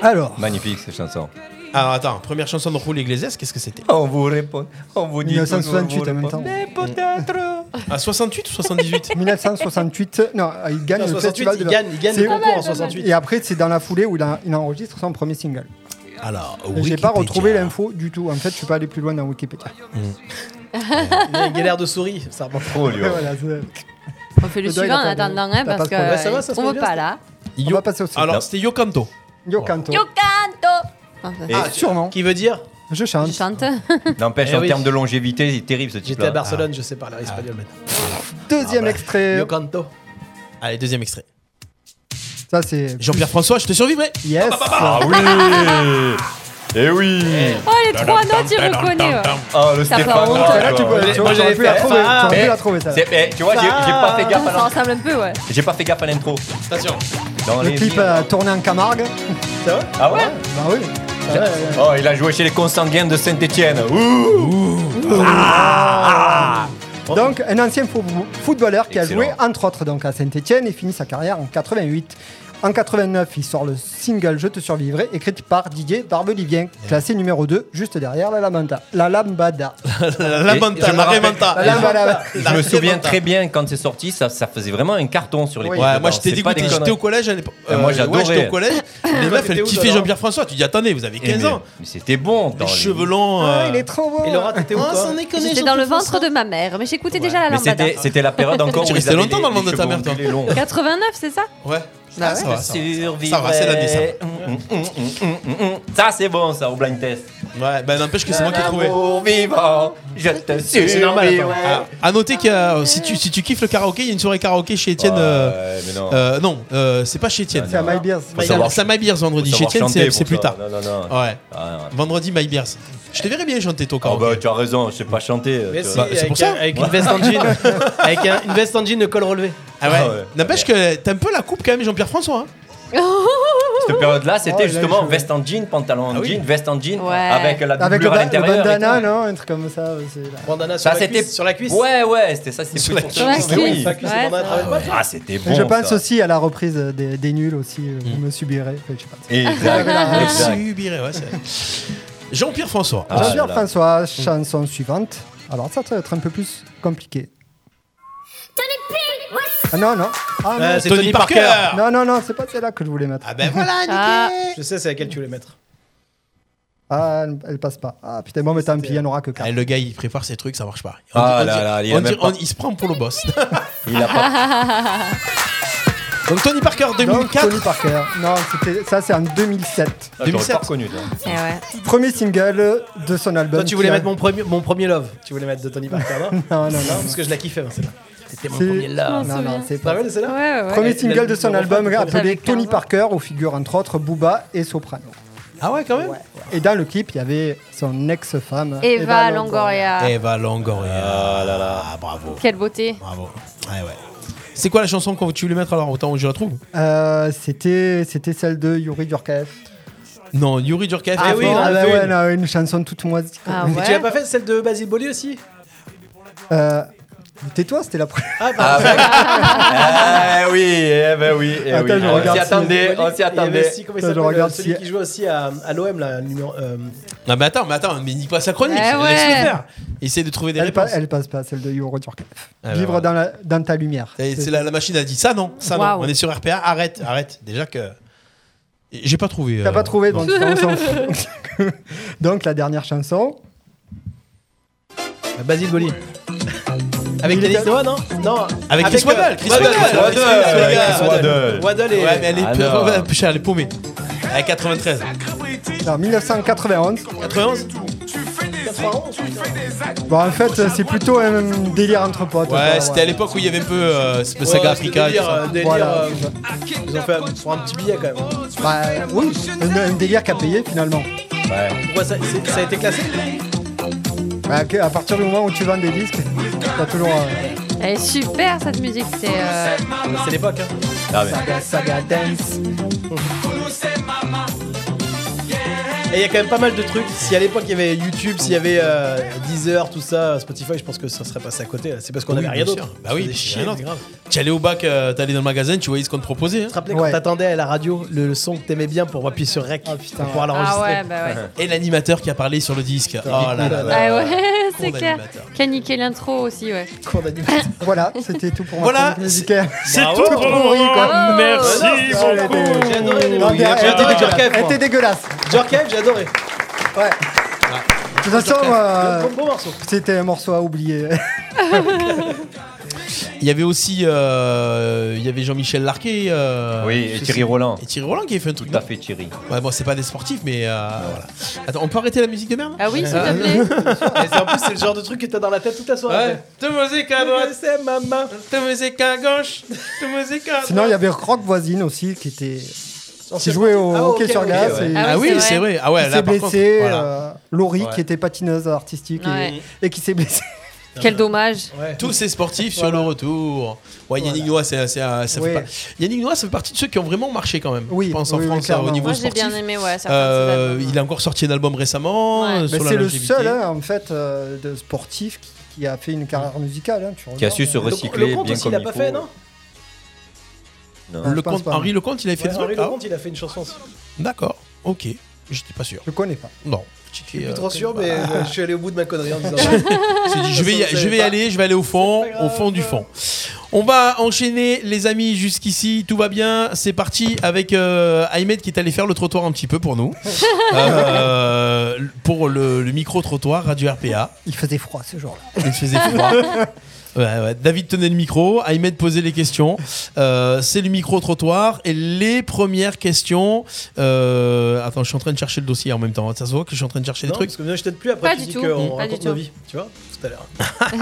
[SPEAKER 7] Alors,
[SPEAKER 6] Magnifique ces chansons.
[SPEAKER 2] Alors attends, première chanson de Roule Iglesias, qu'est-ce que c'était
[SPEAKER 6] On vous répond, on vous dit...
[SPEAKER 7] 1968 en même
[SPEAKER 6] toujours, on
[SPEAKER 7] temps.
[SPEAKER 6] vous répond. Mais peut-être...
[SPEAKER 2] À 68 Ah, ou 78
[SPEAKER 7] 1968, non, il gagne
[SPEAKER 4] En
[SPEAKER 7] le
[SPEAKER 4] 68,
[SPEAKER 7] festival
[SPEAKER 4] il
[SPEAKER 7] de
[SPEAKER 4] gagne, il gagne
[SPEAKER 7] C'est-
[SPEAKER 4] le concours en 68.
[SPEAKER 7] Et après, c'est dans la foulée où il, a- il enregistre son premier single.
[SPEAKER 2] Alors,
[SPEAKER 7] Et J'ai pas retrouvé l'info du tout. En fait, je suis pas allé plus loin dans Wikipédia.
[SPEAKER 4] Mais galère de souris, ça remonte.
[SPEAKER 6] Julio.
[SPEAKER 7] (laughs) Voilà, c'est-
[SPEAKER 1] On fait le
[SPEAKER 7] Le doigt, il
[SPEAKER 1] suivant en
[SPEAKER 7] attend.
[SPEAKER 1] attendant, hein,
[SPEAKER 7] T'as pas
[SPEAKER 1] parce
[SPEAKER 7] de problème.
[SPEAKER 4] Ouais, ça va, ça
[SPEAKER 1] que
[SPEAKER 4] se
[SPEAKER 1] on veut
[SPEAKER 4] passe
[SPEAKER 1] pas
[SPEAKER 4] bien,
[SPEAKER 1] là.
[SPEAKER 7] On va passer au suivant.
[SPEAKER 2] Alors c'était Yo Canto.
[SPEAKER 7] Yo Canto.
[SPEAKER 1] Yo canto Enfin,
[SPEAKER 6] Et
[SPEAKER 4] Ah,
[SPEAKER 7] Sûrement.
[SPEAKER 4] Qui veut dire
[SPEAKER 7] Je chante.
[SPEAKER 1] Je chante.
[SPEAKER 6] N'empêche,
[SPEAKER 4] Eh
[SPEAKER 6] en
[SPEAKER 4] oui.
[SPEAKER 6] termes de longévité, c'est terrible ce
[SPEAKER 4] J'étais à
[SPEAKER 6] type-là.
[SPEAKER 4] Barcelone, je sais parler espagnol maintenant.
[SPEAKER 7] Deuxième extrait.
[SPEAKER 4] Yo canto.
[SPEAKER 2] Allez, deuxième extrait.
[SPEAKER 7] Ça, c'est.
[SPEAKER 2] Jean-Pierre François, je te survivrai
[SPEAKER 7] Yes.
[SPEAKER 6] Ah oui Eh oui
[SPEAKER 1] Oh, les trois notes, il reconnaît. ouais.
[SPEAKER 6] Ah, le
[SPEAKER 1] T'as pas
[SPEAKER 6] Stéphane
[SPEAKER 1] honte.
[SPEAKER 7] Celle-là, tu
[SPEAKER 6] ouais.
[SPEAKER 7] peux, Oh, tu vois,
[SPEAKER 4] Moi,
[SPEAKER 7] j'aurais
[SPEAKER 4] j'allais
[SPEAKER 7] pu la
[SPEAKER 4] faire
[SPEAKER 7] trouver.
[SPEAKER 4] ça.
[SPEAKER 7] J'aurais pu
[SPEAKER 6] Eh,
[SPEAKER 7] la trouver, celle-là.
[SPEAKER 6] c'est- eh, tu vois, j'ai j'ai pas fait gaffe à
[SPEAKER 1] Ça
[SPEAKER 6] l'intro.
[SPEAKER 1] ressemble un peu, ouais.
[SPEAKER 6] J'ai pas fait gaffe à l'intro.
[SPEAKER 2] Attention.
[SPEAKER 6] Dans
[SPEAKER 7] Le
[SPEAKER 6] les
[SPEAKER 7] clip
[SPEAKER 6] îles.
[SPEAKER 7] euh, tourné en Camargue.
[SPEAKER 6] Ah ouais
[SPEAKER 7] Bah oui.
[SPEAKER 6] J'ai- Oh, il a joué chez les consanguins de Saint-Etienne. Ouh
[SPEAKER 7] Donc, un ancien fou- footballeur qui
[SPEAKER 6] Excellent.
[SPEAKER 7] a joué entre autres donc à Saint-Etienne et finit sa carrière en 88. En 89, il sort le single Je te survivrai, écrite par Didier Barbelivien, classé numéro 2, juste derrière la Lamanta. La Lambada.
[SPEAKER 2] La
[SPEAKER 6] Et- et
[SPEAKER 2] Manta,
[SPEAKER 6] je me
[SPEAKER 2] la
[SPEAKER 6] rappelle-
[SPEAKER 2] Remanta.
[SPEAKER 7] La Lambada.
[SPEAKER 6] Je me
[SPEAKER 2] La
[SPEAKER 6] souviens
[SPEAKER 2] Remanta.
[SPEAKER 6] très bien quand c'est sorti, ça, ça faisait vraiment un carton sur les
[SPEAKER 7] Oui.
[SPEAKER 6] clips.
[SPEAKER 2] Ouais, moi
[SPEAKER 6] Alors,
[SPEAKER 2] j'étais
[SPEAKER 6] c'est
[SPEAKER 2] dégoûté,
[SPEAKER 6] pas des
[SPEAKER 2] j'étais
[SPEAKER 6] conneries.
[SPEAKER 2] au collège à l'époque.
[SPEAKER 6] Ah, moi,
[SPEAKER 2] Euh, ouais, j'étais
[SPEAKER 6] j'adorais.
[SPEAKER 2] au collège. Les meufs, elles
[SPEAKER 4] t'étais où,
[SPEAKER 2] kiffaient
[SPEAKER 4] toi,
[SPEAKER 2] Jean-Pierre François. Tu dis, attendez, vous avez
[SPEAKER 6] Eh,
[SPEAKER 2] 15
[SPEAKER 6] mais-
[SPEAKER 2] ans.
[SPEAKER 6] Mais c'était bon. dans
[SPEAKER 2] Les
[SPEAKER 6] les-
[SPEAKER 2] cheveux longs.
[SPEAKER 7] Ah,
[SPEAKER 2] euh,
[SPEAKER 7] il est trop beau.
[SPEAKER 4] Et Laura, t'étais où toi
[SPEAKER 1] J'étais dans le ventre de ma mère, mais j'écoutais déjà la
[SPEAKER 6] Mais
[SPEAKER 1] lambada.
[SPEAKER 6] c'était c'était la période encore
[SPEAKER 2] Tu
[SPEAKER 6] où ils
[SPEAKER 2] restais
[SPEAKER 6] avaient
[SPEAKER 2] longtemps
[SPEAKER 6] les-
[SPEAKER 2] dans le
[SPEAKER 6] les
[SPEAKER 2] monde de ta
[SPEAKER 6] cheveux
[SPEAKER 2] mère, toi.
[SPEAKER 6] ondulés longs.
[SPEAKER 1] 89, c'est ça
[SPEAKER 2] Ouais. Ah, ça va, ça va. Ça va, c'est la nuit, ça.
[SPEAKER 6] Survivrai. Mm, mm, mm, mm, mm, mm. Ça, c'est bon, ça, au blind test.
[SPEAKER 2] Ouais, ben n'empêche que c'est moi qui ai trouvé.
[SPEAKER 6] Amour vivant, je te
[SPEAKER 4] C'est normal, attends.
[SPEAKER 6] survivrai.
[SPEAKER 2] Alors, à noter que euh, si, tu, si tu kiffes le karaoké, il y a une soirée karaoké chez Étienne. euh,
[SPEAKER 6] Ouais, mais non.
[SPEAKER 2] euh, non, euh, c'est pas chez Étienne.
[SPEAKER 7] C'est à My Beers.
[SPEAKER 6] Faut
[SPEAKER 2] C'est
[SPEAKER 6] savoir-
[SPEAKER 2] à My Beers vendredi.
[SPEAKER 6] Faut
[SPEAKER 2] Chez Étienne,
[SPEAKER 6] savoir chanter
[SPEAKER 2] c'est
[SPEAKER 6] pour
[SPEAKER 2] c'est plus
[SPEAKER 6] ça.
[SPEAKER 2] tard.
[SPEAKER 6] Non, non, non.
[SPEAKER 2] Ouais.
[SPEAKER 6] Ah, ouais.
[SPEAKER 2] Vendredi, My Beers. Je te verrais bien chanter ton
[SPEAKER 6] Ah bah
[SPEAKER 2] karaoké.
[SPEAKER 6] tu as raison, je sais pas chanter.
[SPEAKER 4] Mais
[SPEAKER 6] tu
[SPEAKER 4] si,
[SPEAKER 6] vois.
[SPEAKER 2] c'est
[SPEAKER 4] avec,
[SPEAKER 2] pour ça.
[SPEAKER 4] un- avec une veste en jean. avec un- une veste en jean de col relevé.
[SPEAKER 2] Ah
[SPEAKER 6] Ah
[SPEAKER 2] ouais.
[SPEAKER 6] ouais.
[SPEAKER 2] N'empêche que t'as un peu la coupe quand même, Jean-Pierre François. hein.
[SPEAKER 6] cette période-là,
[SPEAKER 7] il
[SPEAKER 6] c'était
[SPEAKER 7] a
[SPEAKER 6] justement
[SPEAKER 7] échoué.
[SPEAKER 6] veste en jean, pantalon en
[SPEAKER 2] Ah oui.
[SPEAKER 6] jean, veste en jean,
[SPEAKER 1] Ouais.
[SPEAKER 6] avec la
[SPEAKER 7] Avec le,
[SPEAKER 6] doublure à
[SPEAKER 7] ba- le
[SPEAKER 6] l'intérieur. et tout.
[SPEAKER 7] bandana, non Un truc comme ça. ouais, c'est là.
[SPEAKER 4] Bandana
[SPEAKER 6] Ça,
[SPEAKER 4] sur, la
[SPEAKER 6] c'était-
[SPEAKER 4] cuisse, sur la cuisse.
[SPEAKER 6] Ouais, ouais, c'était ça, c'est
[SPEAKER 2] Sur
[SPEAKER 6] plus
[SPEAKER 2] la
[SPEAKER 6] pour
[SPEAKER 2] cuisse.
[SPEAKER 6] ça.
[SPEAKER 1] Sur la
[SPEAKER 6] Mais oui.
[SPEAKER 1] cuisse.
[SPEAKER 4] La cuisse,
[SPEAKER 1] Ouais,
[SPEAKER 4] le bandana
[SPEAKER 1] ça-
[SPEAKER 4] travaille pas.
[SPEAKER 6] Ah, c'était
[SPEAKER 7] Et
[SPEAKER 6] bon.
[SPEAKER 7] je pense
[SPEAKER 6] ça.
[SPEAKER 7] aussi à la reprise des, des nuls aussi, euh,
[SPEAKER 4] Mm.
[SPEAKER 7] vous me subirez. Enfin, je sais pas.
[SPEAKER 6] Exact,
[SPEAKER 2] Ah,
[SPEAKER 6] exact.
[SPEAKER 2] Subiré, ouais, c'est- Jean-Pierre François.
[SPEAKER 6] Ah,
[SPEAKER 7] Jean-Pierre
[SPEAKER 6] là.
[SPEAKER 7] François, chanson suivante. Alors ça, ça va être un peu plus compliqué. Ah non, non. Ah, non.
[SPEAKER 4] Euh, c'est
[SPEAKER 2] Tony,
[SPEAKER 4] Tony
[SPEAKER 2] Parker.
[SPEAKER 4] Parker.
[SPEAKER 7] non, non, non, c'est pas celle-là que je voulais mettre.
[SPEAKER 2] Ah ben voilà. (laughs)
[SPEAKER 1] Ah,
[SPEAKER 4] Je sais c'est laquelle tu voulais mettre.
[SPEAKER 7] Ah, elle, elle passe pas. Ah putain, bon, mais tant pis, il n'y en aura que
[SPEAKER 2] Ah,
[SPEAKER 7] 4.
[SPEAKER 2] le gars, il prépare ses trucs, ça marche pas.
[SPEAKER 6] Ah
[SPEAKER 2] dit-
[SPEAKER 6] là
[SPEAKER 2] dit-
[SPEAKER 6] là, il a
[SPEAKER 2] on
[SPEAKER 6] même
[SPEAKER 2] dit-
[SPEAKER 6] pas-
[SPEAKER 2] on- il se prend pour le boss. (laughs)
[SPEAKER 6] Il a pas. Ah,
[SPEAKER 2] Donc Tony Parker
[SPEAKER 7] Donc,
[SPEAKER 2] 2004.
[SPEAKER 7] Tony Parker. Non, c'était- ça, c'est en 2007.
[SPEAKER 6] Ah, j'aurais
[SPEAKER 2] 2007.
[SPEAKER 6] pas reconnu, toi.
[SPEAKER 1] eh ouais.
[SPEAKER 7] Premier single de son album.
[SPEAKER 4] Toi tu voulais
[SPEAKER 7] qui a-
[SPEAKER 4] mettre mon premier mon premier love. Tu voulais mettre de Tony Parker non
[SPEAKER 7] Non, non,
[SPEAKER 4] Non
[SPEAKER 7] non.
[SPEAKER 4] parce que je la kiffais. hein, celle-là. C'était mon
[SPEAKER 7] C'est-
[SPEAKER 4] premier love.
[SPEAKER 7] Non, non, c'est
[SPEAKER 4] Tu te
[SPEAKER 7] pas.
[SPEAKER 4] rappelles de celle-là
[SPEAKER 1] Ouais, ouais, ouais.
[SPEAKER 7] Premier
[SPEAKER 4] Ouais,
[SPEAKER 7] single de son
[SPEAKER 4] le-
[SPEAKER 7] album
[SPEAKER 4] le-
[SPEAKER 7] appelé
[SPEAKER 1] J'avais quinze
[SPEAKER 7] Tony
[SPEAKER 1] ans.
[SPEAKER 7] Parker, où figurent entre autres Booba et Soprano.
[SPEAKER 2] Ah ouais, quand même.
[SPEAKER 7] Et dans le clip, il y avait son ex-femme
[SPEAKER 1] Eva Longoria.
[SPEAKER 2] Eva Longoria. Eh ben, Ah là là. bravo.
[SPEAKER 1] Quelle beauté.
[SPEAKER 2] Bravo. Ah Ouais, ouais. C'est quoi la chanson que tu voulais mettre alors Autant que je la trouve
[SPEAKER 7] Euh, c'était c'était celle de Yuri Durkaev.
[SPEAKER 2] Non, Yuri Durkheim.
[SPEAKER 4] Ah oui,
[SPEAKER 7] bon,
[SPEAKER 4] on en a
[SPEAKER 7] bah
[SPEAKER 4] fait
[SPEAKER 7] ouais,
[SPEAKER 4] une.
[SPEAKER 7] non, une chanson toute moisie.
[SPEAKER 1] Ah
[SPEAKER 4] Et tu l'as
[SPEAKER 1] ouais.
[SPEAKER 4] pas fait celle de Basile Boli aussi
[SPEAKER 7] Euh, Tais-toi, c'était la première.
[SPEAKER 4] Ah
[SPEAKER 6] Ah
[SPEAKER 4] bah
[SPEAKER 6] ben- Ah oui, eh ben oui, eh
[SPEAKER 7] Attends,
[SPEAKER 6] oui.
[SPEAKER 7] je
[SPEAKER 6] On
[SPEAKER 7] regarde
[SPEAKER 6] s'y
[SPEAKER 7] si-
[SPEAKER 6] attendait, on s'y attendait.
[SPEAKER 4] comment il
[SPEAKER 7] Ça, je
[SPEAKER 4] s'appelle,
[SPEAKER 7] regarde
[SPEAKER 4] celui
[SPEAKER 7] si-
[SPEAKER 4] qui joue aussi à, à l'OM là, le numéro euh,
[SPEAKER 2] Ah mais attends, mais attends, mais nique pas sa chronique.
[SPEAKER 1] Eh
[SPEAKER 2] laisse-le
[SPEAKER 1] ouais.
[SPEAKER 2] faire. Essaye de trouver des
[SPEAKER 7] Elle, pa-
[SPEAKER 2] réponses.
[SPEAKER 7] elle passe pas, celle de Yuri Durkaev.
[SPEAKER 2] Ah,
[SPEAKER 7] Vivre
[SPEAKER 2] bah,
[SPEAKER 7] dans, la- dans ta lumière.
[SPEAKER 2] Et C'est la, la machine a dit ça non, ça
[SPEAKER 1] Waouh.
[SPEAKER 2] non. On est sur RPA, arrête, arrête. Déjà que j'ai pas trouvé.
[SPEAKER 7] T'as
[SPEAKER 2] euh,
[SPEAKER 7] pas trouvé,
[SPEAKER 1] (laughs)
[SPEAKER 2] non.
[SPEAKER 7] donc on s'en fout. donc la dernière chanson.
[SPEAKER 4] Basile Boli. Avec
[SPEAKER 7] Il
[SPEAKER 4] Denis
[SPEAKER 7] était-
[SPEAKER 4] Noah, non Non,
[SPEAKER 2] Avec Chris
[SPEAKER 4] euh,
[SPEAKER 2] Waddle, Chris
[SPEAKER 4] Waddle,
[SPEAKER 2] Waddle,
[SPEAKER 4] Waddle,
[SPEAKER 2] Waddle,
[SPEAKER 4] Waddle,
[SPEAKER 6] Chris Waddle.
[SPEAKER 4] Waddle et.
[SPEAKER 2] Ouais, mais elle est,
[SPEAKER 6] Ah,
[SPEAKER 2] peu-
[SPEAKER 6] non.
[SPEAKER 2] ouais, (laughs) putain, elle est paumée. À 93.
[SPEAKER 7] Alors 1991.
[SPEAKER 2] 91
[SPEAKER 7] Bon, en fait, euh, c'est plutôt un délire entre potes.
[SPEAKER 2] Ouais,
[SPEAKER 7] quoi,
[SPEAKER 2] c'était à l'époque où il y avait un peu euh, ce
[SPEAKER 4] Ouais,
[SPEAKER 2] Saga
[SPEAKER 4] c'est
[SPEAKER 2] Africa. et tout
[SPEAKER 4] délire,
[SPEAKER 2] ça.
[SPEAKER 4] euh, délire,
[SPEAKER 7] Voilà.
[SPEAKER 4] euh, Ils ont fait un- pour un petit billet quand même.
[SPEAKER 7] Bah, oui, un, un délire qu'a payé finalement.
[SPEAKER 6] Ouais.
[SPEAKER 4] Pourquoi ça, c'est- ça a été classé
[SPEAKER 7] Bah, que- à partir du moment où tu vends des disques, t'as toujours euh,
[SPEAKER 1] Elle est super cette musique. C'est. euh,
[SPEAKER 4] C'est l'époque. Hein.
[SPEAKER 6] Ah ben.
[SPEAKER 7] Saga, Saga Dance.
[SPEAKER 4] Et il y a quand même pas mal de trucs. Si à l'époque il y avait YouTube, s'il y avait euh, Deezer, tout ça, Spotify, je pense que ça serait passé à côté. C'est parce qu'on
[SPEAKER 2] Oui,
[SPEAKER 4] avait rien
[SPEAKER 2] bien
[SPEAKER 4] d'autre.
[SPEAKER 2] sûr. Bah oui,
[SPEAKER 4] C'était
[SPEAKER 2] puis
[SPEAKER 4] chier,
[SPEAKER 2] rien
[SPEAKER 4] c'est
[SPEAKER 2] d'autre.
[SPEAKER 4] grave.
[SPEAKER 2] Tu allais au bac, euh, t'allais dans le magasin, tu voyais ce qu'on te proposait. hein.
[SPEAKER 4] Tu te rappelais quand
[SPEAKER 7] Ouais.
[SPEAKER 4] t'attendais à la radio le, le son que t'aimais bien pour appuyer sur Rec
[SPEAKER 7] Ah, putain.
[SPEAKER 4] pour pouvoir
[SPEAKER 1] Ah
[SPEAKER 4] l'enregistrer
[SPEAKER 1] ouais, bah ouais.
[SPEAKER 2] (laughs) Et l'animateur qui a parlé sur le disque. Oh là là là.
[SPEAKER 1] Ah ouais, (laughs) c'est
[SPEAKER 2] Cours
[SPEAKER 1] clair.
[SPEAKER 2] d'animateur.
[SPEAKER 1] Qui a niqué l'intro aussi, ouais.
[SPEAKER 4] Cours d'animateur.
[SPEAKER 7] Voilà, c'était tout pour moi.
[SPEAKER 2] Voilà,
[SPEAKER 7] musicale.
[SPEAKER 2] C'est
[SPEAKER 10] Ah
[SPEAKER 4] Bravo.
[SPEAKER 2] tout
[SPEAKER 7] Tout pourri, quoi.
[SPEAKER 1] Merci
[SPEAKER 7] Elle était-
[SPEAKER 4] J'ai adoré les
[SPEAKER 7] Non,
[SPEAKER 4] Louis.
[SPEAKER 7] mais elle
[SPEAKER 4] J'ai adoré
[SPEAKER 7] était-
[SPEAKER 4] Jorkef,
[SPEAKER 7] Elle
[SPEAKER 4] moi.
[SPEAKER 7] était dégueulasse.
[SPEAKER 4] Jorkheim, j'ai adoré.
[SPEAKER 7] Ouais. De toute façon, euh,
[SPEAKER 4] Bon, bon
[SPEAKER 7] (laughs)
[SPEAKER 4] morceau.
[SPEAKER 7] c'était un morceau à oublier. (laughs)
[SPEAKER 2] Il y avait aussi euh, il y avait Jean-Michel Larquet. euh,
[SPEAKER 6] Oui, et
[SPEAKER 2] je
[SPEAKER 6] Thierry
[SPEAKER 2] sais-
[SPEAKER 6] Roland.
[SPEAKER 2] Et Thierry Roland qui a fait un truc.
[SPEAKER 6] Tout à fait, Thierry.
[SPEAKER 2] Ouais, bon, c'est pas des sportifs, mais euh, voilà. Attends, on peut arrêter la musique de merde
[SPEAKER 1] Ah oui, s'il te plaît.
[SPEAKER 4] Et c'est- en plus, c'est le genre de truc que t'as dans la tête toute
[SPEAKER 7] Ah,
[SPEAKER 4] la soirée.
[SPEAKER 2] Ouais. Deux musiques à
[SPEAKER 4] Je
[SPEAKER 2] droite,
[SPEAKER 4] sais, maman.
[SPEAKER 2] deux musiques à gauche, deux musiques à droite.
[SPEAKER 7] Sinon, il y avait Rock Voisine aussi qui était qui
[SPEAKER 4] Ancien-
[SPEAKER 7] jouait au
[SPEAKER 4] Ah,
[SPEAKER 7] hockey sur glace.
[SPEAKER 6] ouais.
[SPEAKER 7] et
[SPEAKER 1] Ah
[SPEAKER 2] Ah oui, c'est vrai. Ah ouais,
[SPEAKER 7] qui s'est
[SPEAKER 2] là par contre.
[SPEAKER 7] blessée.
[SPEAKER 2] voilà.
[SPEAKER 7] euh, Laurie
[SPEAKER 6] Ouais.
[SPEAKER 7] qui était patineuse artistique et-
[SPEAKER 1] Ouais.
[SPEAKER 7] et, qui s'est blessée.
[SPEAKER 1] Quel dommage.
[SPEAKER 4] Ouais.
[SPEAKER 2] Tous ces sportifs sur le retour. Ouais, Yannick Noah, c'est, c'est un- ça fait
[SPEAKER 7] Oui.
[SPEAKER 2] pas- Yannick Noah, ça fait partie de ceux qui ont vraiment marché quand même.
[SPEAKER 7] Oui,
[SPEAKER 2] je pense en
[SPEAKER 7] oui, oui,
[SPEAKER 2] France euh,
[SPEAKER 7] clairement.
[SPEAKER 2] au niveau
[SPEAKER 1] Moi, j'ai
[SPEAKER 2] sportif.
[SPEAKER 1] bien aimé, ouais. certains
[SPEAKER 2] Euh,
[SPEAKER 1] de ces albums. hein.
[SPEAKER 2] il a encore sorti un album récemment
[SPEAKER 1] Ouais.
[SPEAKER 2] euh,
[SPEAKER 1] Mais
[SPEAKER 7] Mais
[SPEAKER 2] sur la
[SPEAKER 7] c'est le
[SPEAKER 2] longévité.
[SPEAKER 7] seul hein, en fait euh, de sportif qui, qui a fait une carrière musicale. hein, tu
[SPEAKER 6] Qui a
[SPEAKER 7] regardes,
[SPEAKER 6] su se
[SPEAKER 7] euh,
[SPEAKER 4] Le-
[SPEAKER 6] recycler
[SPEAKER 4] le compte
[SPEAKER 6] bien
[SPEAKER 4] aussi,
[SPEAKER 6] comme
[SPEAKER 4] il a
[SPEAKER 6] il
[SPEAKER 4] pas
[SPEAKER 6] faut.
[SPEAKER 4] fait, non
[SPEAKER 7] Euh,
[SPEAKER 4] Ah,
[SPEAKER 7] je
[SPEAKER 2] Le
[SPEAKER 7] pense
[SPEAKER 2] Comte-
[SPEAKER 7] pas.
[SPEAKER 2] Henri Lecomte, il avait fait
[SPEAKER 4] Ouais,
[SPEAKER 2] des
[SPEAKER 4] Henri
[SPEAKER 2] trucs.
[SPEAKER 4] Lecomte, il a fait une chanson aussi.
[SPEAKER 2] Ah, D'accord, ok. J'étais pas sûr.
[SPEAKER 7] Je connais pas.
[SPEAKER 2] Non. J'étais,
[SPEAKER 4] Je
[SPEAKER 2] euh,
[SPEAKER 4] suis trop sûr,
[SPEAKER 2] bah,
[SPEAKER 4] mais euh, je suis allé au bout de ma connerie en disant. (laughs)
[SPEAKER 2] j'ai dit, je vais, y,
[SPEAKER 4] Ça, vous
[SPEAKER 2] je vais
[SPEAKER 4] savez
[SPEAKER 2] y
[SPEAKER 4] pas.
[SPEAKER 2] aller, je vais aller au fond,
[SPEAKER 4] C'est pas
[SPEAKER 2] au
[SPEAKER 4] grave.
[SPEAKER 2] fond du fond. On va enchaîner, les amis, jusqu'ici. Tout va bien. C'est parti avec euh, Ahmed qui est allé faire le trottoir un petit peu pour
[SPEAKER 4] (laughs)
[SPEAKER 2] nous. Euh, pour le, le micro-trottoir Radio RPA.
[SPEAKER 7] Il faisait froid ce jour-là.
[SPEAKER 2] Il se faisait
[SPEAKER 4] (laughs)
[SPEAKER 2] froid. Ouais, ouais. David tenait le micro, Ahmed posait les questions. Euh, c'est le micro-trottoir. Et les premières questions. euh, attends, je suis en train de chercher le dossier en même temps. Ça se voit que je suis en train de chercher
[SPEAKER 4] Non,
[SPEAKER 2] des trucs.
[SPEAKER 4] parce que maintenant je t'aide plus après.
[SPEAKER 1] Pas
[SPEAKER 4] tu
[SPEAKER 1] du
[SPEAKER 4] dis
[SPEAKER 1] tout.
[SPEAKER 4] qu'on
[SPEAKER 1] Pas du
[SPEAKER 4] raconte
[SPEAKER 1] tout.
[SPEAKER 4] nos vies, tu vois, tout à l'heure.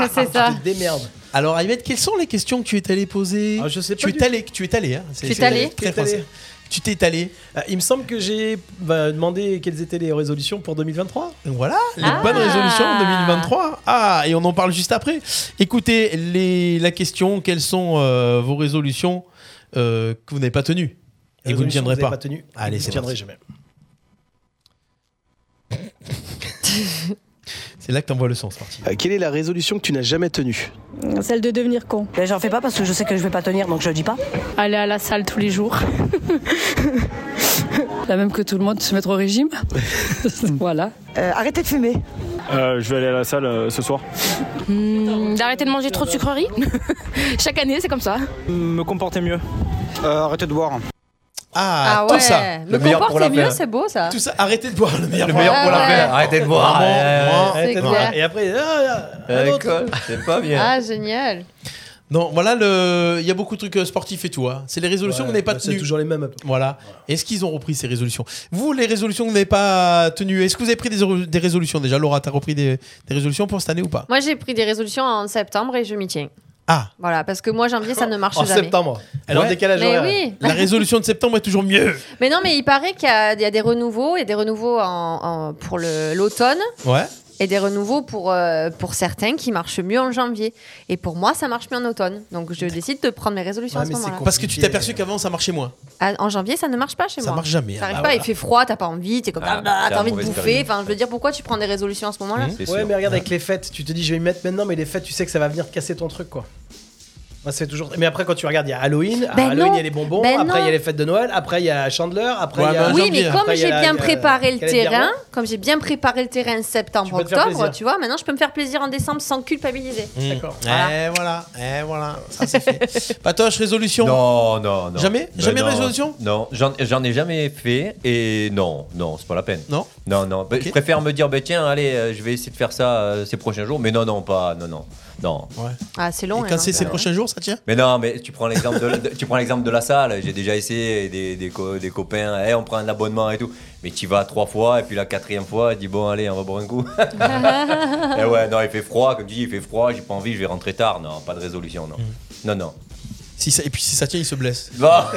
[SPEAKER 1] (laughs) c'est ça.
[SPEAKER 4] Tu te démerdes.
[SPEAKER 2] Alors, Ahmed, quelles sont les questions que tu es allé poser
[SPEAKER 4] Ah, je sais
[SPEAKER 2] Tu
[SPEAKER 4] pas. du
[SPEAKER 2] es allé, tu es allé. hein. C'est-
[SPEAKER 1] Tu es
[SPEAKER 2] c'est
[SPEAKER 1] allé
[SPEAKER 2] très
[SPEAKER 4] Tu es allé.
[SPEAKER 2] français. Tu t'es allé.
[SPEAKER 4] Ah, Il me semble que j'ai bah, demandé quelles étaient les résolutions pour 2023.
[SPEAKER 2] Donc voilà, les
[SPEAKER 1] Ah.
[SPEAKER 2] bonnes résolutions de 2023. Ah, et on en parle juste après. Écoutez, les, la question quelles sont euh, vos résolutions euh, que vous n'avez pas tenues Et vous ne
[SPEAKER 4] Résolution
[SPEAKER 2] tiendrez
[SPEAKER 4] avez
[SPEAKER 2] pas.
[SPEAKER 4] tenu.
[SPEAKER 2] Allez,
[SPEAKER 4] Vous
[SPEAKER 2] c'est
[SPEAKER 4] ne tiendrez
[SPEAKER 2] parti.
[SPEAKER 4] jamais.
[SPEAKER 2] C'est là que t'envoies le sens, parti.
[SPEAKER 11] Euh, quelle est la résolution que tu n'as jamais tenue
[SPEAKER 12] Celle de devenir con.
[SPEAKER 13] Mais Ben, j'en fais pas parce que je sais que je vais pas tenir, donc je le dis pas.
[SPEAKER 12] Aller à la salle tous les jours. (laughs) la même que tout le monde, se mettre au
[SPEAKER 2] (laughs)
[SPEAKER 12] régime. voilà.
[SPEAKER 13] Euh, arrêtez de fumer.
[SPEAKER 14] Euh, je vais aller à la salle ce soir.
[SPEAKER 12] D'arrêter de manger trop de sucreries. Chaque année, c'est comme ça.
[SPEAKER 14] Me comporter mieux. arrêtez de boire.
[SPEAKER 2] Ah,
[SPEAKER 5] Ah
[SPEAKER 2] tout
[SPEAKER 5] ouais,
[SPEAKER 2] ça.
[SPEAKER 5] me
[SPEAKER 6] meilleur pour la
[SPEAKER 5] comporter mieux,
[SPEAKER 6] paix.
[SPEAKER 5] c'est beau ça.
[SPEAKER 2] Tout ça, arrêtez de boire le meilleur.
[SPEAKER 6] Le meilleur pour la
[SPEAKER 5] ouais.
[SPEAKER 6] paix, arrêtez de boire.
[SPEAKER 2] Vraiment,
[SPEAKER 6] euh,
[SPEAKER 2] vraiment.
[SPEAKER 4] Arrêtez de
[SPEAKER 5] clair.
[SPEAKER 4] voir. Et après, ah, ah, un
[SPEAKER 6] euh,
[SPEAKER 4] autre.
[SPEAKER 6] école, C'est pas bien.
[SPEAKER 5] Ah, génial.
[SPEAKER 2] Non, voilà, le... il y a beaucoup de trucs euh, sportifs et tout. hein. C'est les résolutions
[SPEAKER 4] Ouais,
[SPEAKER 2] qu'on n'avait pas
[SPEAKER 4] bah,
[SPEAKER 2] tenues.
[SPEAKER 4] C'est toujours les mêmes. à peu près.
[SPEAKER 2] Voilà. Est-ce qu'ils ont repris ces résolutions Vous, les résolutions que vous n'avez pas tenues, est-ce que vous avez pris des, or- des résolutions déjà Laura, t'as repris des, des résolutions pour cette année ou pas
[SPEAKER 5] Moi, j'ai pris des résolutions en septembre et je m'y tiens.
[SPEAKER 2] Ah,
[SPEAKER 5] Voilà, parce que moi, janvier, ça ne marche
[SPEAKER 4] En
[SPEAKER 5] jamais.
[SPEAKER 4] septembre. Elle est en
[SPEAKER 2] Ouais.
[SPEAKER 4] décalage
[SPEAKER 5] Mais
[SPEAKER 4] horaire.
[SPEAKER 5] oui. (laughs)
[SPEAKER 2] la résolution de septembre est toujours mieux.
[SPEAKER 5] Mais non, mais il paraît qu'il y, a il y a des renouveaux et des renouveaux en- en- pour le- l'automne
[SPEAKER 2] Ouais.
[SPEAKER 5] et des renouveaux pour, euh, pour certains qui marchent mieux en janvier. Et pour moi, ça marche mieux en automne. Donc, je décide de prendre mes résolutions
[SPEAKER 4] Ouais,
[SPEAKER 5] à ce
[SPEAKER 4] mais c'est
[SPEAKER 5] moment-là.
[SPEAKER 4] con.
[SPEAKER 2] Parce que tu t'es aperçu qu'avant ça marchait moins.
[SPEAKER 5] Ah, En janvier, ça ne marche pas chez
[SPEAKER 2] Ça
[SPEAKER 5] moi.
[SPEAKER 2] marche jamais.
[SPEAKER 5] T'arrives
[SPEAKER 2] Ah,
[SPEAKER 5] pas,
[SPEAKER 2] bah,
[SPEAKER 5] il fait froid, t'as pas envie, t'es comme
[SPEAKER 6] Ah,
[SPEAKER 5] ah, bah,
[SPEAKER 6] c'est
[SPEAKER 5] t'as
[SPEAKER 6] la
[SPEAKER 5] envie de
[SPEAKER 6] mauvaise Hmm.
[SPEAKER 5] bouffer.
[SPEAKER 6] période.
[SPEAKER 5] Enfin, je veux dire, pourquoi tu prends des résolutions à ce moment-là
[SPEAKER 6] C'est
[SPEAKER 4] Ouais,
[SPEAKER 6] sûr.
[SPEAKER 4] mais regarde avec les fêtes, tu te dis je vais m'y mettre maintenant, mais les fêtes, tu sais que ça va venir te casser ton truc quoi. Moi, c'est toujours. Mais après, quand tu regardes, il y a Halloween, à
[SPEAKER 5] Ben
[SPEAKER 4] Halloween,
[SPEAKER 5] non.
[SPEAKER 4] il y a les bonbons,
[SPEAKER 5] Ben
[SPEAKER 4] après, il y
[SPEAKER 5] non.
[SPEAKER 4] a les fêtes de Noël, après, il y a Chandler, après, il
[SPEAKER 2] Ouais,
[SPEAKER 4] y a.
[SPEAKER 2] ben,
[SPEAKER 5] Oui,
[SPEAKER 2] janvier.
[SPEAKER 5] mais comme
[SPEAKER 4] Après, il y a
[SPEAKER 5] j'ai
[SPEAKER 4] la-
[SPEAKER 5] bien
[SPEAKER 4] il y a-
[SPEAKER 5] préparé le
[SPEAKER 4] il y a la bière
[SPEAKER 5] terrain,
[SPEAKER 4] blanche.
[SPEAKER 5] comme j'ai bien préparé le terrain septembre,
[SPEAKER 4] Tu peux te faire
[SPEAKER 5] octobre,
[SPEAKER 4] plaisir.
[SPEAKER 5] tu vois, maintenant je peux me faire plaisir en décembre sans culpabiliser.
[SPEAKER 2] Mm.
[SPEAKER 4] D'accord.
[SPEAKER 2] Eh voilà, eh voilà, ça c'est
[SPEAKER 4] (laughs)
[SPEAKER 2] fait. Patoche, résolution
[SPEAKER 6] Non, non, non.
[SPEAKER 2] Jamais
[SPEAKER 6] Mais
[SPEAKER 2] Jamais de
[SPEAKER 6] non.
[SPEAKER 2] résolution
[SPEAKER 6] Non, j'en j'en ai jamais fait et non, non, c'est pas la peine.
[SPEAKER 2] Non
[SPEAKER 6] Non, non. Bah,
[SPEAKER 2] Ok.
[SPEAKER 6] Je préfère me dire, bah, tiens, allez, euh, je vais essayer de faire ça euh, ces prochains jours. Mais non, non, pas, non, non, non.
[SPEAKER 5] Ah, c'est long.
[SPEAKER 2] Et
[SPEAKER 5] hein,
[SPEAKER 2] quand c'est ces
[SPEAKER 5] ça.
[SPEAKER 2] prochains jours, ça tient
[SPEAKER 6] Mais non, mais tu prends l'exemple de, tu prends l'exemple de la salle. J'ai déjà essayé des, des, co- des copains, Eh, on prend l'abonnement et tout. Mais tu vas trois fois et puis la quatrième fois, tu dis bon, allez, on va boire un coup. et ouais, non, il fait froid, comme tu dis, il fait froid, j'ai pas envie, je vais rentrer tard. Non, pas de résolution, non.
[SPEAKER 2] Mm.
[SPEAKER 6] Non, non.
[SPEAKER 2] si ça, Et puis si ça tient, il se
[SPEAKER 6] (laughs)
[SPEAKER 2] blesse.
[SPEAKER 6] Bah,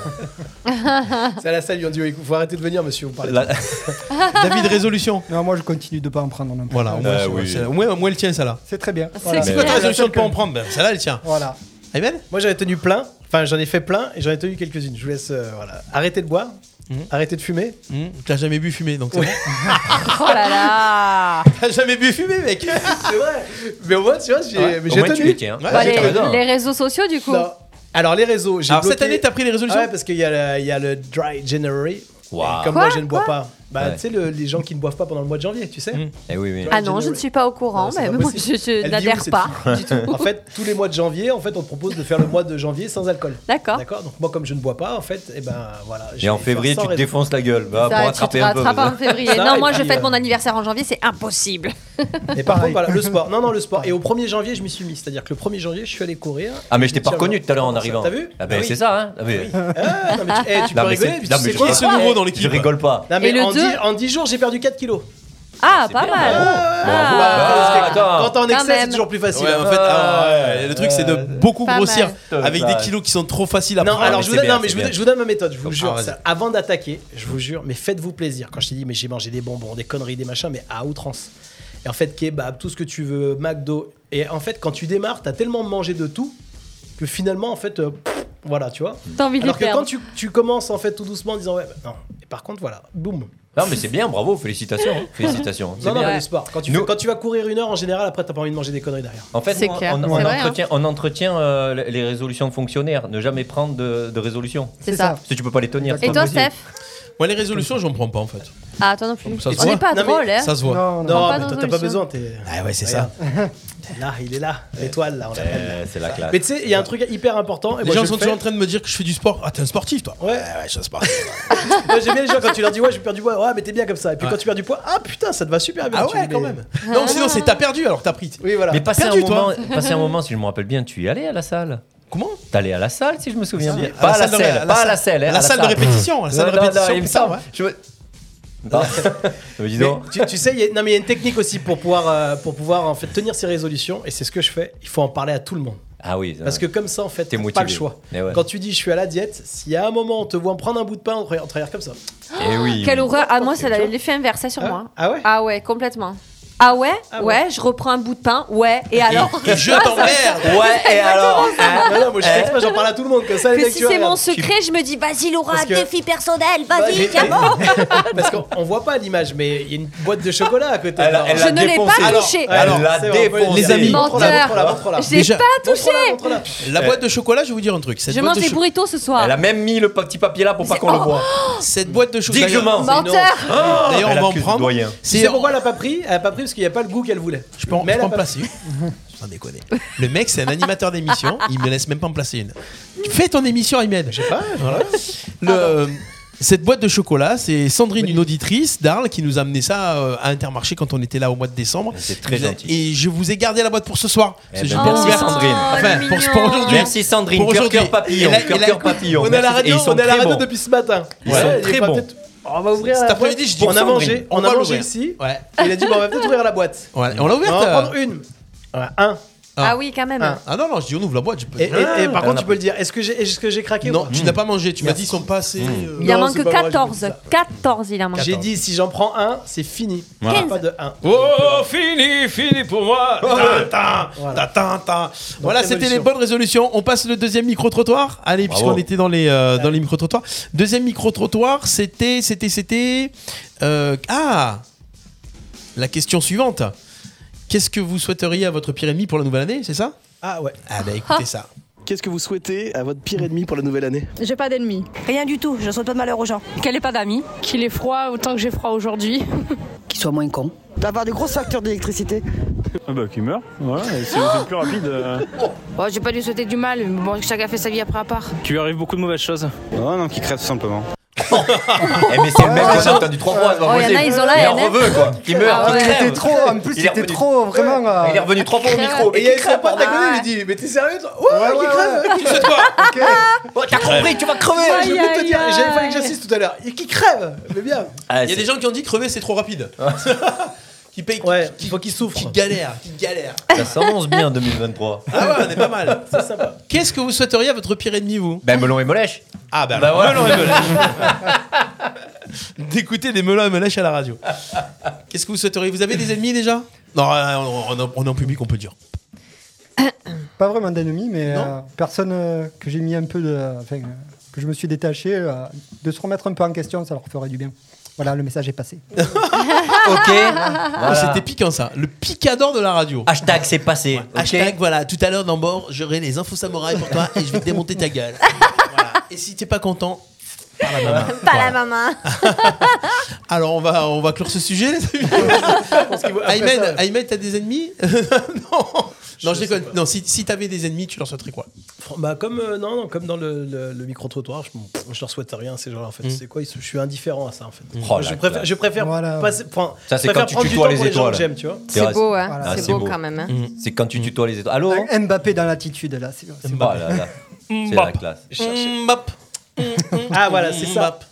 [SPEAKER 4] C'est à la salle, ils ont dit écoute, faut arrêter de venir, monsieur, vous parlez.
[SPEAKER 6] la-
[SPEAKER 2] David, résolution
[SPEAKER 7] Non, moi je continue de pas en prendre. non plus.
[SPEAKER 2] Voilà, au moins,
[SPEAKER 6] Euh,
[SPEAKER 2] c'est-
[SPEAKER 6] oui.
[SPEAKER 2] c'est- au moins, au moins, elle tient, celle-là.
[SPEAKER 7] C'est très bien.
[SPEAKER 5] C'est
[SPEAKER 7] Voilà.
[SPEAKER 2] C'est
[SPEAKER 6] Mais-
[SPEAKER 2] quoi ta résolution de pas en prendre Ben, Celle-là, elle tient.
[SPEAKER 7] Voilà.
[SPEAKER 2] Eh ben
[SPEAKER 4] Moi, j'avais tenu plein, enfin, j'en ai fait plein et j'en ai tenu quelques-unes. Je vous laisse. euh, voilà. Arrêtez de boire,
[SPEAKER 2] Mhm.
[SPEAKER 4] arrêtez de fumer.
[SPEAKER 2] Mm, T'as jamais bu fumer, donc c'est bon.
[SPEAKER 5] Oh là
[SPEAKER 4] Ah,
[SPEAKER 5] là
[SPEAKER 2] (laughs) T'as jamais bu fumer, mec
[SPEAKER 4] C'est vrai Mais au moins, tu vois, j'ai mais
[SPEAKER 6] au
[SPEAKER 4] j'ai
[SPEAKER 6] moins, tu les
[SPEAKER 4] tenu.
[SPEAKER 6] tiens.
[SPEAKER 2] Ouais,
[SPEAKER 5] Bah,
[SPEAKER 2] j'ai
[SPEAKER 5] les,
[SPEAKER 2] raison.
[SPEAKER 5] les réseaux sociaux, du coup.
[SPEAKER 4] Non. Alors, les réseaux, j'ai
[SPEAKER 2] Alors cette
[SPEAKER 4] bloqué-
[SPEAKER 2] année, t'as pris les
[SPEAKER 4] Ah
[SPEAKER 2] résolutions
[SPEAKER 4] ouais, parce qu'il y, a le- il y a le Dry January.
[SPEAKER 6] Waouh.
[SPEAKER 4] Et Comme
[SPEAKER 5] Quoi
[SPEAKER 4] moi, je ne bois pas. Bah,
[SPEAKER 6] Ouais.
[SPEAKER 4] tu sais, le- les gens qui ne boivent pas pendant le mois de janvier, tu sais.
[SPEAKER 2] Mm.
[SPEAKER 6] Eh oui, oui.
[SPEAKER 5] Ah non, je ne suis pas au courant,
[SPEAKER 4] Non, c'est
[SPEAKER 5] mais
[SPEAKER 4] pas
[SPEAKER 5] moi je,
[SPEAKER 4] possible.
[SPEAKER 5] je
[SPEAKER 4] Elle dit où,
[SPEAKER 5] n'adhère
[SPEAKER 4] cette
[SPEAKER 5] pas.
[SPEAKER 4] En fait, tous les mois de janvier, en fait, on te propose de faire le mois de janvier sans alcool.
[SPEAKER 5] D'accord.
[SPEAKER 4] D'accord Donc moi, comme je ne bois pas, en fait, et ben voilà. je
[SPEAKER 6] Et en
[SPEAKER 4] vais faire
[SPEAKER 6] février,
[SPEAKER 4] sans
[SPEAKER 6] tu te
[SPEAKER 4] raison.
[SPEAKER 6] défonces la gueule bah, pour
[SPEAKER 5] Ça, tu
[SPEAKER 6] attraper
[SPEAKER 5] te
[SPEAKER 6] un peu.
[SPEAKER 5] rattrapes en février.
[SPEAKER 4] Ça,
[SPEAKER 5] non,
[SPEAKER 4] et
[SPEAKER 5] moi je
[SPEAKER 4] puis,
[SPEAKER 5] fête
[SPEAKER 4] euh,
[SPEAKER 5] mon anniversaire en janvier, c'est impossible.
[SPEAKER 4] Et par contre, voilà, le sport. Non, non, le sport. Et au 1er janvier, je m'y suis mis. C'est-à-dire que le 1er janvier, je suis allé courir.
[SPEAKER 6] Ah, mais je t'ai pas
[SPEAKER 4] Tiens,
[SPEAKER 6] reconnu tout à l'heure en
[SPEAKER 4] ça,
[SPEAKER 6] arrivant.
[SPEAKER 4] T'as vu
[SPEAKER 6] Ah, ben
[SPEAKER 4] Ah oui.
[SPEAKER 6] c'est ça, hein. Ah, mais-
[SPEAKER 4] Ah, non, mais tu, eh, tu
[SPEAKER 6] Non,
[SPEAKER 4] peux
[SPEAKER 6] mais
[SPEAKER 4] rigoler,
[SPEAKER 6] c'est-
[SPEAKER 4] puis tu
[SPEAKER 6] non, mais
[SPEAKER 4] sais
[SPEAKER 6] je
[SPEAKER 4] quoi
[SPEAKER 2] Qui est ce nouveau dans l'équipe
[SPEAKER 6] Je rigole pas.
[SPEAKER 4] Non, mais
[SPEAKER 5] Et le
[SPEAKER 4] en,
[SPEAKER 5] deux-
[SPEAKER 4] dix- en 10 jours, j'ai perdu 4 kilos.
[SPEAKER 5] Ah, pas
[SPEAKER 6] bien.
[SPEAKER 5] mal.
[SPEAKER 4] Oh,
[SPEAKER 6] Bravo.
[SPEAKER 5] Ah.
[SPEAKER 6] Bah,
[SPEAKER 4] Quand
[SPEAKER 6] attends.
[SPEAKER 4] t'es en
[SPEAKER 5] Quand
[SPEAKER 4] excès, c'est
[SPEAKER 5] même.
[SPEAKER 4] toujours plus facile. hein.
[SPEAKER 2] Ouais, en fait, ah, ouais, le truc c'est de beaucoup
[SPEAKER 5] Pas
[SPEAKER 2] grossir
[SPEAKER 6] mal.
[SPEAKER 2] avec des
[SPEAKER 6] Dommage.
[SPEAKER 2] kilos qui sont trop faciles à
[SPEAKER 4] Non,
[SPEAKER 2] prendre.
[SPEAKER 4] alors je vous,
[SPEAKER 6] Ah, c'est
[SPEAKER 4] donne,
[SPEAKER 6] bien,
[SPEAKER 4] non, mais
[SPEAKER 6] c'est
[SPEAKER 4] je, vous,
[SPEAKER 6] bien.
[SPEAKER 4] donne- je vous donne ma méthode, je vous
[SPEAKER 6] Ah,
[SPEAKER 4] jure.
[SPEAKER 6] vas-y.
[SPEAKER 4] ça- avant d'attaquer, je vous jure, mais faites-vous plaisir. Quand je t'ai dit, mais j'ai mangé des bonbons, des conneries, des machins, mais à outrance. Et en fait, kebab, tout ce que tu veux, McDo. Et en fait, quand tu démarres, t'as tellement mangé de tout que finalement, en fait, euh, pff, voilà, tu vois.
[SPEAKER 12] T'as envie de les
[SPEAKER 4] Alors que
[SPEAKER 12] perdre.
[SPEAKER 4] quand tu, tu commences en fait tout doucement en disant, ouais, bah, non. Et par contre, voilà, boum.
[SPEAKER 6] Non, mais c'est bien, bravo, félicitations. hein. Félicitations. C'est
[SPEAKER 4] Non, non,
[SPEAKER 6] bien.
[SPEAKER 4] mais le sport. Quand tu,
[SPEAKER 6] Nous-
[SPEAKER 4] fais- quand tu vas courir une heure, en général, après, t'as pas envie de manger des conneries derrière.
[SPEAKER 6] En fait,
[SPEAKER 5] C'est
[SPEAKER 6] on,
[SPEAKER 5] clair,
[SPEAKER 6] on-
[SPEAKER 5] c'est
[SPEAKER 6] on
[SPEAKER 5] vrai, hein.
[SPEAKER 6] entretient, on entretient euh, les- les résolutions fonctionnaires. Ne jamais prendre de, de résolution.
[SPEAKER 5] C'est ça.
[SPEAKER 6] Parce que tu peux pas les tenir.
[SPEAKER 5] Et
[SPEAKER 6] c'est
[SPEAKER 5] toi,
[SPEAKER 6] pas possible.
[SPEAKER 5] Steph
[SPEAKER 2] Moi les résolutions, j'en prends pas en fait.
[SPEAKER 5] Ah, toi non plus.
[SPEAKER 2] Ça se
[SPEAKER 5] On n'est
[SPEAKER 2] voit.
[SPEAKER 5] pas
[SPEAKER 4] Non, mais-
[SPEAKER 5] drôle, hein.
[SPEAKER 2] Ça se voit.
[SPEAKER 7] Non, non.
[SPEAKER 4] Non,
[SPEAKER 5] pas
[SPEAKER 4] mais
[SPEAKER 5] de
[SPEAKER 4] toi, t'as pas
[SPEAKER 5] résolution.
[SPEAKER 4] besoin. t'es-
[SPEAKER 2] Ah ouais, c'est ça.
[SPEAKER 4] Regarde. Là, il est là. L'étoile, là, on l'appelle.
[SPEAKER 6] Euh, C'est la classe.
[SPEAKER 4] Mais tu sais, il y a un truc hyper important. Et
[SPEAKER 2] Les
[SPEAKER 4] moi,
[SPEAKER 2] gens
[SPEAKER 4] je
[SPEAKER 2] sont
[SPEAKER 4] le fais.
[SPEAKER 2] toujours en train de me dire que je fais du sport. Ah, t'es un sportif toi
[SPEAKER 4] Ouais.
[SPEAKER 2] ouais, je suis un sportif.
[SPEAKER 4] Moi, j'aime bien les gens quand tu leur dis ouais, j'ai perdu du poids. Ouais, mais t'es bien comme ça. Et puis
[SPEAKER 2] Ouais.
[SPEAKER 4] quand tu perds du poids, ah putain, ça te va super bien.
[SPEAKER 2] ah
[SPEAKER 4] Tu
[SPEAKER 2] ouais,
[SPEAKER 4] dis,
[SPEAKER 2] quand
[SPEAKER 4] mais-
[SPEAKER 2] même. Non, sinon c'est t'as perdu alors t'as pris.
[SPEAKER 4] Oui, voilà.
[SPEAKER 6] Mais passer un,
[SPEAKER 2] Perdu, toi.
[SPEAKER 6] moment, passer un moment, si je me rappelle bien, tu y allais à la salle.
[SPEAKER 2] Comment Ah,
[SPEAKER 6] T'allais à la salle, si je me souviens bien.
[SPEAKER 2] À
[SPEAKER 6] Pas à la
[SPEAKER 2] salle de-
[SPEAKER 6] salle, pas à la salle. hein,
[SPEAKER 2] La salle de répétition. La
[SPEAKER 6] Non,
[SPEAKER 2] salle de
[SPEAKER 6] non, non,
[SPEAKER 2] répétition.
[SPEAKER 6] il me
[SPEAKER 2] putain,
[SPEAKER 6] semble.
[SPEAKER 2] ouais.
[SPEAKER 6] Je me- Non. (laughs) Mais dis donc.
[SPEAKER 4] Mais tu, tu sais, il y a- non, mais il y a une technique aussi pour pouvoir, euh, pour pouvoir en fait tenir ses résolutions. Et c'est ce que je fais. Il faut en parler à tout le monde.
[SPEAKER 6] Ah oui.
[SPEAKER 4] Parce que comme ça, en fait,
[SPEAKER 6] T'es
[SPEAKER 4] t'as pas
[SPEAKER 6] motivé.
[SPEAKER 4] le choix.
[SPEAKER 6] Eh ouais.
[SPEAKER 4] Quand tu dis je suis à la diète, s'il y a un moment on te voit prendre un bout de pain, on te regarde- on te regarde comme ça.
[SPEAKER 6] Eh oui.
[SPEAKER 5] Quelle horreur. Ah, moi, ça
[SPEAKER 4] Tu
[SPEAKER 5] a
[SPEAKER 4] vois
[SPEAKER 5] l'effet inverse, ça sur
[SPEAKER 4] Ah,
[SPEAKER 5] moi.
[SPEAKER 4] ah ouais
[SPEAKER 5] Ah ouais, complètement. Ah ouais,
[SPEAKER 4] Ah (laughs)
[SPEAKER 5] ouais, je reprends un bout de pain, ouais, et alors
[SPEAKER 2] Et je t'emmerde.
[SPEAKER 6] Ouais, et alors
[SPEAKER 4] Non, non, moi, moi je fais exprès, j'en parle à tout le monde, comme ça les
[SPEAKER 1] Que
[SPEAKER 4] mecs,
[SPEAKER 1] si
[SPEAKER 4] tu vois,
[SPEAKER 1] c'est mon
[SPEAKER 4] regarde.
[SPEAKER 1] secret, je me dis, vas-y Laura,
[SPEAKER 4] Parce que- Bah,
[SPEAKER 1] défi personnel, vas-y,
[SPEAKER 4] Ouais,
[SPEAKER 1] tiens bon.
[SPEAKER 4] (laughs) Parce qu'on on voit pas l'image, mais il y a une boîte de chocolat à côté.
[SPEAKER 6] Elle,
[SPEAKER 4] Alors,
[SPEAKER 6] elle
[SPEAKER 1] Je
[SPEAKER 6] l'a
[SPEAKER 1] ne l'ai pas
[SPEAKER 6] défoncé.
[SPEAKER 1] touché.
[SPEAKER 6] Elle l'a
[SPEAKER 4] c'est vrai, on peut
[SPEAKER 6] défoncé.
[SPEAKER 4] dire.
[SPEAKER 2] Les amis.
[SPEAKER 4] Montre-la, montre-la,
[SPEAKER 1] Menteur.
[SPEAKER 4] montre-la.
[SPEAKER 1] J'ai
[SPEAKER 2] Déjà-
[SPEAKER 1] pas touché.
[SPEAKER 4] Montre-la, montre-la.
[SPEAKER 2] La boîte de chocolat, je vais vous dire un truc. Cette
[SPEAKER 5] Je
[SPEAKER 2] boîte
[SPEAKER 5] mange
[SPEAKER 2] de
[SPEAKER 5] des
[SPEAKER 2] cho-
[SPEAKER 5] burritos ce soir.
[SPEAKER 6] Elle a même mis le petit papier là pour pas qu'on le voie.
[SPEAKER 2] Cette boîte de chocolat.
[SPEAKER 6] Dis que je mens.
[SPEAKER 1] Menteur.
[SPEAKER 2] D'ailleurs, on
[SPEAKER 6] Elle
[SPEAKER 2] va en
[SPEAKER 6] accuse le
[SPEAKER 2] prendre.
[SPEAKER 6] doyen.
[SPEAKER 4] Tu
[SPEAKER 2] C'est
[SPEAKER 4] sais pourquoi elle a pas pris Elle a pas pris parce qu'il n'y a pas le goût qu'elle voulait.
[SPEAKER 2] Je peux en,
[SPEAKER 4] Mais
[SPEAKER 2] je
[SPEAKER 4] elle
[SPEAKER 2] peux
[SPEAKER 4] a
[SPEAKER 2] en
[SPEAKER 4] pas-
[SPEAKER 2] placer une. Sans déconner. Le mec, c'est un animateur d'émission. Il me laisse même pas en placer une. Fais ton émission, Ahmed. Je sais pas. Voilà. Le- cette boîte de chocolat, c'est Sandrine, une auditrice d'Arles, qui nous a amené ça euh, à Intermarché quand on était là au mois de décembre.
[SPEAKER 6] C'est très
[SPEAKER 2] Je vous ai-
[SPEAKER 6] gentil.
[SPEAKER 2] Et je vous ai gardé la boîte pour ce soir.
[SPEAKER 6] Eh
[SPEAKER 2] Parce que
[SPEAKER 5] Oh,
[SPEAKER 6] ben,
[SPEAKER 2] j'ai pas
[SPEAKER 6] merci,
[SPEAKER 2] ouvert.
[SPEAKER 6] Sandrine.
[SPEAKER 2] Enfin, pour, pour aujourd'hui.
[SPEAKER 6] Merci Sandrine.
[SPEAKER 2] Pour
[SPEAKER 6] Cœur,
[SPEAKER 2] aujourd'hui.
[SPEAKER 6] cœur papillon.
[SPEAKER 2] Et là-
[SPEAKER 6] Cœur,
[SPEAKER 2] et là,
[SPEAKER 6] cœur papillon.
[SPEAKER 4] On est à la radio,
[SPEAKER 6] Et ils sont
[SPEAKER 4] on est à la
[SPEAKER 6] très
[SPEAKER 4] radio
[SPEAKER 6] bons.
[SPEAKER 4] depuis ce matin.
[SPEAKER 6] Ils sont
[SPEAKER 4] il
[SPEAKER 6] très
[SPEAKER 4] va
[SPEAKER 6] bons.
[SPEAKER 4] peut-être- Oh, On va ouvrir
[SPEAKER 2] Cet
[SPEAKER 4] la boîte.
[SPEAKER 2] après-midi, je dis
[SPEAKER 4] On a
[SPEAKER 2] Sandrine.
[SPEAKER 4] mangé,
[SPEAKER 2] On
[SPEAKER 4] on
[SPEAKER 2] va
[SPEAKER 4] a mangé
[SPEAKER 2] l'ouvrir.
[SPEAKER 4] ici.
[SPEAKER 2] Ouais.
[SPEAKER 4] Et Il a dit, bon, on va peut-être ouvrir la boîte.
[SPEAKER 2] Ouais, On l'a
[SPEAKER 4] On
[SPEAKER 2] ouverte.
[SPEAKER 4] va en
[SPEAKER 2] euh,
[SPEAKER 4] prendre une. Voilà, un.
[SPEAKER 5] Ah oui, quand même.
[SPEAKER 4] Ah.
[SPEAKER 2] Ah non, non, je dis on ouvre la boîte. je peux-
[SPEAKER 4] Et, Ah, et- et par
[SPEAKER 6] on a
[SPEAKER 4] contre, tu
[SPEAKER 6] pris.
[SPEAKER 4] peux le dire. Est-ce que j'ai est-ce que j'ai craqué ou
[SPEAKER 2] Non,
[SPEAKER 4] pas
[SPEAKER 2] tu n'as pas mangé. Tu m'as dit ils sont pas assez. euh,
[SPEAKER 5] Il en
[SPEAKER 4] Mmh. Non,
[SPEAKER 5] manque
[SPEAKER 4] c'est pas vrai,
[SPEAKER 5] 14.
[SPEAKER 4] j'ai dit ça.
[SPEAKER 5] 14, il en manque.
[SPEAKER 4] J'ai dit, si j'en prends un, c'est fini.
[SPEAKER 6] Voilà.
[SPEAKER 4] Pas de un.
[SPEAKER 2] Oh, fini, fini pour moi. Tintin,
[SPEAKER 4] Voilà.
[SPEAKER 2] tintin, tintin. Voilà, c'était les
[SPEAKER 4] révolution.
[SPEAKER 2] bonnes résolutions. On passe le deuxième micro-trottoir. Allez,
[SPEAKER 6] Bravo.
[SPEAKER 2] puisqu'on était dans les, euh, dans les micro-trottoirs. Deuxième micro-trottoir, c'était, c'était, c'était... euh, ah La question suivante. Qu'est-ce que vous souhaiteriez à votre pire ennemi pour la nouvelle année, c'est ça
[SPEAKER 4] Ah ouais.
[SPEAKER 2] Ah bah écoutez ça.
[SPEAKER 10] Qu'est-ce que vous souhaitez à votre pire ennemi pour la nouvelle année
[SPEAKER 15] J'ai pas d'ennemis.
[SPEAKER 8] Rien du tout, je souhaite pas de malheur aux gens.
[SPEAKER 15] Qu'elle ait pas d'amis. Qu'il ait froid autant que j'ai froid aujourd'hui.
[SPEAKER 8] Qu'ils soient moins cons.
[SPEAKER 3] D'avoir des grosses factures d'électricité.
[SPEAKER 10] ah Bah, qui meurt. Voilà, c'est- c'est le plus rapide. euh.
[SPEAKER 15] Bon, j'ai pas lui souhaiter du mal, mais bon, chacun fait sa vie après à part.
[SPEAKER 10] Qui lui arrive beaucoup de mauvaises choses. Oh non, qui crève tout simplement.
[SPEAKER 6] Eh, mais c'est le même que j'ai entendu trois fois. c'est pas
[SPEAKER 5] Oh, y en a,
[SPEAKER 6] possible.
[SPEAKER 5] ils ont là,
[SPEAKER 6] Il
[SPEAKER 5] y en
[SPEAKER 6] en
[SPEAKER 5] a.
[SPEAKER 6] reveux quoi. Qui meurt.
[SPEAKER 5] Ah
[SPEAKER 6] qui
[SPEAKER 5] ouais.
[SPEAKER 7] Il était
[SPEAKER 6] crève.
[SPEAKER 7] trop, en plus,
[SPEAKER 6] Il est
[SPEAKER 7] il était
[SPEAKER 6] revenu.
[SPEAKER 7] trop vraiment. euh,
[SPEAKER 6] Il est revenu trois fois au micro. Bah,
[SPEAKER 4] Et il y a sa pote à côté, il dit, mais t'es sérieux toi Ouais,
[SPEAKER 7] Ouais,
[SPEAKER 4] qui
[SPEAKER 7] ouais,
[SPEAKER 4] crève
[SPEAKER 7] ouais.
[SPEAKER 4] Qui crève
[SPEAKER 7] ok.
[SPEAKER 6] Oh, T'as compris, tu vas crever.
[SPEAKER 4] Je vais te dire, j'avais fallu que j'insiste tout à l'heure. Et qui crève Mais bien.
[SPEAKER 2] (laughs)
[SPEAKER 6] Ah,
[SPEAKER 2] Il y a
[SPEAKER 6] c'est-
[SPEAKER 2] des gens qui ont dit crever, c'est trop rapide. (laughs) qui paye,
[SPEAKER 4] Ouais,
[SPEAKER 2] qui,
[SPEAKER 4] il faut qu'il souffre.
[SPEAKER 2] qui galère, qui galère.
[SPEAKER 6] Ça s'annonce bien 2023.
[SPEAKER 2] Ah ouais, on est pas (laughs) mal.
[SPEAKER 4] C'est sympa.
[SPEAKER 2] Qu'est-ce que vous souhaiteriez à votre pire ennemi, vous
[SPEAKER 6] Ben melon et molèche.
[SPEAKER 2] Ah bah,
[SPEAKER 6] Bah
[SPEAKER 2] alors,
[SPEAKER 6] voilà.
[SPEAKER 2] melon et melèche. (laughs) D'écouter des melons et melèches à la radio. (laughs) Qu'est-ce que vous souhaiteriez Vous avez des ennemis déjà Non, euh, on, on- on est en public, on peut le dire.
[SPEAKER 7] Pas vraiment d'ennemis, mais
[SPEAKER 2] Non.
[SPEAKER 7] euh, personne euh, que j'ai mis un peu de. Enfin, euh, que je me suis détaché, euh, de se remettre un peu en question, ça leur ferait du bien. Voilà, le message est passé.
[SPEAKER 6] (laughs) Ok.
[SPEAKER 2] Ah,
[SPEAKER 6] Voilà.
[SPEAKER 2] C'était piquant ça. Le picador de la radio.
[SPEAKER 6] Hashtag c'est passé. ok
[SPEAKER 2] Hashtag, voilà, tout à l'heure dans Bord, j'aurai les infos samouraï pour toi et je vais te démonter ta (laughs) gueule. Voilà. Et si t'es pas content, par la maman.
[SPEAKER 5] Pas la maman.
[SPEAKER 2] Alors on va, on va clore ce sujet, les (laughs) amis. Ayman, Ayman, t'as des (laughs) ennemis Non, non, je Hmm,
[SPEAKER 4] sais
[SPEAKER 2] déconne.
[SPEAKER 4] pas.
[SPEAKER 2] Non, si, si t'avais des ennemis, tu leur souhaiterais quoi
[SPEAKER 4] Fr- Bah comme euh, non, non, comme dans le, le- le micro-trottoir, je, je leur souhaite rien ces gens-là en fait.
[SPEAKER 2] Mm.
[SPEAKER 4] C'est quoi ils sont- Je suis indifférent à ça en fait.
[SPEAKER 6] Hmm. Oh,
[SPEAKER 4] je,
[SPEAKER 6] la
[SPEAKER 4] préfère,
[SPEAKER 6] classe.
[SPEAKER 4] je préfère
[SPEAKER 7] Voilà.
[SPEAKER 4] passer- enfin,
[SPEAKER 6] Ça, c'est
[SPEAKER 4] je préfère
[SPEAKER 6] quand tu
[SPEAKER 4] prendre du
[SPEAKER 6] tutoies
[SPEAKER 4] temps
[SPEAKER 6] les
[SPEAKER 4] pour les gens
[SPEAKER 6] étoiles.
[SPEAKER 4] que j'aime, tu vois.
[SPEAKER 6] C'est vrai,
[SPEAKER 5] C'est beau, hein.
[SPEAKER 7] Voilà,
[SPEAKER 6] c'est
[SPEAKER 5] c'est beau,
[SPEAKER 6] beau. Mm.
[SPEAKER 5] quand même. hein.
[SPEAKER 6] C'est quand tu tutoies les étoiles. Allô
[SPEAKER 7] Mbappé dans l'attitude, là. c'est- c'est
[SPEAKER 6] Oh là là. C'est la classe.
[SPEAKER 2] Mbap.
[SPEAKER 4] Ah voilà, c'est ça.
[SPEAKER 2] Mbap.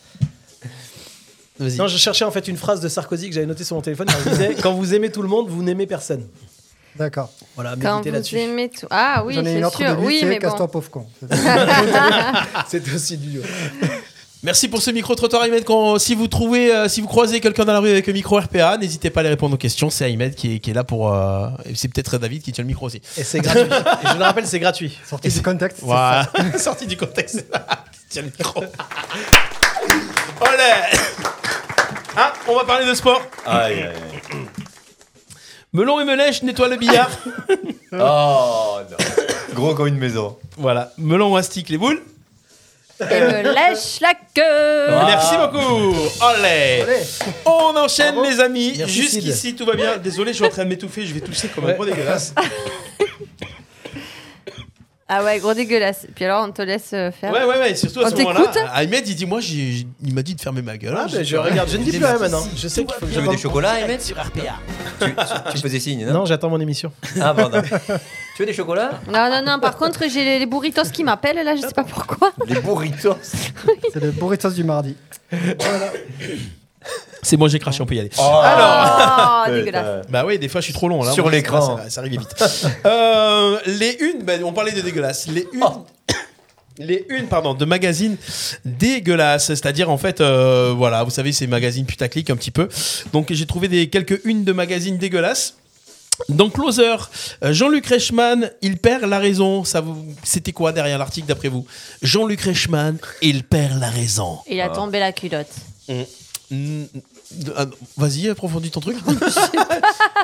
[SPEAKER 2] Vas-y.
[SPEAKER 4] Non, je cherchais en fait une phrase de Sarkozy que j'avais notée sur mon téléphone. qui disait quand vous aimez tout le monde, vous n'aimez personne.
[SPEAKER 7] D'accord.
[SPEAKER 4] Voilà,
[SPEAKER 5] Quand
[SPEAKER 4] méditez
[SPEAKER 5] vous
[SPEAKER 4] là-dessus.
[SPEAKER 5] aimez tout. Ah oui,
[SPEAKER 7] J'en ai une
[SPEAKER 5] c'est
[SPEAKER 7] autre de
[SPEAKER 5] sûr.
[SPEAKER 7] lui,
[SPEAKER 5] Oui,
[SPEAKER 7] c'est
[SPEAKER 5] mais
[SPEAKER 7] Casse-toi
[SPEAKER 5] bon.
[SPEAKER 7] pauvre con.
[SPEAKER 4] C'était aussi du
[SPEAKER 2] Merci pour ce micro-trottoir, Ahmed. Quand- si, vous trouvez, euh, si vous croisez quelqu'un dans la rue avec un micro RPA, n'hésitez pas à aller répondre aux questions. C'est Ahmed qui est, qui est là pour. euh, et c'est peut-être David qui tient le micro aussi.
[SPEAKER 4] Et c'est gratuit. Et je le rappelle, c'est gratuit.
[SPEAKER 7] Sorti du contexte. c'est ça.
[SPEAKER 2] Voilà. (laughs) Sorti du contexte. qui tient le micro. (laughs) Olé Ah, on va parler de sport.
[SPEAKER 6] Aïe, aïe, aïe.
[SPEAKER 2] Melon et Melèche nettoie le billard.
[SPEAKER 6] Oh non. Gros comme une maison.
[SPEAKER 2] (laughs) voilà. Melon ou Astic, les boules.
[SPEAKER 5] Et
[SPEAKER 4] (laughs)
[SPEAKER 5] me lèche la queue.
[SPEAKER 6] Ah.
[SPEAKER 2] Merci beaucoup. Olé. On enchaîne, les amis.
[SPEAKER 4] Merci,
[SPEAKER 2] Jusqu'ici, tout va bien. Désolé, je suis en train de m'étouffer. Je vais tousser comme un
[SPEAKER 4] Ouais.
[SPEAKER 2] gros dégueulasse.
[SPEAKER 5] Ah ouais, gros dégueulasse. Puis alors, on te laisse euh, faire.
[SPEAKER 2] Ouais, ouais, ouais, surtout à
[SPEAKER 5] On
[SPEAKER 2] ce
[SPEAKER 5] t'écoute
[SPEAKER 2] moment-là. Ahmed, il dit Moi, j'ai- j'ai- il m'a dit de fermer ma gueule. Hein,
[SPEAKER 4] Ah,
[SPEAKER 2] J'ai
[SPEAKER 4] ben,
[SPEAKER 2] dit,
[SPEAKER 4] je regarde, je ne dis plus rien maintenant. Je sais qu'il faut que
[SPEAKER 6] Tu veux des
[SPEAKER 4] j'attende.
[SPEAKER 6] chocolats, Ahmed
[SPEAKER 3] Sur RPA.
[SPEAKER 6] tu, tu- tu faisais signe, non
[SPEAKER 4] Non, j'attends mon émission.
[SPEAKER 6] Ah, pardon. Tu veux des chocolats
[SPEAKER 5] Non, non, non. Par contre, j'ai les, les burritos qui m'appellent là, je sais pas pourquoi.
[SPEAKER 6] Les burritos.
[SPEAKER 7] C'est le burritos du mardi.
[SPEAKER 2] C'est moi, j'ai craché, on peut y aller.
[SPEAKER 6] Ah.
[SPEAKER 1] (laughs)
[SPEAKER 5] Alors. Oh, dégueulasse.
[SPEAKER 2] Bah oui, des fois, je suis trop long. Là,
[SPEAKER 6] Euh, Sur
[SPEAKER 2] Moi, ça-
[SPEAKER 6] l'écran.
[SPEAKER 2] Ça, ça arrivait vite. (laughs) Euh, les unes, bah, on parlait de dégueulasse. Les unes.
[SPEAKER 6] Oh.
[SPEAKER 2] Les unes, (coughs) pardon, de magazines dégueulasses. C'est-à-dire, en fait, euh, voilà, vous savez, ces magazines putaclic un petit peu. Donc, j'ai trouvé des, quelques unes de magazines dégueulasses. Dans Closer, euh, Jean-Luc Reichmann, il perd la raison. Ça, vous- c'était quoi derrière l'article d'après vous Jean-Luc Reichmann, il perd la raison.
[SPEAKER 1] Il a tombé la culotte.
[SPEAKER 2] Mm, ah, Vas-y, approfondis
[SPEAKER 1] (laughs)
[SPEAKER 2] ton truc.
[SPEAKER 4] Non,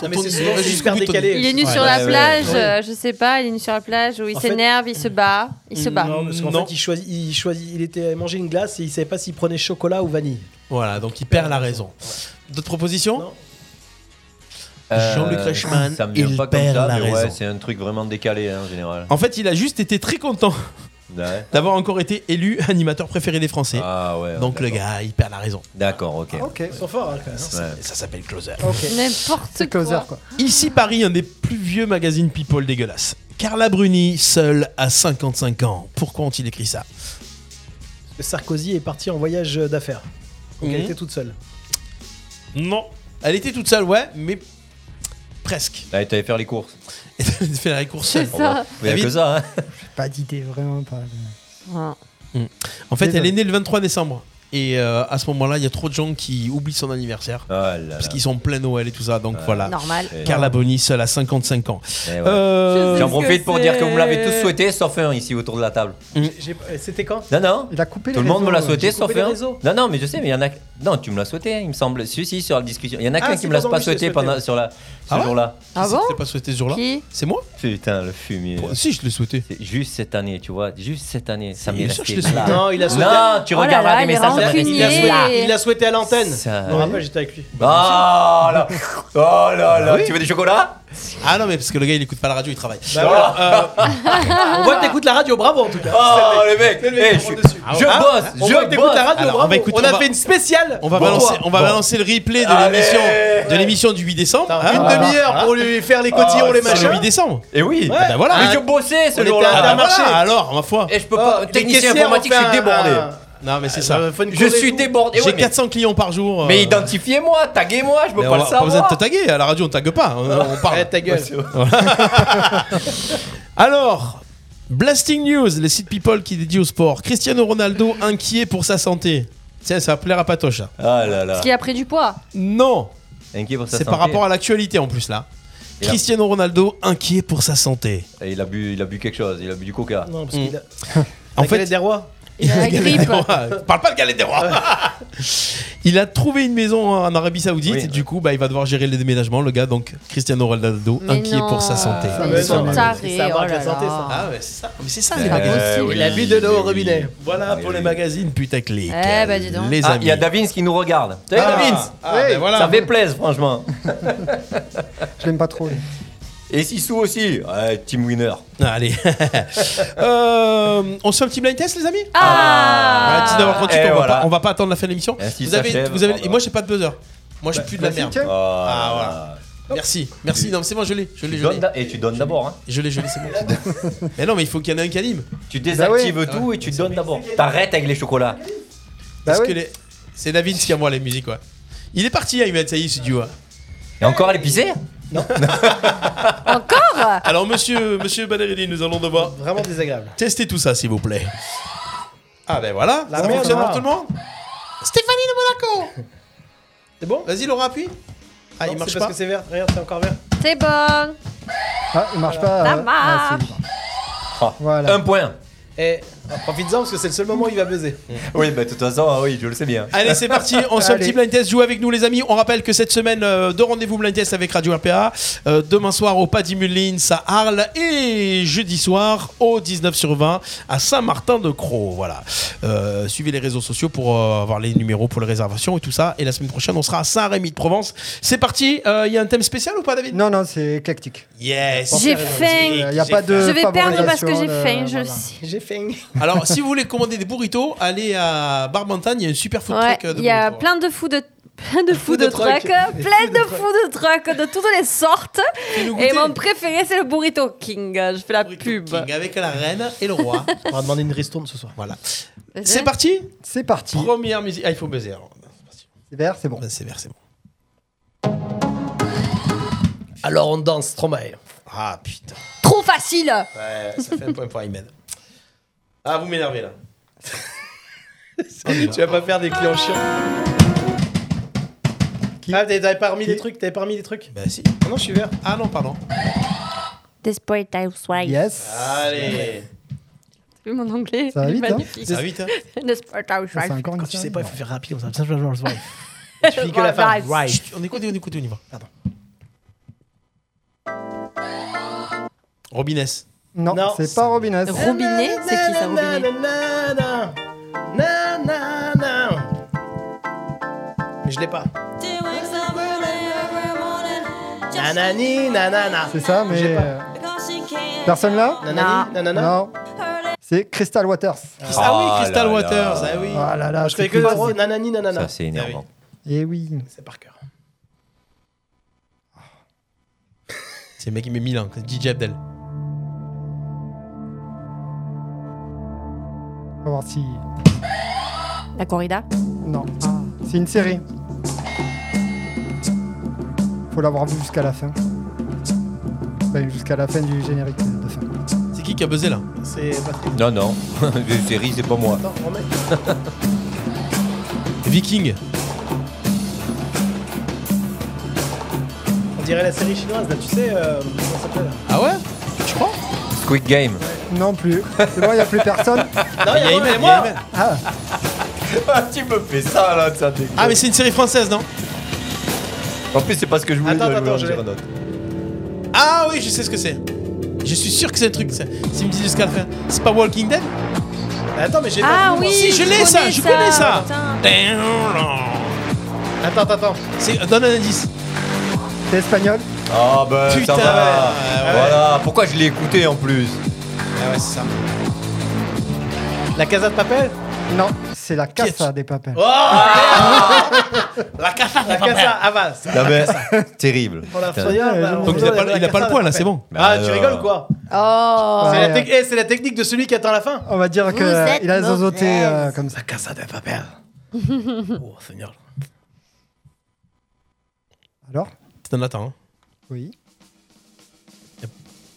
[SPEAKER 4] mais
[SPEAKER 2] Ton-
[SPEAKER 4] c'est souvent
[SPEAKER 2] vas-y,
[SPEAKER 4] super
[SPEAKER 2] Scooby, ton-
[SPEAKER 4] décalé.
[SPEAKER 1] Il est nu sur
[SPEAKER 6] ouais,
[SPEAKER 2] bah,
[SPEAKER 1] la
[SPEAKER 6] ouais,
[SPEAKER 1] plage,
[SPEAKER 4] ouais.
[SPEAKER 1] euh, je sais pas, il est nu sur la plage où il
[SPEAKER 4] En fait-
[SPEAKER 1] s'énerve, il se bat, il se bat.
[SPEAKER 4] Non, parce qu'en
[SPEAKER 2] Non.
[SPEAKER 4] fait, il choisit, il choisit, il était manger une glace et il savait pas s'il prenait chocolat ou vanille.
[SPEAKER 2] Voilà, donc il perd la raison. D'autres propositions
[SPEAKER 4] Non.
[SPEAKER 6] Euh,
[SPEAKER 2] Jean-Luc Reichmann,
[SPEAKER 6] ça me vient
[SPEAKER 2] il
[SPEAKER 6] pas comme
[SPEAKER 2] perd
[SPEAKER 6] ça,
[SPEAKER 2] la
[SPEAKER 6] mais ouais,
[SPEAKER 2] raison.
[SPEAKER 6] c'est un truc vraiment décalé hein, en général.
[SPEAKER 2] En fait, il a juste été très content
[SPEAKER 6] Ouais.
[SPEAKER 2] d'avoir encore été élu animateur préféré des Français.
[SPEAKER 6] Ah ouais. ouais,
[SPEAKER 2] donc le
[SPEAKER 6] d'accord.
[SPEAKER 2] gars, il perd la raison.
[SPEAKER 6] D'accord, ok.
[SPEAKER 7] Ok,
[SPEAKER 4] Ils sont forts, hein, quand même. hein.
[SPEAKER 6] Ouais.
[SPEAKER 2] Ça s'appelle Closer.
[SPEAKER 7] ok.
[SPEAKER 1] N'importe
[SPEAKER 7] C'est closer
[SPEAKER 1] quoi.
[SPEAKER 7] quoi.
[SPEAKER 2] Ici Paris, un des plus vieux magazines People dégueulasse. Carla Bruni, seule à 55 ans. Pourquoi ont-ils écrit ça
[SPEAKER 4] Parce que Sarkozy est parti en voyage d'affaires. Donc elle
[SPEAKER 2] Mhm.
[SPEAKER 4] était toute seule.
[SPEAKER 2] Non. Elle était toute seule, ouais, mais presque. (laughs)
[SPEAKER 6] Là, t'allais faire les courses.
[SPEAKER 2] Elle a fait la
[SPEAKER 1] (laughs)
[SPEAKER 2] course seule.
[SPEAKER 1] C'est ça.
[SPEAKER 6] Il y a
[SPEAKER 2] oui.
[SPEAKER 6] que ça, hein.
[SPEAKER 7] Pas d'idée, vraiment pas.
[SPEAKER 1] Ouais.
[SPEAKER 2] En fait, elle
[SPEAKER 7] Désolé.
[SPEAKER 2] est née le 23 décembre. Et euh, à ce moment-là, il y a trop de gens qui oublient son anniversaire.
[SPEAKER 6] Ah là là.
[SPEAKER 2] Parce qu'ils sont plein Noël et tout ça, donc voilà.
[SPEAKER 1] Ah, Normal.
[SPEAKER 6] Eh,
[SPEAKER 2] Carla Bruni, seule à 55 ans.
[SPEAKER 6] eh ouais.
[SPEAKER 2] Euh,
[SPEAKER 1] Je sais
[SPEAKER 6] J'en
[SPEAKER 1] ce
[SPEAKER 6] profite
[SPEAKER 1] que
[SPEAKER 6] pour dire que vous l'avez
[SPEAKER 1] c'est.
[SPEAKER 6] tous souhaité, sauf un ici autour de la table.
[SPEAKER 2] Mhm.
[SPEAKER 4] J'ai- j'ai- C'était quand
[SPEAKER 6] Non, non.
[SPEAKER 7] Il a coupé
[SPEAKER 6] Tout
[SPEAKER 7] les
[SPEAKER 6] le monde me l'a
[SPEAKER 7] réseaux,
[SPEAKER 6] souhaité,
[SPEAKER 4] j'ai coupé
[SPEAKER 6] sauf
[SPEAKER 4] les
[SPEAKER 6] un.
[SPEAKER 4] réseaux.
[SPEAKER 6] Non, non, mais je sais, mais il y en a. Non, tu me l'as souhaité, hein, il me semble. Si, si, sur la discussion. Il y en a
[SPEAKER 4] Ah,
[SPEAKER 6] qu'un
[SPEAKER 4] c'est
[SPEAKER 6] qui me l'a
[SPEAKER 4] pendant
[SPEAKER 6] pas
[SPEAKER 4] que je l'ai
[SPEAKER 6] souhaité
[SPEAKER 4] souhaité.
[SPEAKER 6] pendant sur la ce
[SPEAKER 2] Ah ouais
[SPEAKER 6] jour-là.
[SPEAKER 1] Ah
[SPEAKER 2] c'est que
[SPEAKER 1] bon
[SPEAKER 2] t'as pas souhaité ce jour-là
[SPEAKER 1] Qui
[SPEAKER 2] C'est moi
[SPEAKER 6] Putain, le fumier.
[SPEAKER 2] Si, je l'ai souhaité.
[SPEAKER 6] C'est juste cette année, tu vois, juste cette année. Ça m'est
[SPEAKER 2] Bien sûr que
[SPEAKER 6] resté
[SPEAKER 2] je l'ai
[SPEAKER 6] là.
[SPEAKER 2] souhaité.
[SPEAKER 4] Non, il a souhaité.
[SPEAKER 6] Non, tu
[SPEAKER 1] Oh là
[SPEAKER 6] regardes
[SPEAKER 1] là,
[SPEAKER 6] les
[SPEAKER 1] il est
[SPEAKER 6] messages.
[SPEAKER 1] rancunier.
[SPEAKER 6] de
[SPEAKER 4] Il a
[SPEAKER 6] la-
[SPEAKER 4] souhaité, il a souhaité à l'antenne.
[SPEAKER 6] Ça-
[SPEAKER 4] Je me rappelle, j'étais avec lui.
[SPEAKER 6] Ah là Oh là là Tu veux du chocolat
[SPEAKER 2] Ah non, mais parce que le gars, il écoute pas la radio, il travaille.
[SPEAKER 4] Bah voilà,
[SPEAKER 2] Ah.
[SPEAKER 4] euh, on voit que t'écoutes la radio, bravo en tout cas.
[SPEAKER 6] Oh le mec Eh, Je suis- je
[SPEAKER 4] Ah,
[SPEAKER 6] bosse
[SPEAKER 4] on voit que
[SPEAKER 6] Je
[SPEAKER 4] t'écoutes la
[SPEAKER 6] bosse
[SPEAKER 4] radio,
[SPEAKER 2] Alors,
[SPEAKER 4] bravo.
[SPEAKER 2] bah, écoute,
[SPEAKER 4] on
[SPEAKER 2] on
[SPEAKER 4] a
[SPEAKER 2] va-
[SPEAKER 4] fait une spéciale.
[SPEAKER 2] On va,
[SPEAKER 4] pour
[SPEAKER 2] balancer,
[SPEAKER 4] toi.
[SPEAKER 2] on va
[SPEAKER 6] Bon.
[SPEAKER 2] balancer le replay de
[SPEAKER 6] Allez.
[SPEAKER 2] l'émission de l'émission du 8 décembre.
[SPEAKER 4] Attends,
[SPEAKER 2] hein.
[SPEAKER 4] une
[SPEAKER 2] Ah,
[SPEAKER 4] demi-heure pour lui faire les cotillons,
[SPEAKER 6] Ah,
[SPEAKER 4] les
[SPEAKER 2] c'est le 8
[SPEAKER 4] machins.
[SPEAKER 2] décembre.
[SPEAKER 6] Et Eh oui
[SPEAKER 4] Ouais.
[SPEAKER 2] Ah, bah voilà.
[SPEAKER 6] Mais je bossais ce
[SPEAKER 4] On était
[SPEAKER 6] jour-là
[SPEAKER 4] à
[SPEAKER 2] Ah, bah
[SPEAKER 4] Intermarché.
[SPEAKER 2] voilà, alors, ma foi.
[SPEAKER 6] Et Eh, je peux
[SPEAKER 4] Oh,
[SPEAKER 6] pas.
[SPEAKER 4] les
[SPEAKER 6] Technicien
[SPEAKER 4] caissières
[SPEAKER 6] informatique,
[SPEAKER 4] ont
[SPEAKER 6] je
[SPEAKER 4] fait
[SPEAKER 6] suis débordé.
[SPEAKER 4] un-
[SPEAKER 2] Non, mais c'est
[SPEAKER 4] Ça
[SPEAKER 2] ça.
[SPEAKER 4] va faire une
[SPEAKER 6] Je
[SPEAKER 4] choré.
[SPEAKER 6] suis débordé.
[SPEAKER 2] J'ai
[SPEAKER 6] ouais, mais-
[SPEAKER 2] 400 clients par jour. euh,
[SPEAKER 6] Mais identifiez-moi, taguez-moi, je peux
[SPEAKER 2] mais
[SPEAKER 6] pas
[SPEAKER 2] on
[SPEAKER 6] le
[SPEAKER 2] va- pas besoin de te
[SPEAKER 6] savoir.
[SPEAKER 2] taguer. À la radio, on tague pas. On, on
[SPEAKER 4] Eh,
[SPEAKER 2] parle.
[SPEAKER 4] ta gueule.
[SPEAKER 6] (laughs)
[SPEAKER 2] Alors, Blasting News, le site People qui dédie au sport. Cristiano Ronaldo inquiet pour sa santé. Tiens, ça va plaire à Patoche. ça.
[SPEAKER 6] Ah là là.
[SPEAKER 1] Parce qu'il a pris du poids.
[SPEAKER 2] Non,
[SPEAKER 6] Inquiet pour sa
[SPEAKER 2] c'est
[SPEAKER 6] santé.
[SPEAKER 2] par rapport à l'actualité en plus là.
[SPEAKER 6] Et là-
[SPEAKER 2] Cristiano Ronaldo inquiet pour sa santé.
[SPEAKER 6] Et Eh, il a bu, il a bu quelque chose. Il a bu du coca.
[SPEAKER 4] Non, parce qu'il a.
[SPEAKER 2] Mm. En
[SPEAKER 4] En fait,
[SPEAKER 2] fait,
[SPEAKER 4] des rois.
[SPEAKER 1] Il a la
[SPEAKER 2] Galette
[SPEAKER 1] grippe.
[SPEAKER 2] des rois. Parle pas de galette des rois. (laughs) il a trouvé une maison en Arabie Saoudite.
[SPEAKER 6] Oui.
[SPEAKER 2] et du coup, bah, il va devoir gérer les déménagements, le gars. Donc, Cristiano Ronaldo
[SPEAKER 1] Mais
[SPEAKER 2] inquiet
[SPEAKER 1] non.
[SPEAKER 2] pour sa santé.
[SPEAKER 1] Mais
[SPEAKER 4] Ah,
[SPEAKER 1] Ils
[SPEAKER 4] mais non,
[SPEAKER 1] sont
[SPEAKER 4] mais
[SPEAKER 1] tarés,
[SPEAKER 4] ça marque
[SPEAKER 1] oh
[SPEAKER 4] la
[SPEAKER 1] là
[SPEAKER 4] santé,
[SPEAKER 1] là.
[SPEAKER 4] ça.
[SPEAKER 2] Ah, ouais, c'est ça. Mais c'est ça,
[SPEAKER 1] C'est
[SPEAKER 2] les
[SPEAKER 1] pas
[SPEAKER 2] vacances.
[SPEAKER 1] possible.
[SPEAKER 6] Eh oui,
[SPEAKER 4] La vue de l'eau au
[SPEAKER 6] oui,
[SPEAKER 4] robinet.
[SPEAKER 6] oui.
[SPEAKER 2] Voilà
[SPEAKER 6] Eh
[SPEAKER 2] pour les
[SPEAKER 6] oui.
[SPEAKER 2] magazines putaclic.
[SPEAKER 1] Eh bah, dis donc.
[SPEAKER 2] Les
[SPEAKER 6] Ah,
[SPEAKER 2] amis.
[SPEAKER 6] il y a Davins qui nous regarde. Salut Davins
[SPEAKER 2] Ah, ben
[SPEAKER 7] Hey,
[SPEAKER 2] voilà.
[SPEAKER 6] Ça fait plaisir, franchement.
[SPEAKER 7] Je l'aime pas trop. lui.
[SPEAKER 6] Et Sissou aussi. Ouais, team winner.
[SPEAKER 2] Ah, Allez. (laughs) Euh, on se fait un petit blind test, les amis
[SPEAKER 1] Ah,
[SPEAKER 2] Voilà, 19h38,
[SPEAKER 6] Et
[SPEAKER 2] on,
[SPEAKER 6] voilà.
[SPEAKER 2] va pas, on va pas attendre la fin de l'émission.
[SPEAKER 6] Ainsi
[SPEAKER 2] Vous avez,
[SPEAKER 6] s'achève.
[SPEAKER 2] vous avez,
[SPEAKER 6] Voilà.
[SPEAKER 2] et moi, j'ai pas de buzzer. Moi, je suis plus de la
[SPEAKER 7] Vas-y,
[SPEAKER 2] merde.
[SPEAKER 7] bah, tiens.
[SPEAKER 2] Ah,
[SPEAKER 6] Ah,
[SPEAKER 2] voilà. Merci, merci. Non, mais c'est bon, je l'ai. Je l'ai,
[SPEAKER 6] Tu
[SPEAKER 2] je
[SPEAKER 6] donnes
[SPEAKER 2] l'ai.
[SPEAKER 6] d'a- Et tu donnes d'abord. hein.
[SPEAKER 2] Je l'ai, je l'ai, c'est bon.
[SPEAKER 4] (laughs)
[SPEAKER 2] mais non, mais il faut qu'il y en ait un qui anime.
[SPEAKER 4] Bah
[SPEAKER 6] Tu désactives
[SPEAKER 7] ouais.
[SPEAKER 6] tout et tu donnes d'abord. T'arrêtes avec les chocolats.
[SPEAKER 7] Bah
[SPEAKER 2] Parce
[SPEAKER 7] oui.
[SPEAKER 2] que les- c'est David qui a moi les musiques, ouais. Il est parti, Ayman, ça y est, c'est du ouais.
[SPEAKER 6] Et encore à l'épicé
[SPEAKER 1] encore
[SPEAKER 2] Alors,
[SPEAKER 4] (laughs)
[SPEAKER 2] monsieur, monsieur Baderini, nous allons devoir
[SPEAKER 4] Vraiment désagréable.
[SPEAKER 2] tester tout ça, s'il vous plaît. Ah, ben voilà, ça
[SPEAKER 7] merde.
[SPEAKER 2] fonctionne pour tout le monde Stéphanie de Monaco
[SPEAKER 4] C'est bon
[SPEAKER 2] Vas-y, Laura, appuie. Ah, il
[SPEAKER 4] Non, c'est
[SPEAKER 2] marche
[SPEAKER 4] parce
[SPEAKER 2] pas.
[SPEAKER 4] que c'est vert. Regarde, c'est encore vert.
[SPEAKER 1] C'est bon.
[SPEAKER 7] Ah, il marche pas.
[SPEAKER 1] Ça
[SPEAKER 7] euh, ah, si,
[SPEAKER 6] Ah,
[SPEAKER 7] Voilà.
[SPEAKER 6] Un point.
[SPEAKER 4] Et Eh, bah, profites-en parce que c'est le seul moment où il va buzzer.
[SPEAKER 2] Mm.
[SPEAKER 6] Oui, bah de toute façon, ah oui, je le sais bien.
[SPEAKER 2] Allez, c'est parti. On se fait un
[SPEAKER 7] Allez.
[SPEAKER 2] petit blind test. Jouez avec nous, les amis. On rappelle que cette semaine, euh, deux rendez-vous blind test avec Radio RPA. Euh, demain soir au Paddy Mullins à Arles et jeudi soir au 19 sur 20 à Saint-Martin-de-Croix. Voilà. Euh, suivez les réseaux sociaux pour euh, avoir les numéros pour les réservations et tout ça. Et la semaine prochaine, on sera à Saint-Rémy-de-Provence. C'est parti. Euh, Il y a un thème spécial ou pas, David
[SPEAKER 7] Non, non, c'est éclectique.
[SPEAKER 2] Yes.
[SPEAKER 1] J'ai faim.
[SPEAKER 7] Il n'y a Euh, pas de.
[SPEAKER 1] Je vais perdre parce que
[SPEAKER 7] favorisation
[SPEAKER 1] j'ai
[SPEAKER 7] de-
[SPEAKER 1] faim, je le
[SPEAKER 7] voilà.
[SPEAKER 1] sais.
[SPEAKER 4] J'ai fait une.
[SPEAKER 2] Alors, si vous voulez commander des burritos, allez à Barbantane. Il y a une super food
[SPEAKER 1] Ouais,
[SPEAKER 2] truck euh, de
[SPEAKER 1] il y a
[SPEAKER 2] burritos.
[SPEAKER 1] plein de fous
[SPEAKER 5] (laughs)
[SPEAKER 1] de plein de fous
[SPEAKER 4] food
[SPEAKER 1] de
[SPEAKER 4] truck.
[SPEAKER 1] truck,
[SPEAKER 5] euh,
[SPEAKER 1] plein de fous de truck de toutes les sortes.
[SPEAKER 2] Fais-nous
[SPEAKER 1] Et
[SPEAKER 2] goûter.
[SPEAKER 1] mon préféré c'est le burrito king. Je fais la
[SPEAKER 2] Burrito
[SPEAKER 1] pub.
[SPEAKER 2] King avec la reine et le roi.
[SPEAKER 4] (laughs) On va demander une ristourne ce soir.
[SPEAKER 2] voilà. Hein C'est parti
[SPEAKER 7] C'est parti.
[SPEAKER 2] Première musique. Ah, il faut buzzer. alors. C'est parti.
[SPEAKER 7] C'est vert, c'est bon.
[SPEAKER 2] Ben, c'est vert, c'est bon.
[SPEAKER 4] Alors on danse, Stromae.
[SPEAKER 2] Ah putain.
[SPEAKER 1] Trop facile.
[SPEAKER 2] Ouais, ça fait un point pour (laughs) Ayman. Ah, vous m'énervez là.
[SPEAKER 4] tu vas pas faire des clients chiants.
[SPEAKER 2] Qui
[SPEAKER 7] Qui
[SPEAKER 4] Ah, t'avais pas remis
[SPEAKER 2] Qui
[SPEAKER 4] les trucs T'avais pas remis les trucs
[SPEAKER 2] Bah si.
[SPEAKER 4] Ah Non, je suis vert.
[SPEAKER 2] Ah non, pardon.
[SPEAKER 5] Desperate Housewives.
[SPEAKER 7] Yes.
[SPEAKER 2] Ah. Allez.
[SPEAKER 5] Vu mon anglais,
[SPEAKER 7] Ça va
[SPEAKER 5] il est
[SPEAKER 7] vite, hein.
[SPEAKER 5] magnifique.
[SPEAKER 2] Ça va vite, hein
[SPEAKER 5] Desperate
[SPEAKER 7] Ça, c'est
[SPEAKER 5] Housewives.
[SPEAKER 7] encore une
[SPEAKER 4] Quand tu sais
[SPEAKER 7] série.
[SPEAKER 4] pas, il faut faire rapide comme ça. Tu fais
[SPEAKER 5] (laughs)
[SPEAKER 4] que la fin.
[SPEAKER 5] Right.
[SPEAKER 4] Right.
[SPEAKER 2] Chut, On écoute, on écoute, on y va.
[SPEAKER 4] Pardon.
[SPEAKER 2] Robines.
[SPEAKER 7] Non,
[SPEAKER 4] Non,
[SPEAKER 7] c'est
[SPEAKER 4] c'est-
[SPEAKER 7] pas Robinès.
[SPEAKER 5] Robinet, c'est qui ça, Robinet
[SPEAKER 4] Nanana, nanana, nanana. Mais je l'ai pas. Nanani, nanana.
[SPEAKER 7] C'est ça,
[SPEAKER 4] Je
[SPEAKER 7] mais
[SPEAKER 4] sais pas.
[SPEAKER 7] euh, personne là
[SPEAKER 4] Nanani, nanana.
[SPEAKER 7] Non. C'est Crystal Waters.
[SPEAKER 2] Ah
[SPEAKER 6] Ah
[SPEAKER 2] oui, Crystal
[SPEAKER 6] là
[SPEAKER 2] Waters.
[SPEAKER 6] là.
[SPEAKER 2] Ah oui.
[SPEAKER 7] Ah là là,
[SPEAKER 4] Je fais que
[SPEAKER 7] c'est facile.
[SPEAKER 4] le- nanani, nanana.
[SPEAKER 6] Ça, c'est énervant.
[SPEAKER 4] Ah
[SPEAKER 7] Eh oui.
[SPEAKER 4] C'est par cœur.
[SPEAKER 2] C'est le mec qui met Milan, c'est DJ Abdel.
[SPEAKER 7] On va voir si.
[SPEAKER 5] La corrida.
[SPEAKER 7] Non. C'est une série. Faut l'avoir vu jusqu'à la fin. Ben, jusqu'à la fin du générique de fin.
[SPEAKER 2] C'est qui qui a buzzé là
[SPEAKER 4] C'est Patrick.
[SPEAKER 6] Non, non. (laughs) Les séries, c'est pas moi.
[SPEAKER 4] Attends, remets.
[SPEAKER 2] Viking.
[SPEAKER 4] On dirait la série chinoise, là, tu sais, euh, comment ça s'appelle
[SPEAKER 2] Ah ouais Tu crois
[SPEAKER 6] Squid Game.
[SPEAKER 7] Non plus. C'est bon, il n'y a plus personne.
[SPEAKER 4] Non, il y a Iman,
[SPEAKER 2] Ayman,
[SPEAKER 4] et moi
[SPEAKER 2] Ayman.
[SPEAKER 7] Ah,
[SPEAKER 6] Ah, tu me fais ça, là, ça déconne.
[SPEAKER 2] Ah mais c'est une série française, non
[SPEAKER 6] En plus, c'est pas ce que je voulais
[SPEAKER 4] Attends,
[SPEAKER 6] dire. je voulais
[SPEAKER 4] attends,
[SPEAKER 6] en
[SPEAKER 4] je
[SPEAKER 6] dire
[SPEAKER 4] l'ai.
[SPEAKER 6] un autre.
[SPEAKER 2] Ah oui, je sais ce que c'est. Je suis sûr que c'est un truc, ça. S'il me dit jusqu'à la fin. C'est pas Walking Dead
[SPEAKER 4] Attends, mais j'ai
[SPEAKER 5] Ah
[SPEAKER 4] pas vu,
[SPEAKER 5] oui
[SPEAKER 2] Si, je l'ai,
[SPEAKER 5] connais
[SPEAKER 2] ça, je connais ça.
[SPEAKER 5] putain.
[SPEAKER 4] moi. Attends, attends, attends.
[SPEAKER 2] C'est, donne un indice.
[SPEAKER 7] c'est espagnol.
[SPEAKER 6] Ah, ben,
[SPEAKER 2] Putain,
[SPEAKER 6] ça va.
[SPEAKER 2] ouais, ouais.
[SPEAKER 6] Voilà, pourquoi je l'ai écouté en plus
[SPEAKER 2] Ah ouais, c'est ça.
[SPEAKER 4] La Casa de Papel
[SPEAKER 7] Non, c'est la Casa
[SPEAKER 2] Qu'est-ce-
[SPEAKER 7] des Papels.
[SPEAKER 2] La cafard
[SPEAKER 4] (laughs) La Casa Avas.
[SPEAKER 6] Non,
[SPEAKER 4] (laughs)
[SPEAKER 6] mais, terrible.
[SPEAKER 4] Pour la
[SPEAKER 6] Putain.
[SPEAKER 4] frayeur,
[SPEAKER 7] Ouais,
[SPEAKER 4] bah,
[SPEAKER 7] ouais,
[SPEAKER 4] on
[SPEAKER 2] Donc il
[SPEAKER 4] dirait
[SPEAKER 2] a pas,
[SPEAKER 4] la
[SPEAKER 2] il a pas
[SPEAKER 4] Casa
[SPEAKER 2] le point là,
[SPEAKER 4] de
[SPEAKER 2] c'est bon.
[SPEAKER 4] Ah,
[SPEAKER 6] Bah,
[SPEAKER 4] tu
[SPEAKER 6] alors.
[SPEAKER 4] rigoles ou quoi
[SPEAKER 5] Oh
[SPEAKER 7] Ouais,
[SPEAKER 4] C'est la,
[SPEAKER 7] ouais.
[SPEAKER 4] tec- eh, c'est la technique de celui qui attend la fin.
[SPEAKER 7] On va dire qu'il
[SPEAKER 5] êtes
[SPEAKER 7] a zozoté euh, comme ça.
[SPEAKER 4] La Casa de Papel. oh, Seigneur.
[SPEAKER 7] Alors
[SPEAKER 2] T'en attends. hein.
[SPEAKER 7] Oui.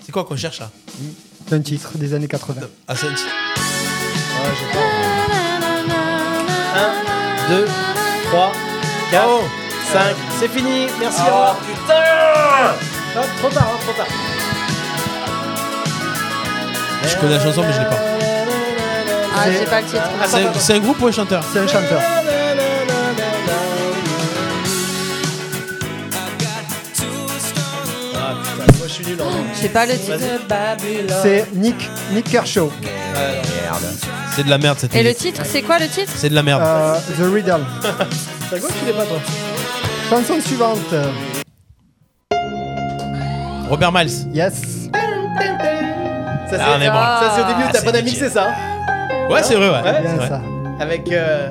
[SPEAKER 2] C'est quoi qu'on cherche là
[SPEAKER 7] C'est un titre des années 80.
[SPEAKER 2] Ah, c'est un petit-
[SPEAKER 4] Ouais, j'ai pas envie. 1, 2, 3, 4,
[SPEAKER 2] Oh
[SPEAKER 4] 5. C'est fini. Merci, au revoir.
[SPEAKER 6] Oh,
[SPEAKER 4] Putain Trop tard, hein, trop tard.
[SPEAKER 2] Je connais la chanson, mais je l'ai pas.
[SPEAKER 5] Ah, j'ai pas le titre.
[SPEAKER 4] Euh, Attends,
[SPEAKER 2] C'est un,
[SPEAKER 4] attends.
[SPEAKER 2] c'est un groupe ou un chanteur
[SPEAKER 7] C'est un chanteur.
[SPEAKER 4] Ah putain, moi je suis nul en
[SPEAKER 5] Je sais pas le titre.
[SPEAKER 7] C'est Nick, Nick Kershaw.
[SPEAKER 2] C'est de la merde cette
[SPEAKER 5] Et le
[SPEAKER 2] musique.
[SPEAKER 5] titre, c'est quoi le titre
[SPEAKER 2] C'est de la merde.
[SPEAKER 7] Euh, The Riddle.
[SPEAKER 4] T'as quoi que tu l'es pas toi
[SPEAKER 7] Chanson suivante.
[SPEAKER 2] Robert Miles.
[SPEAKER 7] Yes.
[SPEAKER 4] Ça c'est
[SPEAKER 2] Ah, on est bon.
[SPEAKER 4] ça, c'est au début où
[SPEAKER 2] Ah,
[SPEAKER 4] t'as
[SPEAKER 2] c'est
[SPEAKER 4] pas
[SPEAKER 2] DJ.
[SPEAKER 4] mixé ça hein
[SPEAKER 2] Ouais, c'est vrai, ouais.
[SPEAKER 4] Ouais.
[SPEAKER 7] Bien
[SPEAKER 2] C'est vrai.
[SPEAKER 7] ça.
[SPEAKER 4] Avec euh,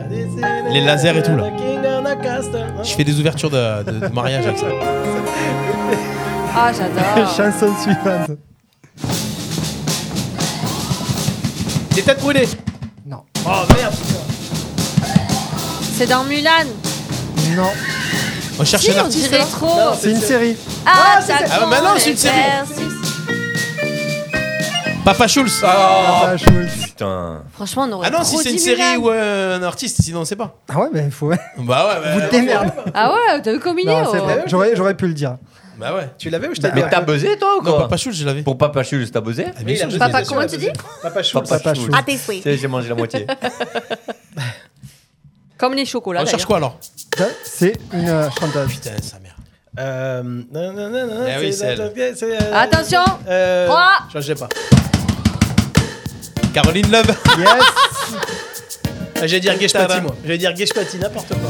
[SPEAKER 2] Les lasers et tout, là.
[SPEAKER 4] The King of the Castle.
[SPEAKER 2] Je fais des ouvertures de, de- de mariage avec ça.
[SPEAKER 5] Ah,
[SPEAKER 2] (laughs)
[SPEAKER 5] j'adore.
[SPEAKER 7] Chanson suivante.
[SPEAKER 4] Les têtes brûlées
[SPEAKER 7] Non.
[SPEAKER 4] Oh merde putain.
[SPEAKER 5] C'est dans Mulan.
[SPEAKER 7] Non.
[SPEAKER 2] On cherche
[SPEAKER 5] Si,
[SPEAKER 2] un
[SPEAKER 5] on
[SPEAKER 2] artiste
[SPEAKER 5] dirait
[SPEAKER 2] là
[SPEAKER 5] trop.
[SPEAKER 7] C'est une série.
[SPEAKER 5] Ah, j'adore.
[SPEAKER 2] Ah, bah non, c'est une
[SPEAKER 5] les
[SPEAKER 2] série.
[SPEAKER 5] versus.
[SPEAKER 2] Papa Schulz.
[SPEAKER 7] Papa Schulz.
[SPEAKER 6] Putain.
[SPEAKER 5] Franchement, on aurait
[SPEAKER 2] Ah non, si
[SPEAKER 5] trop
[SPEAKER 2] c'est une
[SPEAKER 5] dit
[SPEAKER 2] série
[SPEAKER 5] Mulan.
[SPEAKER 2] ou euh, un artiste, sinon on sait pas.
[SPEAKER 7] Ah ouais, mais il faut.
[SPEAKER 2] Bah ouais,
[SPEAKER 7] Vous
[SPEAKER 2] bah,
[SPEAKER 7] démerde.
[SPEAKER 5] Ah ouais, t'as vu comme il est
[SPEAKER 7] Non, c'est
[SPEAKER 5] oh.
[SPEAKER 7] vrai. J'aurais, j'aurais pu le dire.
[SPEAKER 2] bah ouais.
[SPEAKER 4] Tu l'avais ou je t'ai dit
[SPEAKER 6] Mais t'as buzzé, toi, ou
[SPEAKER 2] Non,
[SPEAKER 6] quoi
[SPEAKER 2] Papa Schulz, je l'avais.
[SPEAKER 6] Pour Papa Chul, t'as buzzé
[SPEAKER 2] Ah, bien
[SPEAKER 4] Oui, il a
[SPEAKER 2] sûr, je
[SPEAKER 4] buzzé,
[SPEAKER 2] l'avais.
[SPEAKER 5] Papa,
[SPEAKER 4] bien sûr,
[SPEAKER 5] comment
[SPEAKER 4] il a
[SPEAKER 5] tu
[SPEAKER 4] buzzé.
[SPEAKER 5] dis
[SPEAKER 4] Papa Schulz.
[SPEAKER 7] Papa
[SPEAKER 5] Ah,
[SPEAKER 7] Schulz.
[SPEAKER 6] Schulz. Tu sais, j'ai mangé
[SPEAKER 4] (laughs)
[SPEAKER 6] la moitié.
[SPEAKER 5] Comme les chocolats.
[SPEAKER 2] On cherche
[SPEAKER 5] d'ailleurs.
[SPEAKER 2] quoi alors
[SPEAKER 7] Ça, C'est une euh, chanteuse.
[SPEAKER 2] Putain, Eh, sa mère.
[SPEAKER 4] Euh, non, non, non, non,
[SPEAKER 2] Eh oui, c'est
[SPEAKER 4] c'est, euh,
[SPEAKER 5] Attention
[SPEAKER 4] euh,
[SPEAKER 5] Trois.
[SPEAKER 4] Je sais pas.
[SPEAKER 2] Caroline Love.
[SPEAKER 7] Yes.
[SPEAKER 4] J'allais dire Geshpati,
[SPEAKER 2] Tada.
[SPEAKER 4] moi. J'allais dire Geshpati, n'importe quoi.
[SPEAKER 2] (laughs)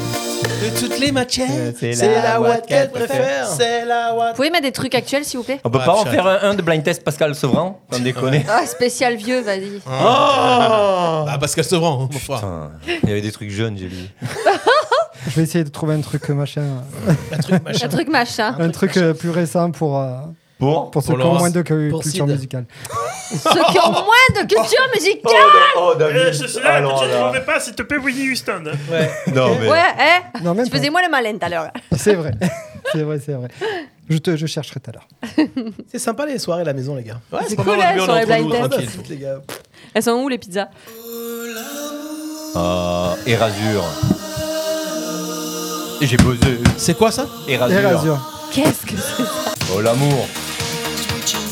[SPEAKER 2] De toutes les matières.
[SPEAKER 4] C'est la Watt qu'elle préfère. C'est la Watt.
[SPEAKER 5] Vous pouvez mettre des trucs actuels, s'il vous plaît
[SPEAKER 6] On peut
[SPEAKER 4] Ah,
[SPEAKER 2] Ouais,
[SPEAKER 6] pas en
[SPEAKER 2] putain.
[SPEAKER 6] faire un, un de blind test Pascal Sevran T'en déconner.
[SPEAKER 5] Ah, spécial vieux, vas-y.
[SPEAKER 4] Oh
[SPEAKER 2] Ah, Pascal Sevran, mon frère.
[SPEAKER 6] Putain, Il y avait des trucs jeunes, j'ai lu.
[SPEAKER 7] Je vais essayer de trouver un truc euh, machin. euh,
[SPEAKER 4] Un truc
[SPEAKER 5] Un
[SPEAKER 4] machin.
[SPEAKER 5] truc machin.
[SPEAKER 7] Un truc euh, plus récent pour. euh,
[SPEAKER 6] Bon.
[SPEAKER 7] Pour ceux
[SPEAKER 2] Pour
[SPEAKER 7] qui ont
[SPEAKER 2] Laurence.
[SPEAKER 7] moins de cu-
[SPEAKER 4] Pour
[SPEAKER 7] culture
[SPEAKER 4] Sid.
[SPEAKER 7] musicale.
[SPEAKER 5] Ceux qui ont moins de culture musicale.
[SPEAKER 6] Oh,
[SPEAKER 10] Eh,
[SPEAKER 6] David. Alors là.
[SPEAKER 10] pas, s'il te plaît, Winnie Houston.
[SPEAKER 4] Ouais.
[SPEAKER 6] Non, mais.
[SPEAKER 5] Ouais, eh
[SPEAKER 7] Non, même
[SPEAKER 5] Tu faisais moi le malin tout à l'heure.
[SPEAKER 7] pas. C'est vrai. (laughs) c'est vrai, c'est vrai. Je, te, je chercherai tout à l'heure.
[SPEAKER 4] C'est sympa les soirées à la maison, les gars.
[SPEAKER 2] Ouais,
[SPEAKER 5] C'est
[SPEAKER 2] pas
[SPEAKER 5] cool,
[SPEAKER 2] mal,
[SPEAKER 5] hein,
[SPEAKER 2] on est
[SPEAKER 5] sur les
[SPEAKER 2] entre nous,
[SPEAKER 5] blind
[SPEAKER 2] tranquille.
[SPEAKER 4] Foot, les gars.
[SPEAKER 5] Elles sont où les pizzas
[SPEAKER 6] Ah, Erasure. Et j'ai buzzé.
[SPEAKER 2] C'est quoi ça
[SPEAKER 6] Erasure.
[SPEAKER 7] Erasure.
[SPEAKER 5] Qu'est-ce que c'est
[SPEAKER 6] Oh l'amour.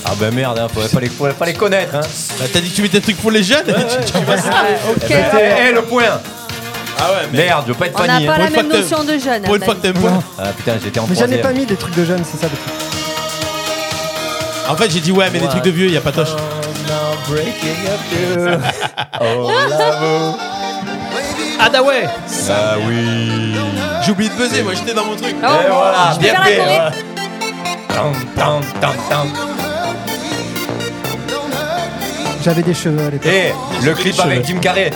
[SPEAKER 6] Ah ben merde, hein, faudrait, pas les, faudrait pas les connaître. Hein.
[SPEAKER 2] Bah, T'as dit que tu mettais des trucs pour les jeunes (laughs) Tu- tu vas-
[SPEAKER 6] Eh ben, t'es- eh, le point
[SPEAKER 2] Ah ouais, mais.
[SPEAKER 6] Merde, je veux pas être
[SPEAKER 5] On n'a
[SPEAKER 6] panier.
[SPEAKER 5] pas
[SPEAKER 2] Pour
[SPEAKER 5] la
[SPEAKER 2] une fois
[SPEAKER 5] même
[SPEAKER 2] que t'as-
[SPEAKER 5] notion de jeune.
[SPEAKER 2] Pour une
[SPEAKER 5] à
[SPEAKER 2] fois
[SPEAKER 5] mon
[SPEAKER 2] que t'aimes
[SPEAKER 7] Non.
[SPEAKER 2] pas.
[SPEAKER 6] Ah putain, j'étais en
[SPEAKER 7] Mais j'en ai
[SPEAKER 6] troisième.
[SPEAKER 7] pas mis des trucs de jeunes, c'est ça le truc.
[SPEAKER 2] En fait, j'ai dit ouais, mais des trucs de vieux, y a pas toche.
[SPEAKER 6] Oh l'amour.
[SPEAKER 2] bah
[SPEAKER 4] Adaway
[SPEAKER 6] Ah oui.
[SPEAKER 2] J'ai oublié de buzzer, moi j'étais dans mon truc.
[SPEAKER 5] avis.
[SPEAKER 6] Et
[SPEAKER 5] Oh,
[SPEAKER 6] Eh, voilà,
[SPEAKER 5] je vais
[SPEAKER 6] bien
[SPEAKER 5] faire la
[SPEAKER 6] fait. hein.
[SPEAKER 5] choré.
[SPEAKER 6] voilà. Tam, tam, tam, tam.
[SPEAKER 7] J'avais des cheveux à l'époque.
[SPEAKER 6] Eh, le clip avec Jim Carrey.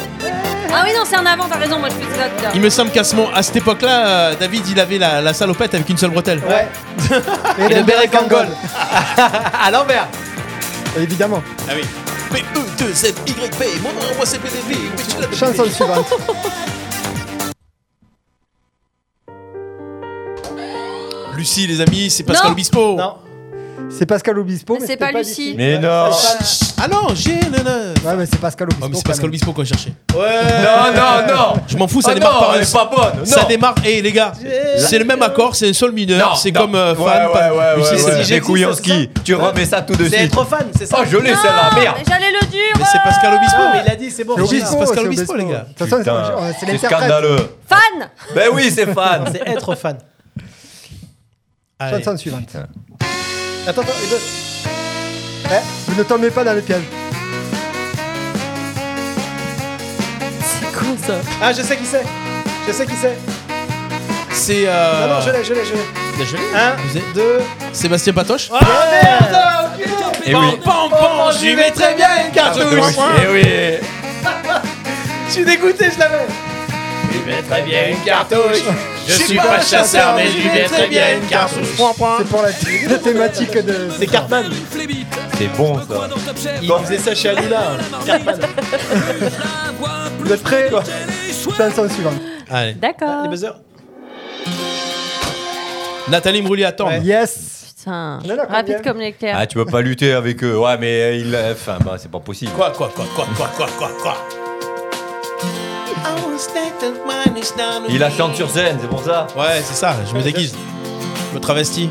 [SPEAKER 5] Ah oui, non, c'est en avant, t'as raison, moi je fais ça. putain.
[SPEAKER 2] Il me semble qu'à ce moment, à cette époque-là, euh, David il avait la, la salopette avec une seule bretelle.
[SPEAKER 7] Ouais. Et,
[SPEAKER 6] le béret Kangol.
[SPEAKER 4] À l'envers
[SPEAKER 7] Évidemment.
[SPEAKER 2] Ah oui. P E 2 Z Y P. Mon nom, moi c'est PDP. Oui, je l'avais
[SPEAKER 7] Chanson suivante.
[SPEAKER 2] fait. Lucie, les amis, c'est Pascal
[SPEAKER 5] Non.
[SPEAKER 2] Obispo.
[SPEAKER 4] Non.
[SPEAKER 7] C'est Pascal Obispo.
[SPEAKER 5] Mais c'est pas
[SPEAKER 7] c'était
[SPEAKER 5] Lucie.
[SPEAKER 6] Mais non.
[SPEAKER 2] Ah non, j'ai le. le-
[SPEAKER 7] Ouais, mais c'est Pascal Obispo.
[SPEAKER 2] Oh, mais c'est
[SPEAKER 7] quand
[SPEAKER 2] Pascal
[SPEAKER 7] même.
[SPEAKER 2] Obispo qu'on cherchait.
[SPEAKER 6] Non, non, non.
[SPEAKER 2] Je m'en fous, ça
[SPEAKER 6] Ah
[SPEAKER 2] démarre
[SPEAKER 6] non,
[SPEAKER 2] par
[SPEAKER 6] elle
[SPEAKER 2] un.
[SPEAKER 6] est pas bonne.
[SPEAKER 2] Ça
[SPEAKER 6] non.
[SPEAKER 2] démarre. Eh les gars, c'est le même accord, c'est un sol mineur.
[SPEAKER 6] Non,
[SPEAKER 2] C'est
[SPEAKER 6] non.
[SPEAKER 2] comme euh,
[SPEAKER 6] Ouais,
[SPEAKER 2] fan.
[SPEAKER 6] ouais,
[SPEAKER 2] pas-
[SPEAKER 6] ouais,
[SPEAKER 2] Lucie,
[SPEAKER 6] ouais,
[SPEAKER 2] c'est-
[SPEAKER 6] ouais.
[SPEAKER 4] j'ai
[SPEAKER 6] Les
[SPEAKER 4] dit,
[SPEAKER 6] couilles en
[SPEAKER 4] c'est
[SPEAKER 6] ski. Tu remets ça tout de
[SPEAKER 4] C'est
[SPEAKER 6] suite.
[SPEAKER 4] être fan, c'est ça
[SPEAKER 6] Oh, je l'ai celle-là,
[SPEAKER 5] Non,
[SPEAKER 6] merde.
[SPEAKER 5] mais J'allais le dire.
[SPEAKER 2] Mais c'est Pascal Obispo.
[SPEAKER 4] Non, mais il a dit, c'est bon.
[SPEAKER 7] C'est
[SPEAKER 2] Oui,
[SPEAKER 7] Obispo,
[SPEAKER 2] c'est Pascal
[SPEAKER 7] c'est
[SPEAKER 2] Obispo, les gars.
[SPEAKER 7] De toute façon, c'est-
[SPEAKER 6] Putain,
[SPEAKER 7] ouais, c'est
[SPEAKER 6] C'est
[SPEAKER 7] l'interprète.
[SPEAKER 6] scandaleux.
[SPEAKER 5] Fan
[SPEAKER 6] Ben oui, c'est fan.
[SPEAKER 4] C'est être fan.
[SPEAKER 2] Allez.
[SPEAKER 7] Chanson suivante.
[SPEAKER 4] Attends, attends, et deux.
[SPEAKER 7] Eh, vous ne tombez pas dans le piège.
[SPEAKER 5] C'est con ça.
[SPEAKER 4] Ah, je sais qui c'est Je sais qui c'est
[SPEAKER 2] C'est.
[SPEAKER 4] Ah non, je
[SPEAKER 2] Euh...
[SPEAKER 4] l'ai, je l'ai, je l'ai. Un,
[SPEAKER 2] Vous êtes-
[SPEAKER 4] deux... Oh,
[SPEAKER 2] Sébastien Patoche.
[SPEAKER 6] Et oui.
[SPEAKER 2] Pam, pam, je lui mettrais bien une cartouche.
[SPEAKER 6] Eh oui.
[SPEAKER 4] Je suis dégoûté, je l'avais
[SPEAKER 6] Très bien, une cartouche.
[SPEAKER 2] Je suis
[SPEAKER 4] Bah,
[SPEAKER 2] pas chasseur, mais je lui mettrais bien une cartouche.
[SPEAKER 7] C'est pour la, la thématique de.
[SPEAKER 4] C'est Cartman
[SPEAKER 6] C'est bon ça.
[SPEAKER 4] Il faisait ça chez Aluna Cartman
[SPEAKER 7] Vous êtes prêts Chanson suivante.
[SPEAKER 2] Allez.
[SPEAKER 5] D'accord.
[SPEAKER 4] Les buzzers
[SPEAKER 2] Nathalie Mroulier, attends.
[SPEAKER 7] Yes.
[SPEAKER 5] Putain.
[SPEAKER 7] On en a combien
[SPEAKER 5] Rapide comme l'éclair.
[SPEAKER 6] Ah, tu peux pas lutter avec eux. Ouais, mais il. Enfin, bah, c'est pas possible.
[SPEAKER 2] Quoi, quoi, quoi, quoi, quoi, quoi, quoi, quoi
[SPEAKER 6] Il la chante sur scène, c'est pour ça.
[SPEAKER 2] Ouais, c'est ça, je me déguise. Je me travestis.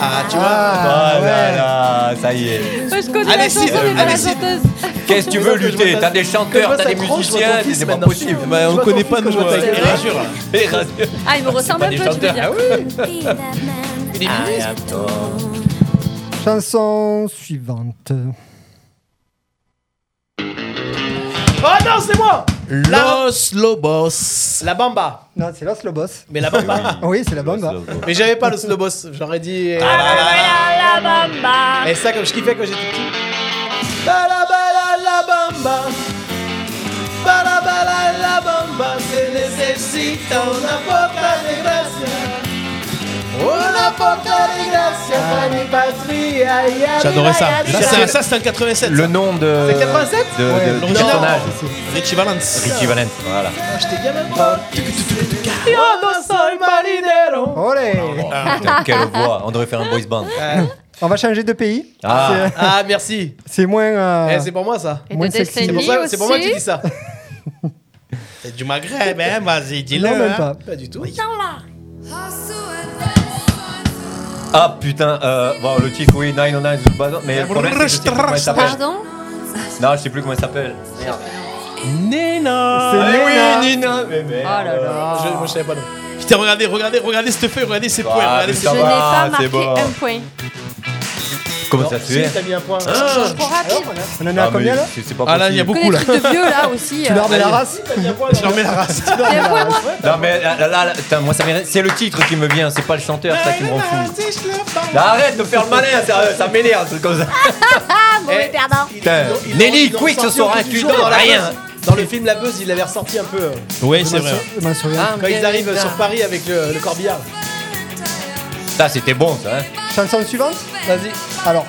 [SPEAKER 2] Ah, tu vois
[SPEAKER 6] Ah, là,
[SPEAKER 7] ouais.
[SPEAKER 6] là, ça y est.
[SPEAKER 5] Ouais, je connais
[SPEAKER 2] Allez,
[SPEAKER 5] la chanson,
[SPEAKER 2] Sid,
[SPEAKER 5] mais pas la
[SPEAKER 2] allez, Sid.
[SPEAKER 5] chanteuse.
[SPEAKER 6] Qu'est-ce que tu veux
[SPEAKER 4] que je vois
[SPEAKER 6] lutter
[SPEAKER 4] ta-
[SPEAKER 6] T'as des
[SPEAKER 4] que je vois
[SPEAKER 6] chanteurs, t'as
[SPEAKER 4] ta
[SPEAKER 6] des
[SPEAKER 4] tronche, je vois ton
[SPEAKER 6] musiciens,
[SPEAKER 4] fils
[SPEAKER 6] c'est pas
[SPEAKER 4] maintenant.
[SPEAKER 6] possible.
[SPEAKER 2] Bah,
[SPEAKER 4] Je
[SPEAKER 2] on
[SPEAKER 4] vois
[SPEAKER 2] connaît
[SPEAKER 4] ton
[SPEAKER 2] pas
[SPEAKER 4] film
[SPEAKER 2] nous
[SPEAKER 4] que je vois
[SPEAKER 2] avec
[SPEAKER 4] ta-
[SPEAKER 2] Erasure. là.
[SPEAKER 6] Et radio-
[SPEAKER 5] Ah, il me ressemble un
[SPEAKER 6] pas
[SPEAKER 5] peu,
[SPEAKER 6] des
[SPEAKER 5] tu veux
[SPEAKER 6] chanteurs.
[SPEAKER 5] dire.
[SPEAKER 6] À, dạ.
[SPEAKER 7] Chanson suivante.
[SPEAKER 4] Oh non, c'est moi La-
[SPEAKER 2] Los Lobos.
[SPEAKER 4] La Bamba
[SPEAKER 7] Non, c'est Los Lobos.
[SPEAKER 4] Mais la Bamba
[SPEAKER 7] Ah Oui, c'est la bombe. hein.
[SPEAKER 4] Mais j'avais pas le Slobos, j'aurais dit...
[SPEAKER 5] Ah, la bamba.
[SPEAKER 4] Et ça, comme je kiffais quand j'étais petit. Bala bala la bamba. Bala bala la bamba. Se necesita una poca de gracia. Una poca de gracia para mi patria. y a
[SPEAKER 2] J'adorais ça.
[SPEAKER 4] mi
[SPEAKER 2] Ça,
[SPEAKER 4] raza.
[SPEAKER 2] c'est- Ça, c'est un 87.
[SPEAKER 6] Le nom de.
[SPEAKER 4] C'est 87
[SPEAKER 6] de, de-
[SPEAKER 7] Ouais,
[SPEAKER 6] du
[SPEAKER 2] l'original.
[SPEAKER 6] personnage.
[SPEAKER 2] Richie Valens.
[SPEAKER 6] Richie Valens, voilà.
[SPEAKER 4] J'étais gamin. Yo no soy marinero.
[SPEAKER 7] Olé.
[SPEAKER 6] Putain, quelle voix, on devrait faire un boys band.
[SPEAKER 7] On va changer de pays.
[SPEAKER 6] Ah.
[SPEAKER 7] C'est-
[SPEAKER 4] Ah, merci.
[SPEAKER 7] C'est moins. euh,
[SPEAKER 4] Eh, c'est pour moi ça.
[SPEAKER 5] Et
[SPEAKER 7] Moins
[SPEAKER 5] de
[SPEAKER 7] sexy.
[SPEAKER 4] C'est
[SPEAKER 5] Destiny
[SPEAKER 4] pour,
[SPEAKER 5] aussi.
[SPEAKER 4] ça- c'est pour moi que tu dis ça.
[SPEAKER 2] C'est du Maghreb, hein, vas-y, dis-le.
[SPEAKER 7] non, même
[SPEAKER 2] hein.
[SPEAKER 7] pas.
[SPEAKER 4] Pas du tout.
[SPEAKER 6] Ah putain, euh, bon, le titre, oui, 909 Zouk Bazan, mais le problème, c'est que je sais plus comment il s'appelle.
[SPEAKER 5] Pardon
[SPEAKER 6] Non, je sais plus comment il s'appelle.
[SPEAKER 2] Nena.
[SPEAKER 7] C'est
[SPEAKER 6] Eh
[SPEAKER 7] Nena.
[SPEAKER 6] oui, Nina mais
[SPEAKER 5] Oh
[SPEAKER 6] merde.
[SPEAKER 5] là là.
[SPEAKER 4] Je, moi, je savais pas non.
[SPEAKER 2] Putain, regardez, regardez, regardez cette feuille, regardez ces
[SPEAKER 6] Ah,
[SPEAKER 2] points, regardez
[SPEAKER 6] putain.
[SPEAKER 2] ces-
[SPEAKER 5] Je n'ai
[SPEAKER 6] va,
[SPEAKER 5] pas
[SPEAKER 6] c'est
[SPEAKER 5] marqué
[SPEAKER 6] bon.
[SPEAKER 5] un point.
[SPEAKER 6] Comment ça se
[SPEAKER 4] Si,
[SPEAKER 6] fait
[SPEAKER 4] t'as mis un point.
[SPEAKER 6] Ah.
[SPEAKER 5] Trop rapide.
[SPEAKER 7] On en est à combien
[SPEAKER 6] mais
[SPEAKER 7] là
[SPEAKER 6] c'est- c'est pas
[SPEAKER 2] Ah là, il y a beaucoup
[SPEAKER 6] possible.
[SPEAKER 5] Que
[SPEAKER 2] là.
[SPEAKER 5] des trucs de vieux là aussi.
[SPEAKER 7] Tu
[SPEAKER 5] euh.
[SPEAKER 7] leur mets la race
[SPEAKER 4] T'as mis un point. là.
[SPEAKER 2] Je remets la race.
[SPEAKER 5] Des fois, moi,
[SPEAKER 6] Non mais là, là, là, putain, moi ça m'énerve. c'est le titre qui me vient, c'est pas le chanteur ça qui me rend fou. Là, arrête de faire le malin, ça, ça m'énerve, un truc comme ça.
[SPEAKER 5] mauvais perdant.
[SPEAKER 6] Putain.
[SPEAKER 4] Ils l'ont-
[SPEAKER 6] Nelly,
[SPEAKER 4] ils l'ont
[SPEAKER 6] quick, ce
[SPEAKER 4] sorti au
[SPEAKER 6] soir,
[SPEAKER 4] bout
[SPEAKER 6] hein,
[SPEAKER 4] du
[SPEAKER 6] tu
[SPEAKER 4] jour dans
[SPEAKER 6] dors
[SPEAKER 4] la
[SPEAKER 6] rien.
[SPEAKER 4] Buzz. Dans le film La Buzz, il l'avait ressorti un peu euh,
[SPEAKER 2] Oui, c'est vrai.
[SPEAKER 7] Je m'en souviens.
[SPEAKER 4] quand ils arrivent sur Paris avec le, le corbillard.
[SPEAKER 6] Ça c'était bon ça. hein.
[SPEAKER 7] Chanson suivante
[SPEAKER 4] Vas-y.
[SPEAKER 7] Alors.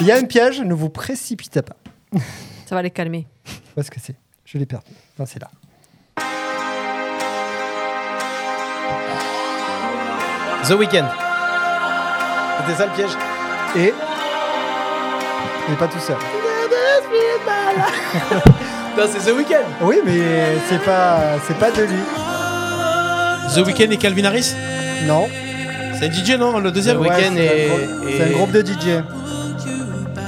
[SPEAKER 7] Il y a un piège, ne vous précipitez pas.
[SPEAKER 5] Ça va les calmer.
[SPEAKER 7] Où est-ce que c'est Je l'ai perdu. Non, c'est là.
[SPEAKER 4] The Weeknd. C'était ça le piège.
[SPEAKER 7] Et. Il n'est pas tout seul.
[SPEAKER 4] Non, c'est ce week-end.
[SPEAKER 7] Oui, mais c'est pas, c'est pas de lui.
[SPEAKER 2] The Weeknd et Calvin Harris
[SPEAKER 7] Non.
[SPEAKER 2] C'est un DJ, non Le deuxième
[SPEAKER 4] Ouais. Weeknd
[SPEAKER 7] c'est
[SPEAKER 4] et-
[SPEAKER 7] un groupe-
[SPEAKER 4] et-
[SPEAKER 7] C'est un groupe de DJ.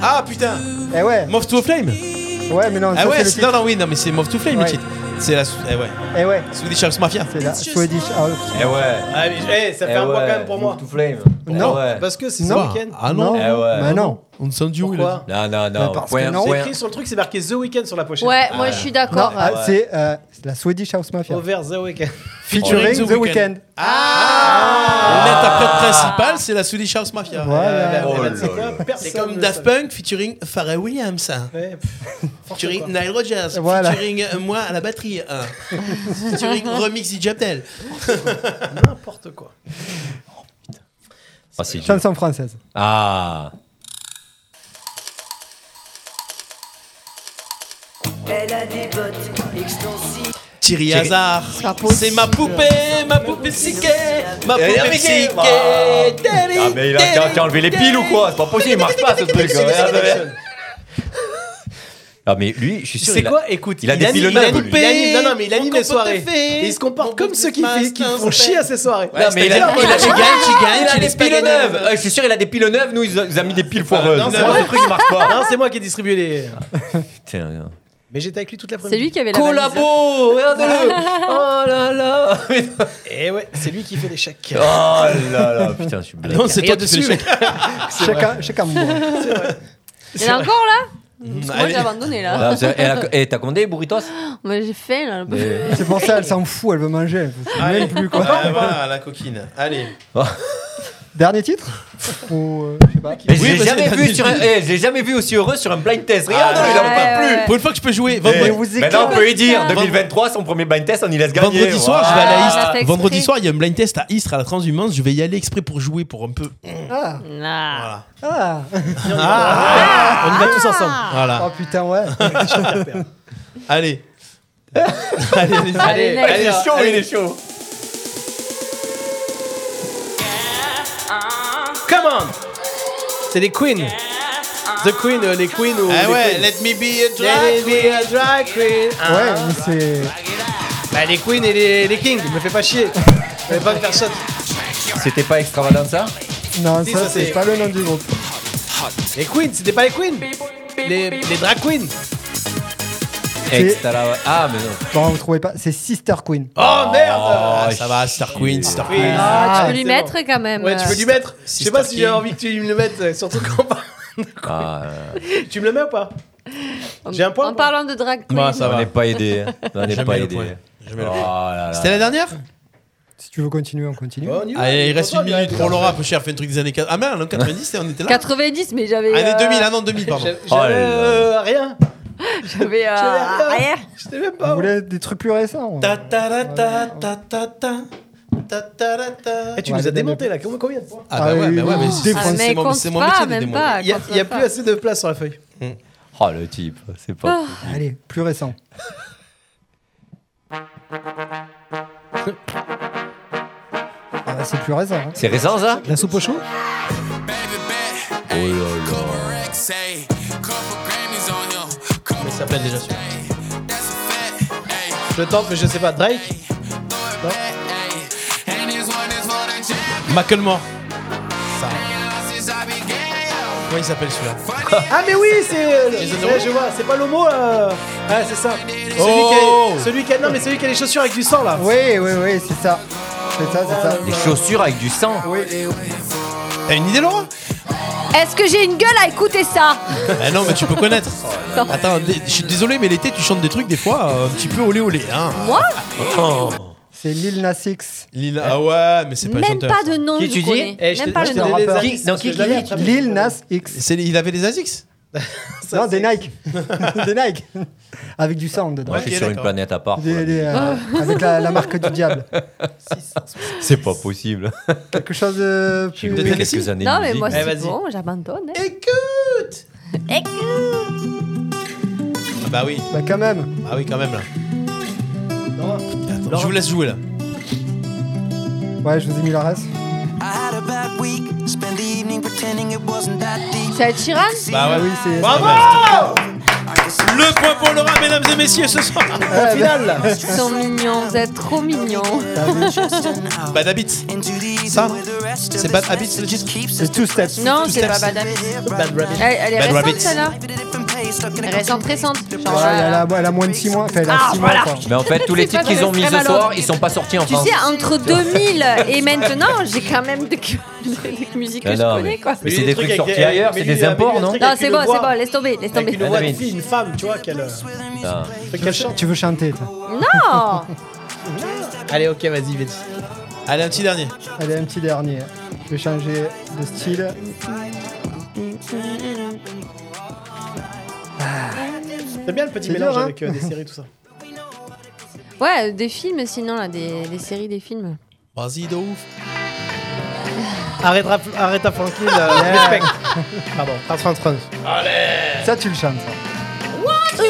[SPEAKER 2] Ah putain
[SPEAKER 7] Eh ouais.
[SPEAKER 2] Move to a Flame
[SPEAKER 7] Ouais, mais non,
[SPEAKER 2] Ah
[SPEAKER 7] ça,
[SPEAKER 2] ouais,
[SPEAKER 7] c'est le
[SPEAKER 2] c'est- non,
[SPEAKER 7] titre.
[SPEAKER 2] non, oui, non, mais c'est Move to Flame le
[SPEAKER 7] Ouais.
[SPEAKER 2] titre. C'est la. sou- Eh ouais,
[SPEAKER 7] Eh ouais,
[SPEAKER 2] Swedish House Mafia.
[SPEAKER 7] c'est la Swedish House.
[SPEAKER 6] Eh ouais.
[SPEAKER 4] Ah, mais, eh, ça fait
[SPEAKER 6] eh
[SPEAKER 4] un point
[SPEAKER 6] ouais.
[SPEAKER 4] quand même pour moi.
[SPEAKER 6] Move to flame.
[SPEAKER 7] Non.
[SPEAKER 6] Eh ouais.
[SPEAKER 4] Euh, Parce que c'est ce
[SPEAKER 7] Non.
[SPEAKER 4] week-end.
[SPEAKER 2] Ah non,
[SPEAKER 6] Eh ouais.
[SPEAKER 7] Bah non.
[SPEAKER 2] On ne s'en dit où là
[SPEAKER 4] Pourquoi
[SPEAKER 6] Non, non, non.
[SPEAKER 7] Mais parce
[SPEAKER 6] Point,
[SPEAKER 7] que non.
[SPEAKER 4] C'est
[SPEAKER 6] point.
[SPEAKER 4] écrit sur le truc, c'est marqué The Weekend sur la pochette.
[SPEAKER 1] Ouais, moi je suis d'accord.
[SPEAKER 7] Ah, c'est euh, c'est la Swedish House Mafia.
[SPEAKER 4] Over Ah, The
[SPEAKER 2] (laughs)
[SPEAKER 4] Weekend.
[SPEAKER 7] Featuring The Weeknd. Ah.
[SPEAKER 2] L'interprète principal, c'est la Swedish House
[SPEAKER 4] Eh
[SPEAKER 2] Mafia.
[SPEAKER 7] Voilà.
[SPEAKER 6] Oh là
[SPEAKER 4] Euh, ben, c'est quoi Personne
[SPEAKER 2] C'est comme
[SPEAKER 4] ne
[SPEAKER 2] Daft
[SPEAKER 4] savait.
[SPEAKER 2] Punk featuring Pharrell Williams. hein.
[SPEAKER 4] Ouais, pff, n'importe
[SPEAKER 2] Featuring
[SPEAKER 4] quoi.
[SPEAKER 2] Nile Rodgers.
[SPEAKER 7] Voilà.
[SPEAKER 2] Featuring euh, moi à la
[SPEAKER 7] (laughs)
[SPEAKER 2] batterie. hein. featuring Remix DJ Abdel.
[SPEAKER 4] N'importe quoi.
[SPEAKER 6] Ah, c'est dur.
[SPEAKER 7] Chanson française.
[SPEAKER 6] Ah.
[SPEAKER 2] Thierry Hazard. C'est ma poupée, ma poupée psyché. Ma
[SPEAKER 6] Eh,
[SPEAKER 2] poupée
[SPEAKER 6] mais
[SPEAKER 2] psyché.
[SPEAKER 6] bah. Ah, mais il a t'as- t'as enlevé les piles ou quoi C'est pas possible, il marche pas ce truc. Regarde, regarde. Ah, mais lui, je suis sûr.
[SPEAKER 4] C'est
[SPEAKER 6] il a-
[SPEAKER 4] quoi Écoute,
[SPEAKER 6] il a des
[SPEAKER 4] anime-
[SPEAKER 6] piles
[SPEAKER 4] il anime-
[SPEAKER 6] neuves, lui.
[SPEAKER 4] il anime- Non, non, mais il anime
[SPEAKER 2] Mon
[SPEAKER 4] les soirées.
[SPEAKER 2] compote est fait.
[SPEAKER 4] Et il se comporte
[SPEAKER 2] Mon
[SPEAKER 4] comme ceux qui
[SPEAKER 2] compote
[SPEAKER 4] fait- qui
[SPEAKER 2] est
[SPEAKER 4] font
[SPEAKER 2] fait.
[SPEAKER 4] chier à ces soirées.
[SPEAKER 6] Non, mais il a,
[SPEAKER 4] C'est-à-dire,
[SPEAKER 6] il a-
[SPEAKER 4] moi,
[SPEAKER 6] tu gagnes, tu gagnes,
[SPEAKER 2] il a
[SPEAKER 6] tu
[SPEAKER 2] des
[SPEAKER 6] laisses pas
[SPEAKER 2] piles
[SPEAKER 6] gagner.
[SPEAKER 2] neuves.
[SPEAKER 6] Euh, Je suis sûr, il a des piles neuves. Nous, il nous a mis des piles foireuses.
[SPEAKER 4] non,
[SPEAKER 6] C'est
[SPEAKER 4] c'est
[SPEAKER 6] pas
[SPEAKER 4] vrai.
[SPEAKER 6] le truc, il marche pas.
[SPEAKER 4] Non, c'est moi qui ai distribué les.
[SPEAKER 6] Putain, non.
[SPEAKER 4] Mais j'étais avec lui toute
[SPEAKER 1] C'est lui
[SPEAKER 4] l'après-midi.
[SPEAKER 1] qui avait la valise.
[SPEAKER 6] Collabo, regarde-le. Oh là là.
[SPEAKER 4] Et Eh ouais, c'est lui qui fait les chèques.
[SPEAKER 6] Oh là là, putain, je suis blessé.
[SPEAKER 2] Non, c'est toi dessus.
[SPEAKER 4] Ah,
[SPEAKER 7] Chacun, chacun me
[SPEAKER 1] Il y en a encore là Parce que Moi j'ai abandonné là.
[SPEAKER 6] Ah, c'est- Et la- et t'as commandé les burritos
[SPEAKER 1] Moi j'ai fait là.
[SPEAKER 6] Mais-
[SPEAKER 2] (laughs)
[SPEAKER 7] C'est pour ça, elle s'en fout, elle veut manger. elle fout même plus, quoi.
[SPEAKER 2] Ah, voilà, la coquine. Allez.
[SPEAKER 7] Dernier titre Ou, euh, je sais pas.
[SPEAKER 6] Mais
[SPEAKER 2] Oui, Ah,
[SPEAKER 6] je l'ai
[SPEAKER 2] parce
[SPEAKER 6] jamais
[SPEAKER 2] que
[SPEAKER 6] vu
[SPEAKER 2] t'as
[SPEAKER 6] sur
[SPEAKER 2] dit-
[SPEAKER 6] un- eh, je l'ai jamais vu aussi heureux sur un blind test. Regarde,
[SPEAKER 1] ouais,
[SPEAKER 6] Ah, il en
[SPEAKER 1] ouais,
[SPEAKER 6] peut plus.
[SPEAKER 1] ouais.
[SPEAKER 2] Pour une fois que je peux jouer,
[SPEAKER 6] Eh,
[SPEAKER 2] vendredi,
[SPEAKER 7] vous
[SPEAKER 6] Maintenant, on
[SPEAKER 7] éclatez.
[SPEAKER 6] peut y dire 2023, son premier blind test, on y laisse gagner.
[SPEAKER 2] vendredi soir,
[SPEAKER 6] Voilà.
[SPEAKER 2] je vais à la
[SPEAKER 1] Ah,
[SPEAKER 2] Istre.
[SPEAKER 1] t'as fait exprès.
[SPEAKER 2] Vendredi soir, il y a un blind test à Istres à la transhumance. Je vais y aller exprès pour jouer, pour un peu.
[SPEAKER 7] Ah,
[SPEAKER 1] Nah.
[SPEAKER 2] Voilà.
[SPEAKER 7] ah.
[SPEAKER 1] Ah.
[SPEAKER 4] On y va tous ensemble.
[SPEAKER 2] Voilà.
[SPEAKER 7] Oh putain, ouais.
[SPEAKER 2] Allez. (laughs) Allez, allez.
[SPEAKER 1] Oh. Allez, next.
[SPEAKER 6] Il est chaud, il est chaud.
[SPEAKER 4] Come on C'est les Queen. The Queen, euh, les Queen ou.
[SPEAKER 2] Ah
[SPEAKER 4] les
[SPEAKER 2] ouais,
[SPEAKER 4] Queen.
[SPEAKER 2] let me be a
[SPEAKER 4] Let
[SPEAKER 2] drag
[SPEAKER 4] it be a drag queen. Ah.
[SPEAKER 7] Ouais, mais c'est.
[SPEAKER 4] Bah, les Queen et les, les Kings, me fais pas chier. Je vais pas me faire shot.
[SPEAKER 6] Ah, C'était pas extravagant ça
[SPEAKER 7] Non,
[SPEAKER 4] Si,
[SPEAKER 7] ça,
[SPEAKER 4] ça,
[SPEAKER 7] c'est
[SPEAKER 4] c'est-
[SPEAKER 7] pas le nom du groupe.
[SPEAKER 4] Les Queen, c'était pas les Queen Les, les drag queens.
[SPEAKER 6] Extra. Ah, mais non.
[SPEAKER 7] Bon, vous trouvez pas. C'est Sister Queen.
[SPEAKER 4] Oh merde
[SPEAKER 2] Ah, ça va, Star Queen, Star
[SPEAKER 4] Oui.
[SPEAKER 2] Queen.
[SPEAKER 1] Ah, tu
[SPEAKER 7] Ah,
[SPEAKER 1] peux lui
[SPEAKER 4] c'est
[SPEAKER 1] mettre quand même.
[SPEAKER 4] Ouais, tu
[SPEAKER 1] euh,
[SPEAKER 4] peux lui mettre. Je sais pas
[SPEAKER 2] Sister
[SPEAKER 4] si j'ai
[SPEAKER 2] King.
[SPEAKER 4] envie que tu me le mettes, euh, surtout quand on parle. (laughs)
[SPEAKER 6] Ah, euh,
[SPEAKER 4] Tu me le mets ou pas
[SPEAKER 1] en-
[SPEAKER 4] J'ai un point,
[SPEAKER 1] En
[SPEAKER 4] quoi.
[SPEAKER 1] parlant de drag queen.
[SPEAKER 2] Bah, ça
[SPEAKER 6] on
[SPEAKER 2] va.
[SPEAKER 6] n'est pas aidé. hein. On n'est
[SPEAKER 2] Jamais
[SPEAKER 6] pas
[SPEAKER 2] le
[SPEAKER 6] aidé.
[SPEAKER 2] point.
[SPEAKER 6] Oh là là.
[SPEAKER 2] C'était la dernière
[SPEAKER 7] Si tu veux continuer, on continue.
[SPEAKER 4] Oh, on y va,
[SPEAKER 2] Allez, il
[SPEAKER 4] on
[SPEAKER 2] reste
[SPEAKER 4] va
[SPEAKER 2] une
[SPEAKER 4] bien.
[SPEAKER 6] Oh.
[SPEAKER 2] minute pour Laura. Peu cher, fait un truc des années 80. Ah merde, en 90, on était là.
[SPEAKER 1] 90, mais j'avais.
[SPEAKER 2] Année
[SPEAKER 1] euh,
[SPEAKER 2] 2000, ah non, 2000,
[SPEAKER 4] J'a-
[SPEAKER 2] pardon.
[SPEAKER 4] J'avais
[SPEAKER 6] Oh là là.
[SPEAKER 4] euh, rien.
[SPEAKER 1] J'avais. euh,
[SPEAKER 4] J'avais rien.
[SPEAKER 1] rien.
[SPEAKER 4] J'étais même
[SPEAKER 7] Vous
[SPEAKER 4] pas.
[SPEAKER 7] voulez des trucs plus récents
[SPEAKER 2] Ta ta ra ta ta ta ta. Ta ta ra ta.
[SPEAKER 4] Eh, tu
[SPEAKER 7] Ouais,
[SPEAKER 4] nous as
[SPEAKER 7] mais-
[SPEAKER 4] démonté là, combien combien de points
[SPEAKER 2] Ah bah
[SPEAKER 7] Ah
[SPEAKER 2] ouais,
[SPEAKER 7] oui,
[SPEAKER 2] bah ouais,
[SPEAKER 7] oui.
[SPEAKER 2] mais
[SPEAKER 7] Des
[SPEAKER 2] c'est-
[SPEAKER 1] Ah,
[SPEAKER 2] c'est
[SPEAKER 1] mais
[SPEAKER 2] mon
[SPEAKER 1] compte
[SPEAKER 2] c'est mon métier
[SPEAKER 1] pas,
[SPEAKER 2] de les
[SPEAKER 1] même
[SPEAKER 2] démonter.
[SPEAKER 1] pas.
[SPEAKER 4] Il y a,
[SPEAKER 1] compte
[SPEAKER 4] il y a
[SPEAKER 1] pas.
[SPEAKER 4] plus assez de place sur la feuille.
[SPEAKER 6] Oh le type, c'est pas.
[SPEAKER 1] Ah.
[SPEAKER 7] Allez, plus récent. Ah, bah, c'est plus récent. hein.
[SPEAKER 6] C'est récent ça
[SPEAKER 4] La soupe au chou
[SPEAKER 6] Oh là
[SPEAKER 2] Comment il s'appelle déjà celui-là
[SPEAKER 4] Je tente, mais je sais pas. Drake
[SPEAKER 2] Macklemore. Ça. Comment il s'appelle celui-là
[SPEAKER 4] Ah, mais oui, c'est. euh,
[SPEAKER 2] Jason
[SPEAKER 4] ouais, je vois, c'est pas l'homo là. Ah, c'est ça.
[SPEAKER 2] Oh.
[SPEAKER 4] Celui, qui a, celui qui a- Non, mais celui qui a les chaussures avec du sang là.
[SPEAKER 7] Oui, oui, oui, c'est ça. C'est ça, c'est ça.
[SPEAKER 6] là. Des chaussures avec du sang.
[SPEAKER 2] T'as une idée, (laughs) Laura
[SPEAKER 1] Ah, Est-ce que j'ai une gueule à écouter ça
[SPEAKER 2] Ah non, mais tu peux connaître. Attends, dé- je suis désolé, mais l'été, tu chantes des trucs des fois euh, un petit peu olé olé. Hein.
[SPEAKER 1] Moi
[SPEAKER 7] C'est Lil Nas X.
[SPEAKER 2] Lil- Ah ouais, mais c'est pas un
[SPEAKER 1] Même
[SPEAKER 2] chanteur.
[SPEAKER 1] pas
[SPEAKER 2] ça.
[SPEAKER 1] de nom.
[SPEAKER 6] Qui
[SPEAKER 1] je
[SPEAKER 6] tu dis
[SPEAKER 1] connais.
[SPEAKER 4] Eh, je
[SPEAKER 1] Même
[SPEAKER 4] t'ai-
[SPEAKER 1] pas
[SPEAKER 4] je
[SPEAKER 1] le
[SPEAKER 4] t'ai
[SPEAKER 1] nom.
[SPEAKER 4] donné les
[SPEAKER 6] Qui-
[SPEAKER 4] indices,
[SPEAKER 6] non,
[SPEAKER 4] parce
[SPEAKER 6] qui-
[SPEAKER 4] que je l'avais
[SPEAKER 6] qui-
[SPEAKER 4] attrapé.
[SPEAKER 7] Lil Nas X.
[SPEAKER 2] C'est- Il avait des Asics
[SPEAKER 4] Ça,
[SPEAKER 7] Non, des
[SPEAKER 4] c'est-
[SPEAKER 7] Nike. (laughs) des Nike. Avec du sang dedans.
[SPEAKER 6] Moi, je
[SPEAKER 2] Ok,
[SPEAKER 6] suis sur une
[SPEAKER 2] d'accord.
[SPEAKER 6] planète à part.
[SPEAKER 7] Des- des, euh, avec la, la marque du diable.
[SPEAKER 6] C'est pas possible.
[SPEAKER 7] Quelque chose de
[SPEAKER 6] J'ai
[SPEAKER 7] plus.
[SPEAKER 6] eu quelques années.
[SPEAKER 1] Non,
[SPEAKER 6] de
[SPEAKER 1] mais
[SPEAKER 6] musique,
[SPEAKER 1] moi
[SPEAKER 4] Eh,
[SPEAKER 1] c'est
[SPEAKER 4] vas-y.
[SPEAKER 1] bon, j'abandonne. hein.
[SPEAKER 2] Écoute Ah bah oui,
[SPEAKER 7] Bah, quand même.
[SPEAKER 2] ah oui quand même là.
[SPEAKER 7] Non.
[SPEAKER 2] Attends, je vous laisse jouer là.
[SPEAKER 7] Ouais, je vous ai mis la race.
[SPEAKER 1] C'est Ed Sheeran
[SPEAKER 2] Bah
[SPEAKER 7] Ah
[SPEAKER 2] ouais.
[SPEAKER 7] oui, c'est.
[SPEAKER 2] Bravo Le point pour Laura, mesdames et messieurs, ce soir.
[SPEAKER 4] Au final,
[SPEAKER 5] Ils sont mignons, vous êtes trop mignons.
[SPEAKER 2] Bad Habits. Ça C'est Bad Habits le titre
[SPEAKER 7] C'est two steps.
[SPEAKER 5] Non,
[SPEAKER 2] Two
[SPEAKER 5] c'est Eh, pas
[SPEAKER 2] Steps.
[SPEAKER 5] Bad Habits.
[SPEAKER 4] Bad Rabbit.
[SPEAKER 5] Elle, elle est
[SPEAKER 2] Bad
[SPEAKER 5] récente
[SPEAKER 2] Rabbits.
[SPEAKER 5] celle-là. Elle est récente, récente. Genre,
[SPEAKER 7] Ouais, elle,
[SPEAKER 5] euh,
[SPEAKER 7] a, elle a moins de 6 mois. Enfin, elle a six mois. quoi.
[SPEAKER 6] Mais en fait, tous les titres qu'ils ont mis ce soir, ils sont pas sortis en
[SPEAKER 5] Tu
[SPEAKER 6] France.
[SPEAKER 5] sais, entre 2000 et maintenant, j'ai quand même des, des musiques que
[SPEAKER 6] Non,
[SPEAKER 5] je
[SPEAKER 6] non,
[SPEAKER 5] connais,
[SPEAKER 6] mais-
[SPEAKER 5] quoi.
[SPEAKER 6] Mais c'est des trucs sortis ailleurs, c'est des imports,
[SPEAKER 5] Non,
[SPEAKER 6] non
[SPEAKER 5] c'est bon, c'est bon, laisse tomber, laisse
[SPEAKER 4] Avec
[SPEAKER 5] tomber.
[SPEAKER 4] une voix de
[SPEAKER 6] David.
[SPEAKER 4] fille, une femme, tu vois, qu'elle. euh,
[SPEAKER 6] Putain.
[SPEAKER 4] qu'elle chante.
[SPEAKER 7] Tu veux chanter, toi
[SPEAKER 5] Non
[SPEAKER 4] Allez, ok, vas-y, vas-y.
[SPEAKER 2] Allez, un petit dernier.
[SPEAKER 7] Allez, un petit dernier. Je vais changer de style.
[SPEAKER 4] T'aimes bien le petit
[SPEAKER 7] C'est
[SPEAKER 4] mélange
[SPEAKER 7] dur, hein
[SPEAKER 4] avec euh, des séries, tout ça
[SPEAKER 5] Ouais, des films sinon, là, des, des séries, des films.
[SPEAKER 2] Vas-y, de ouf.
[SPEAKER 4] Arrête, rap- arrête ta Franklin, (laughs) euh, respect. Pardon, France, France, France.
[SPEAKER 7] Ah, Ça, tu le chantes. ça.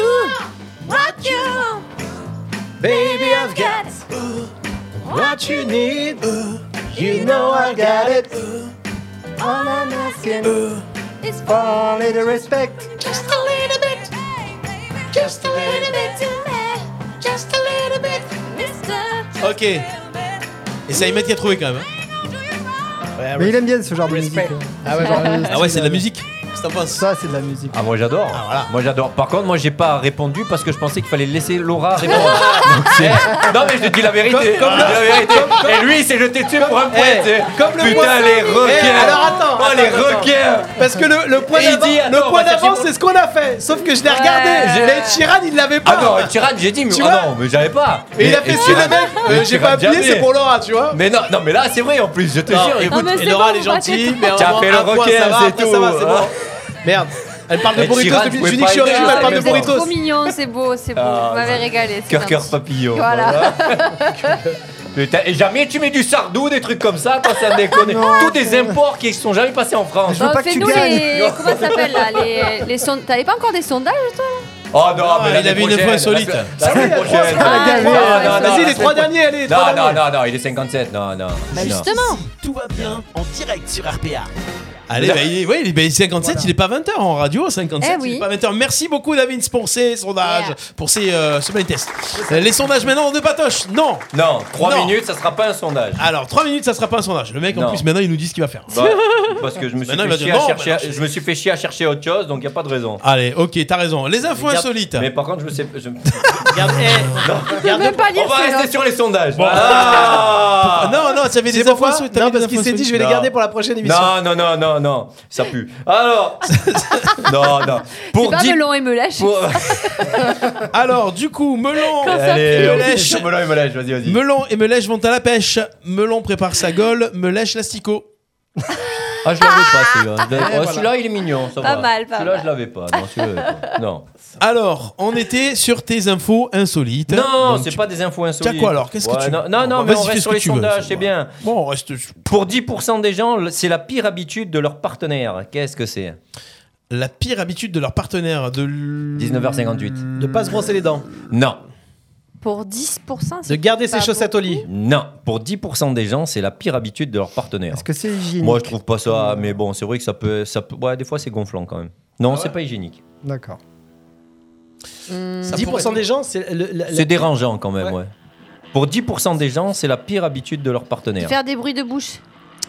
[SPEAKER 4] Baby, I've got what you need. You know I've got it. Uh.
[SPEAKER 7] All I'm asking is for a little respect.
[SPEAKER 2] Ok. Et c'est Ahmed qui a trouvé quand même. hein.
[SPEAKER 4] Eh Ouais,
[SPEAKER 7] Mais il aime bien ce genre de musique.
[SPEAKER 4] Respect.
[SPEAKER 7] euh,
[SPEAKER 4] Ah ouais, genre,
[SPEAKER 7] euh,
[SPEAKER 2] Ah ouais, c'est de la musique. Qu'est-ce que t'en penses
[SPEAKER 7] Ça, c'est de la musique.
[SPEAKER 6] Ah, moi j'adore.
[SPEAKER 2] voilà.
[SPEAKER 6] Moi j'adore. Par contre, moi j'ai pas répondu parce que je pensais qu'il fallait
[SPEAKER 4] (laughs)
[SPEAKER 6] laisser Laura répondre. Donc, c'est- non, mais je te dis la vérité.
[SPEAKER 2] Comme- comme
[SPEAKER 6] Je te dis la vérité. Et lui, il s'est jeté dessus pour un point.
[SPEAKER 2] Eh,
[SPEAKER 6] tu sais.
[SPEAKER 2] comme le
[SPEAKER 6] Putain,
[SPEAKER 2] poisson.
[SPEAKER 6] les
[SPEAKER 4] Eh,
[SPEAKER 6] requins.
[SPEAKER 4] alors attends,
[SPEAKER 6] Oh, les
[SPEAKER 4] attends, attends.
[SPEAKER 6] requins.
[SPEAKER 4] Parce que le, le point
[SPEAKER 6] Et il
[SPEAKER 4] d'avant,
[SPEAKER 6] dit,
[SPEAKER 4] le
[SPEAKER 6] attends, on
[SPEAKER 4] point
[SPEAKER 6] va chercher
[SPEAKER 4] d'avant,
[SPEAKER 6] mon-
[SPEAKER 4] c'est ce qu'on a bah, fait. Sauf que je l'ai regardé.
[SPEAKER 6] J'ai-
[SPEAKER 4] Mais Chiran, il l'avait pas.
[SPEAKER 6] Ah non, une tirade, j'ai dit, mais
[SPEAKER 4] Tu
[SPEAKER 6] ah
[SPEAKER 4] vois
[SPEAKER 6] non, mais j'avais pas.
[SPEAKER 4] Et il a fait si le
[SPEAKER 6] tirade-
[SPEAKER 4] mec,
[SPEAKER 6] mais
[SPEAKER 4] euh, j'ai
[SPEAKER 6] tirade
[SPEAKER 4] pas appuyé,
[SPEAKER 6] jamais.
[SPEAKER 4] c'est pour Laura, tu vois.
[SPEAKER 6] Mais non, non, mais là c'est vrai en plus, je te
[SPEAKER 4] Non,
[SPEAKER 6] jure.
[SPEAKER 4] écoute,
[SPEAKER 5] mais c'est
[SPEAKER 4] Laura,
[SPEAKER 5] bon,
[SPEAKER 4] elle est
[SPEAKER 5] vous battez
[SPEAKER 4] gentille,
[SPEAKER 5] tout.
[SPEAKER 4] mais à un
[SPEAKER 6] T'as
[SPEAKER 4] moment,
[SPEAKER 6] fait le
[SPEAKER 4] un point,
[SPEAKER 6] requin,
[SPEAKER 4] ça va,
[SPEAKER 6] c'est
[SPEAKER 4] après, ça
[SPEAKER 6] tout.
[SPEAKER 4] va, c'est bon. Merde. Elle parle de
[SPEAKER 6] Eh,
[SPEAKER 4] burritos
[SPEAKER 6] Chiran,
[SPEAKER 4] depuis
[SPEAKER 6] vous
[SPEAKER 4] je dis
[SPEAKER 6] pouvez
[SPEAKER 4] que je suis
[SPEAKER 6] pas
[SPEAKER 5] hein,
[SPEAKER 4] régime,
[SPEAKER 6] aider,
[SPEAKER 4] elle parle de
[SPEAKER 6] mais bon.
[SPEAKER 4] burritos.
[SPEAKER 5] Ah, Trop mignon, c'est beau, c'est beau.
[SPEAKER 6] Ah,
[SPEAKER 5] Vous m'avez régalé. c'est
[SPEAKER 6] Cœur, cœur,
[SPEAKER 5] gentil.
[SPEAKER 6] papillon.
[SPEAKER 5] Voilà.
[SPEAKER 6] Putain, et jamais tu mets du sardou, des trucs comme ça, quand ça déconne. Tous des imports qui sont jamais passés en France.
[SPEAKER 7] Je veux
[SPEAKER 5] Euh,
[SPEAKER 7] pas que tu
[SPEAKER 5] Fais-nous
[SPEAKER 7] gagnes.
[SPEAKER 5] les. Comment ça s'appelle là les, les sond- T'avais pas encore des sondages toi
[SPEAKER 6] Oh non, mais
[SPEAKER 2] il
[SPEAKER 6] l'année
[SPEAKER 2] avait une
[SPEAKER 6] prochaine,
[SPEAKER 2] fois
[SPEAKER 6] la-
[SPEAKER 2] solide.
[SPEAKER 6] la- La semaine prochaine.
[SPEAKER 5] Ah,
[SPEAKER 7] la
[SPEAKER 5] ouais,
[SPEAKER 7] galère.
[SPEAKER 5] ouais,
[SPEAKER 6] non,
[SPEAKER 5] ouais.
[SPEAKER 6] non,
[SPEAKER 4] Vas-y,
[SPEAKER 6] la
[SPEAKER 4] les trois
[SPEAKER 6] semaine
[SPEAKER 4] derniers, allez, les trois
[SPEAKER 6] Non, non,
[SPEAKER 4] derniers.
[SPEAKER 6] non, non, il est 57, non, non.
[SPEAKER 5] Bah,
[SPEAKER 6] non.
[SPEAKER 5] justement
[SPEAKER 3] Tout va bien en direct sur RPA.
[SPEAKER 2] Allez, bah, il est, ouais, il est- bah, il est 57, il est pas 20h en radio, 57,
[SPEAKER 5] Eh oui.
[SPEAKER 2] il est pas 20h. Merci beaucoup, David, pour ces sondages, pour ces euh, semaines test. Euh, Les sondages maintenant de Patoche, non
[SPEAKER 6] Non, 3
[SPEAKER 2] Non.
[SPEAKER 6] minutes, ça sera pas un sondage.
[SPEAKER 2] Alors, 3 minutes, ça sera pas un sondage. Le mec, en
[SPEAKER 6] Non.
[SPEAKER 2] plus, maintenant, il nous dit ce qu'il va faire.
[SPEAKER 6] Bah, parce que je me suis
[SPEAKER 2] Maintenant, il va dire
[SPEAKER 6] fait chier
[SPEAKER 2] non, Ah,
[SPEAKER 6] à chercher,
[SPEAKER 2] maintenant,
[SPEAKER 6] je me suis fait chier à chercher autre chose, donc il y a pas de raison.
[SPEAKER 2] Allez, ok, t'as raison. Les infos insolites.
[SPEAKER 6] Mais par contre, je me sais. je-
[SPEAKER 4] Regarde, eh,
[SPEAKER 5] Je peux même pas lire hein.
[SPEAKER 6] On va
[SPEAKER 5] ces
[SPEAKER 6] rester
[SPEAKER 5] notes.
[SPEAKER 6] sur les sondages.
[SPEAKER 2] Bon.
[SPEAKER 6] Ah
[SPEAKER 2] Non, non, t'avais
[SPEAKER 4] Tu sais
[SPEAKER 2] des infos
[SPEAKER 4] pourquoi
[SPEAKER 2] insolites. t'avais
[SPEAKER 4] Non,
[SPEAKER 2] des
[SPEAKER 4] parce qu'il
[SPEAKER 2] infos
[SPEAKER 4] s'est dit, je vais
[SPEAKER 2] insolites.
[SPEAKER 4] les
[SPEAKER 6] Non.
[SPEAKER 4] garder pour la prochaine émission.
[SPEAKER 6] Non, non, non, non, non, ça pue. (laughs) Alors, non, non.
[SPEAKER 5] C'est
[SPEAKER 6] Pour
[SPEAKER 5] pas
[SPEAKER 6] dix-
[SPEAKER 5] melon et me lâche.
[SPEAKER 6] pour-
[SPEAKER 2] Alors, du coup, Melon,
[SPEAKER 6] Allez, on
[SPEAKER 2] Melèche.
[SPEAKER 6] fait melon et melèche, vas-y, vas-y.
[SPEAKER 2] Melon et Melèche vont à la pêche. Melon prépare sa gaule, Melèche l'asticot.
[SPEAKER 6] Ah, je l'avais pas, celui-là. Je l'avais-
[SPEAKER 2] Ah,
[SPEAKER 6] oh,
[SPEAKER 2] voilà.
[SPEAKER 6] Celui-là, il est mignon, ça
[SPEAKER 5] Pas
[SPEAKER 6] va.
[SPEAKER 5] mal, pas
[SPEAKER 6] Celui-là,
[SPEAKER 5] mal.
[SPEAKER 6] je l'avais pas. Non, celui-là, je- non.
[SPEAKER 2] Alors, on était sur tes infos insolites.
[SPEAKER 6] Non,
[SPEAKER 2] Donc,
[SPEAKER 6] c'est pas des infos insolites.
[SPEAKER 2] Tiens, quoi, alors, qu'est-ce que tu veux
[SPEAKER 6] Non, non, non,
[SPEAKER 2] Bon,
[SPEAKER 6] mais
[SPEAKER 2] vas-y,
[SPEAKER 6] on
[SPEAKER 2] fais ce
[SPEAKER 6] reste sur
[SPEAKER 2] que
[SPEAKER 6] les
[SPEAKER 2] tu veux,
[SPEAKER 6] sondages,
[SPEAKER 2] c'est
[SPEAKER 6] c'est
[SPEAKER 2] bon.
[SPEAKER 6] bien.
[SPEAKER 2] Bon, on reste.
[SPEAKER 6] Pour 10% des gens, c'est la pire habitude de leur partenaire. Qu'est-ce que c'est
[SPEAKER 2] La pire habitude de leur partenaire de. l-
[SPEAKER 6] 19h58.
[SPEAKER 4] De pas se brosser les dents.
[SPEAKER 6] Non,
[SPEAKER 5] Pour 10%,
[SPEAKER 4] De
[SPEAKER 5] c'est
[SPEAKER 4] garder ses
[SPEAKER 5] Pas
[SPEAKER 4] chaussettes au lit.
[SPEAKER 6] non. Pour 10% des gens, c'est la pire habitude de leur partenaire.
[SPEAKER 7] Est-ce que c'est hygiénique
[SPEAKER 6] Moi, je trouve pas ça, mais bon, c'est vrai que ça peut. Ça peut- ouais, des fois, c'est gonflant quand même. Non, c'est pas hygiénique.
[SPEAKER 7] D'accord.
[SPEAKER 2] Ça
[SPEAKER 4] 10%
[SPEAKER 2] pourrait-
[SPEAKER 4] des gens, c'est le- la- la-
[SPEAKER 6] C'est dérangeant quand même,
[SPEAKER 4] Ouais.
[SPEAKER 6] ouais. Pour 10% des gens, c'est la pire habitude de leur partenaire.
[SPEAKER 5] faire des bruits de bouche.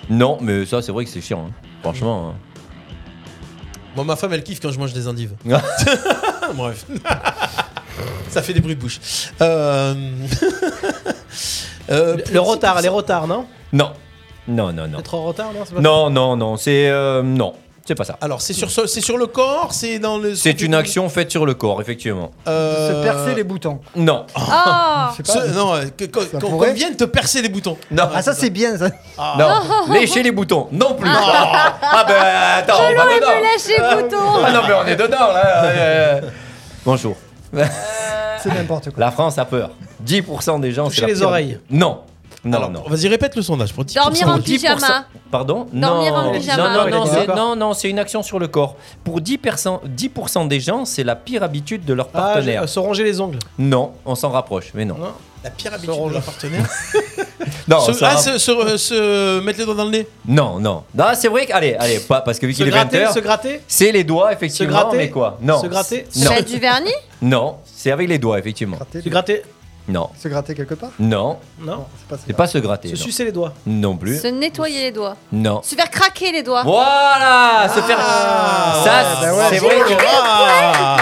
[SPEAKER 6] Non, mais ça, c'est vrai que c'est chiant. hein. Franchement. hein.
[SPEAKER 2] Moi, ma femme, elle kiffe quand je mange des endives.
[SPEAKER 6] (laughs) Ah.
[SPEAKER 2] (laughs) Bref. Ça fait des bruits de bouche. Euh, (laughs) euh,
[SPEAKER 4] le, le retard, les retards, non
[SPEAKER 6] Non. Non, non, non.
[SPEAKER 4] Être en retard, non c'est pas-
[SPEAKER 6] Non, non, non. C'est. euh, non. C'est pas ça.
[SPEAKER 2] Alors, c'est sur, ce- c'est sur le corps C'est dans le.
[SPEAKER 6] C'est une action faite sur le corps, effectivement.
[SPEAKER 2] Euh,
[SPEAKER 7] Se percer les boutons.
[SPEAKER 6] Non.
[SPEAKER 5] Oh
[SPEAKER 7] Je sais pas.
[SPEAKER 2] ce- non, euh, que- que- qu'on qu'on
[SPEAKER 7] pourrait.
[SPEAKER 2] vienne te percer les boutons.
[SPEAKER 6] Non.
[SPEAKER 7] Ah, ça, c'est bien, ça.
[SPEAKER 6] Non. Lécher les boutons. Non plus. Ah, ben attends, on va
[SPEAKER 5] Me
[SPEAKER 6] dedans.
[SPEAKER 5] lâche les boutons
[SPEAKER 6] Ah non, mais on est dedans là. euh, euh. Bonjour.
[SPEAKER 7] C'est n'importe quoi.
[SPEAKER 6] La France a peur. 10% des gens. c'est
[SPEAKER 4] Toucher
[SPEAKER 6] la
[SPEAKER 4] les
[SPEAKER 6] pire-
[SPEAKER 4] oreilles.
[SPEAKER 6] Non. Non,
[SPEAKER 2] Alors,
[SPEAKER 6] non.
[SPEAKER 2] vas-y, répète le sondage pour 10%.
[SPEAKER 5] Dormir en
[SPEAKER 6] Pour 10%.
[SPEAKER 5] pyjama.
[SPEAKER 6] Pardon
[SPEAKER 5] Dormir
[SPEAKER 6] non.
[SPEAKER 5] en pyjama.
[SPEAKER 6] Non, non,
[SPEAKER 4] Il a
[SPEAKER 6] non,
[SPEAKER 4] dit
[SPEAKER 6] c'est,
[SPEAKER 4] d'accord.
[SPEAKER 6] non, non, c'est une action sur le corps. Pour 10%, 10% des gens, c'est la pire habitude de leur
[SPEAKER 4] Ah,
[SPEAKER 6] partenaire.
[SPEAKER 4] je- se ronger les ongles.
[SPEAKER 6] Non, on s'en rapproche, mais non.
[SPEAKER 2] La pire habitude de leur partenaire.
[SPEAKER 6] Non,
[SPEAKER 2] se,
[SPEAKER 6] Oh, ça
[SPEAKER 2] ah,
[SPEAKER 6] va-
[SPEAKER 2] se- se- euh, se mettre les doigts dans le nez.
[SPEAKER 6] non, non. Non, c'est vrai que. Allez, allez, pas parce que vu
[SPEAKER 4] Se
[SPEAKER 6] qu'il est
[SPEAKER 4] gratter,
[SPEAKER 6] 20h.
[SPEAKER 4] se gratter
[SPEAKER 6] C'est les doigts,
[SPEAKER 4] Se
[SPEAKER 6] effectivement.
[SPEAKER 4] gratter
[SPEAKER 6] mais quoi Non.
[SPEAKER 4] Se gratter
[SPEAKER 6] Non,
[SPEAKER 1] Mettre du vernis
[SPEAKER 6] non c'est avec les doigts, effectivement.
[SPEAKER 7] Gratter,
[SPEAKER 4] Se gratter
[SPEAKER 6] Non,
[SPEAKER 7] se gratter quelque part
[SPEAKER 6] non,
[SPEAKER 4] Non.
[SPEAKER 7] C'est pas ça.
[SPEAKER 6] c'est pas se gratter.
[SPEAKER 4] Se
[SPEAKER 6] non.
[SPEAKER 4] sucer les doigts.
[SPEAKER 6] Non plus.
[SPEAKER 1] Se nettoyer les doigts.
[SPEAKER 6] Non.
[SPEAKER 1] Se faire craquer les doigts.
[SPEAKER 6] Voilà Se faire. ça,
[SPEAKER 7] bah ouais.
[SPEAKER 6] c'est vrai que.
[SPEAKER 2] Ah,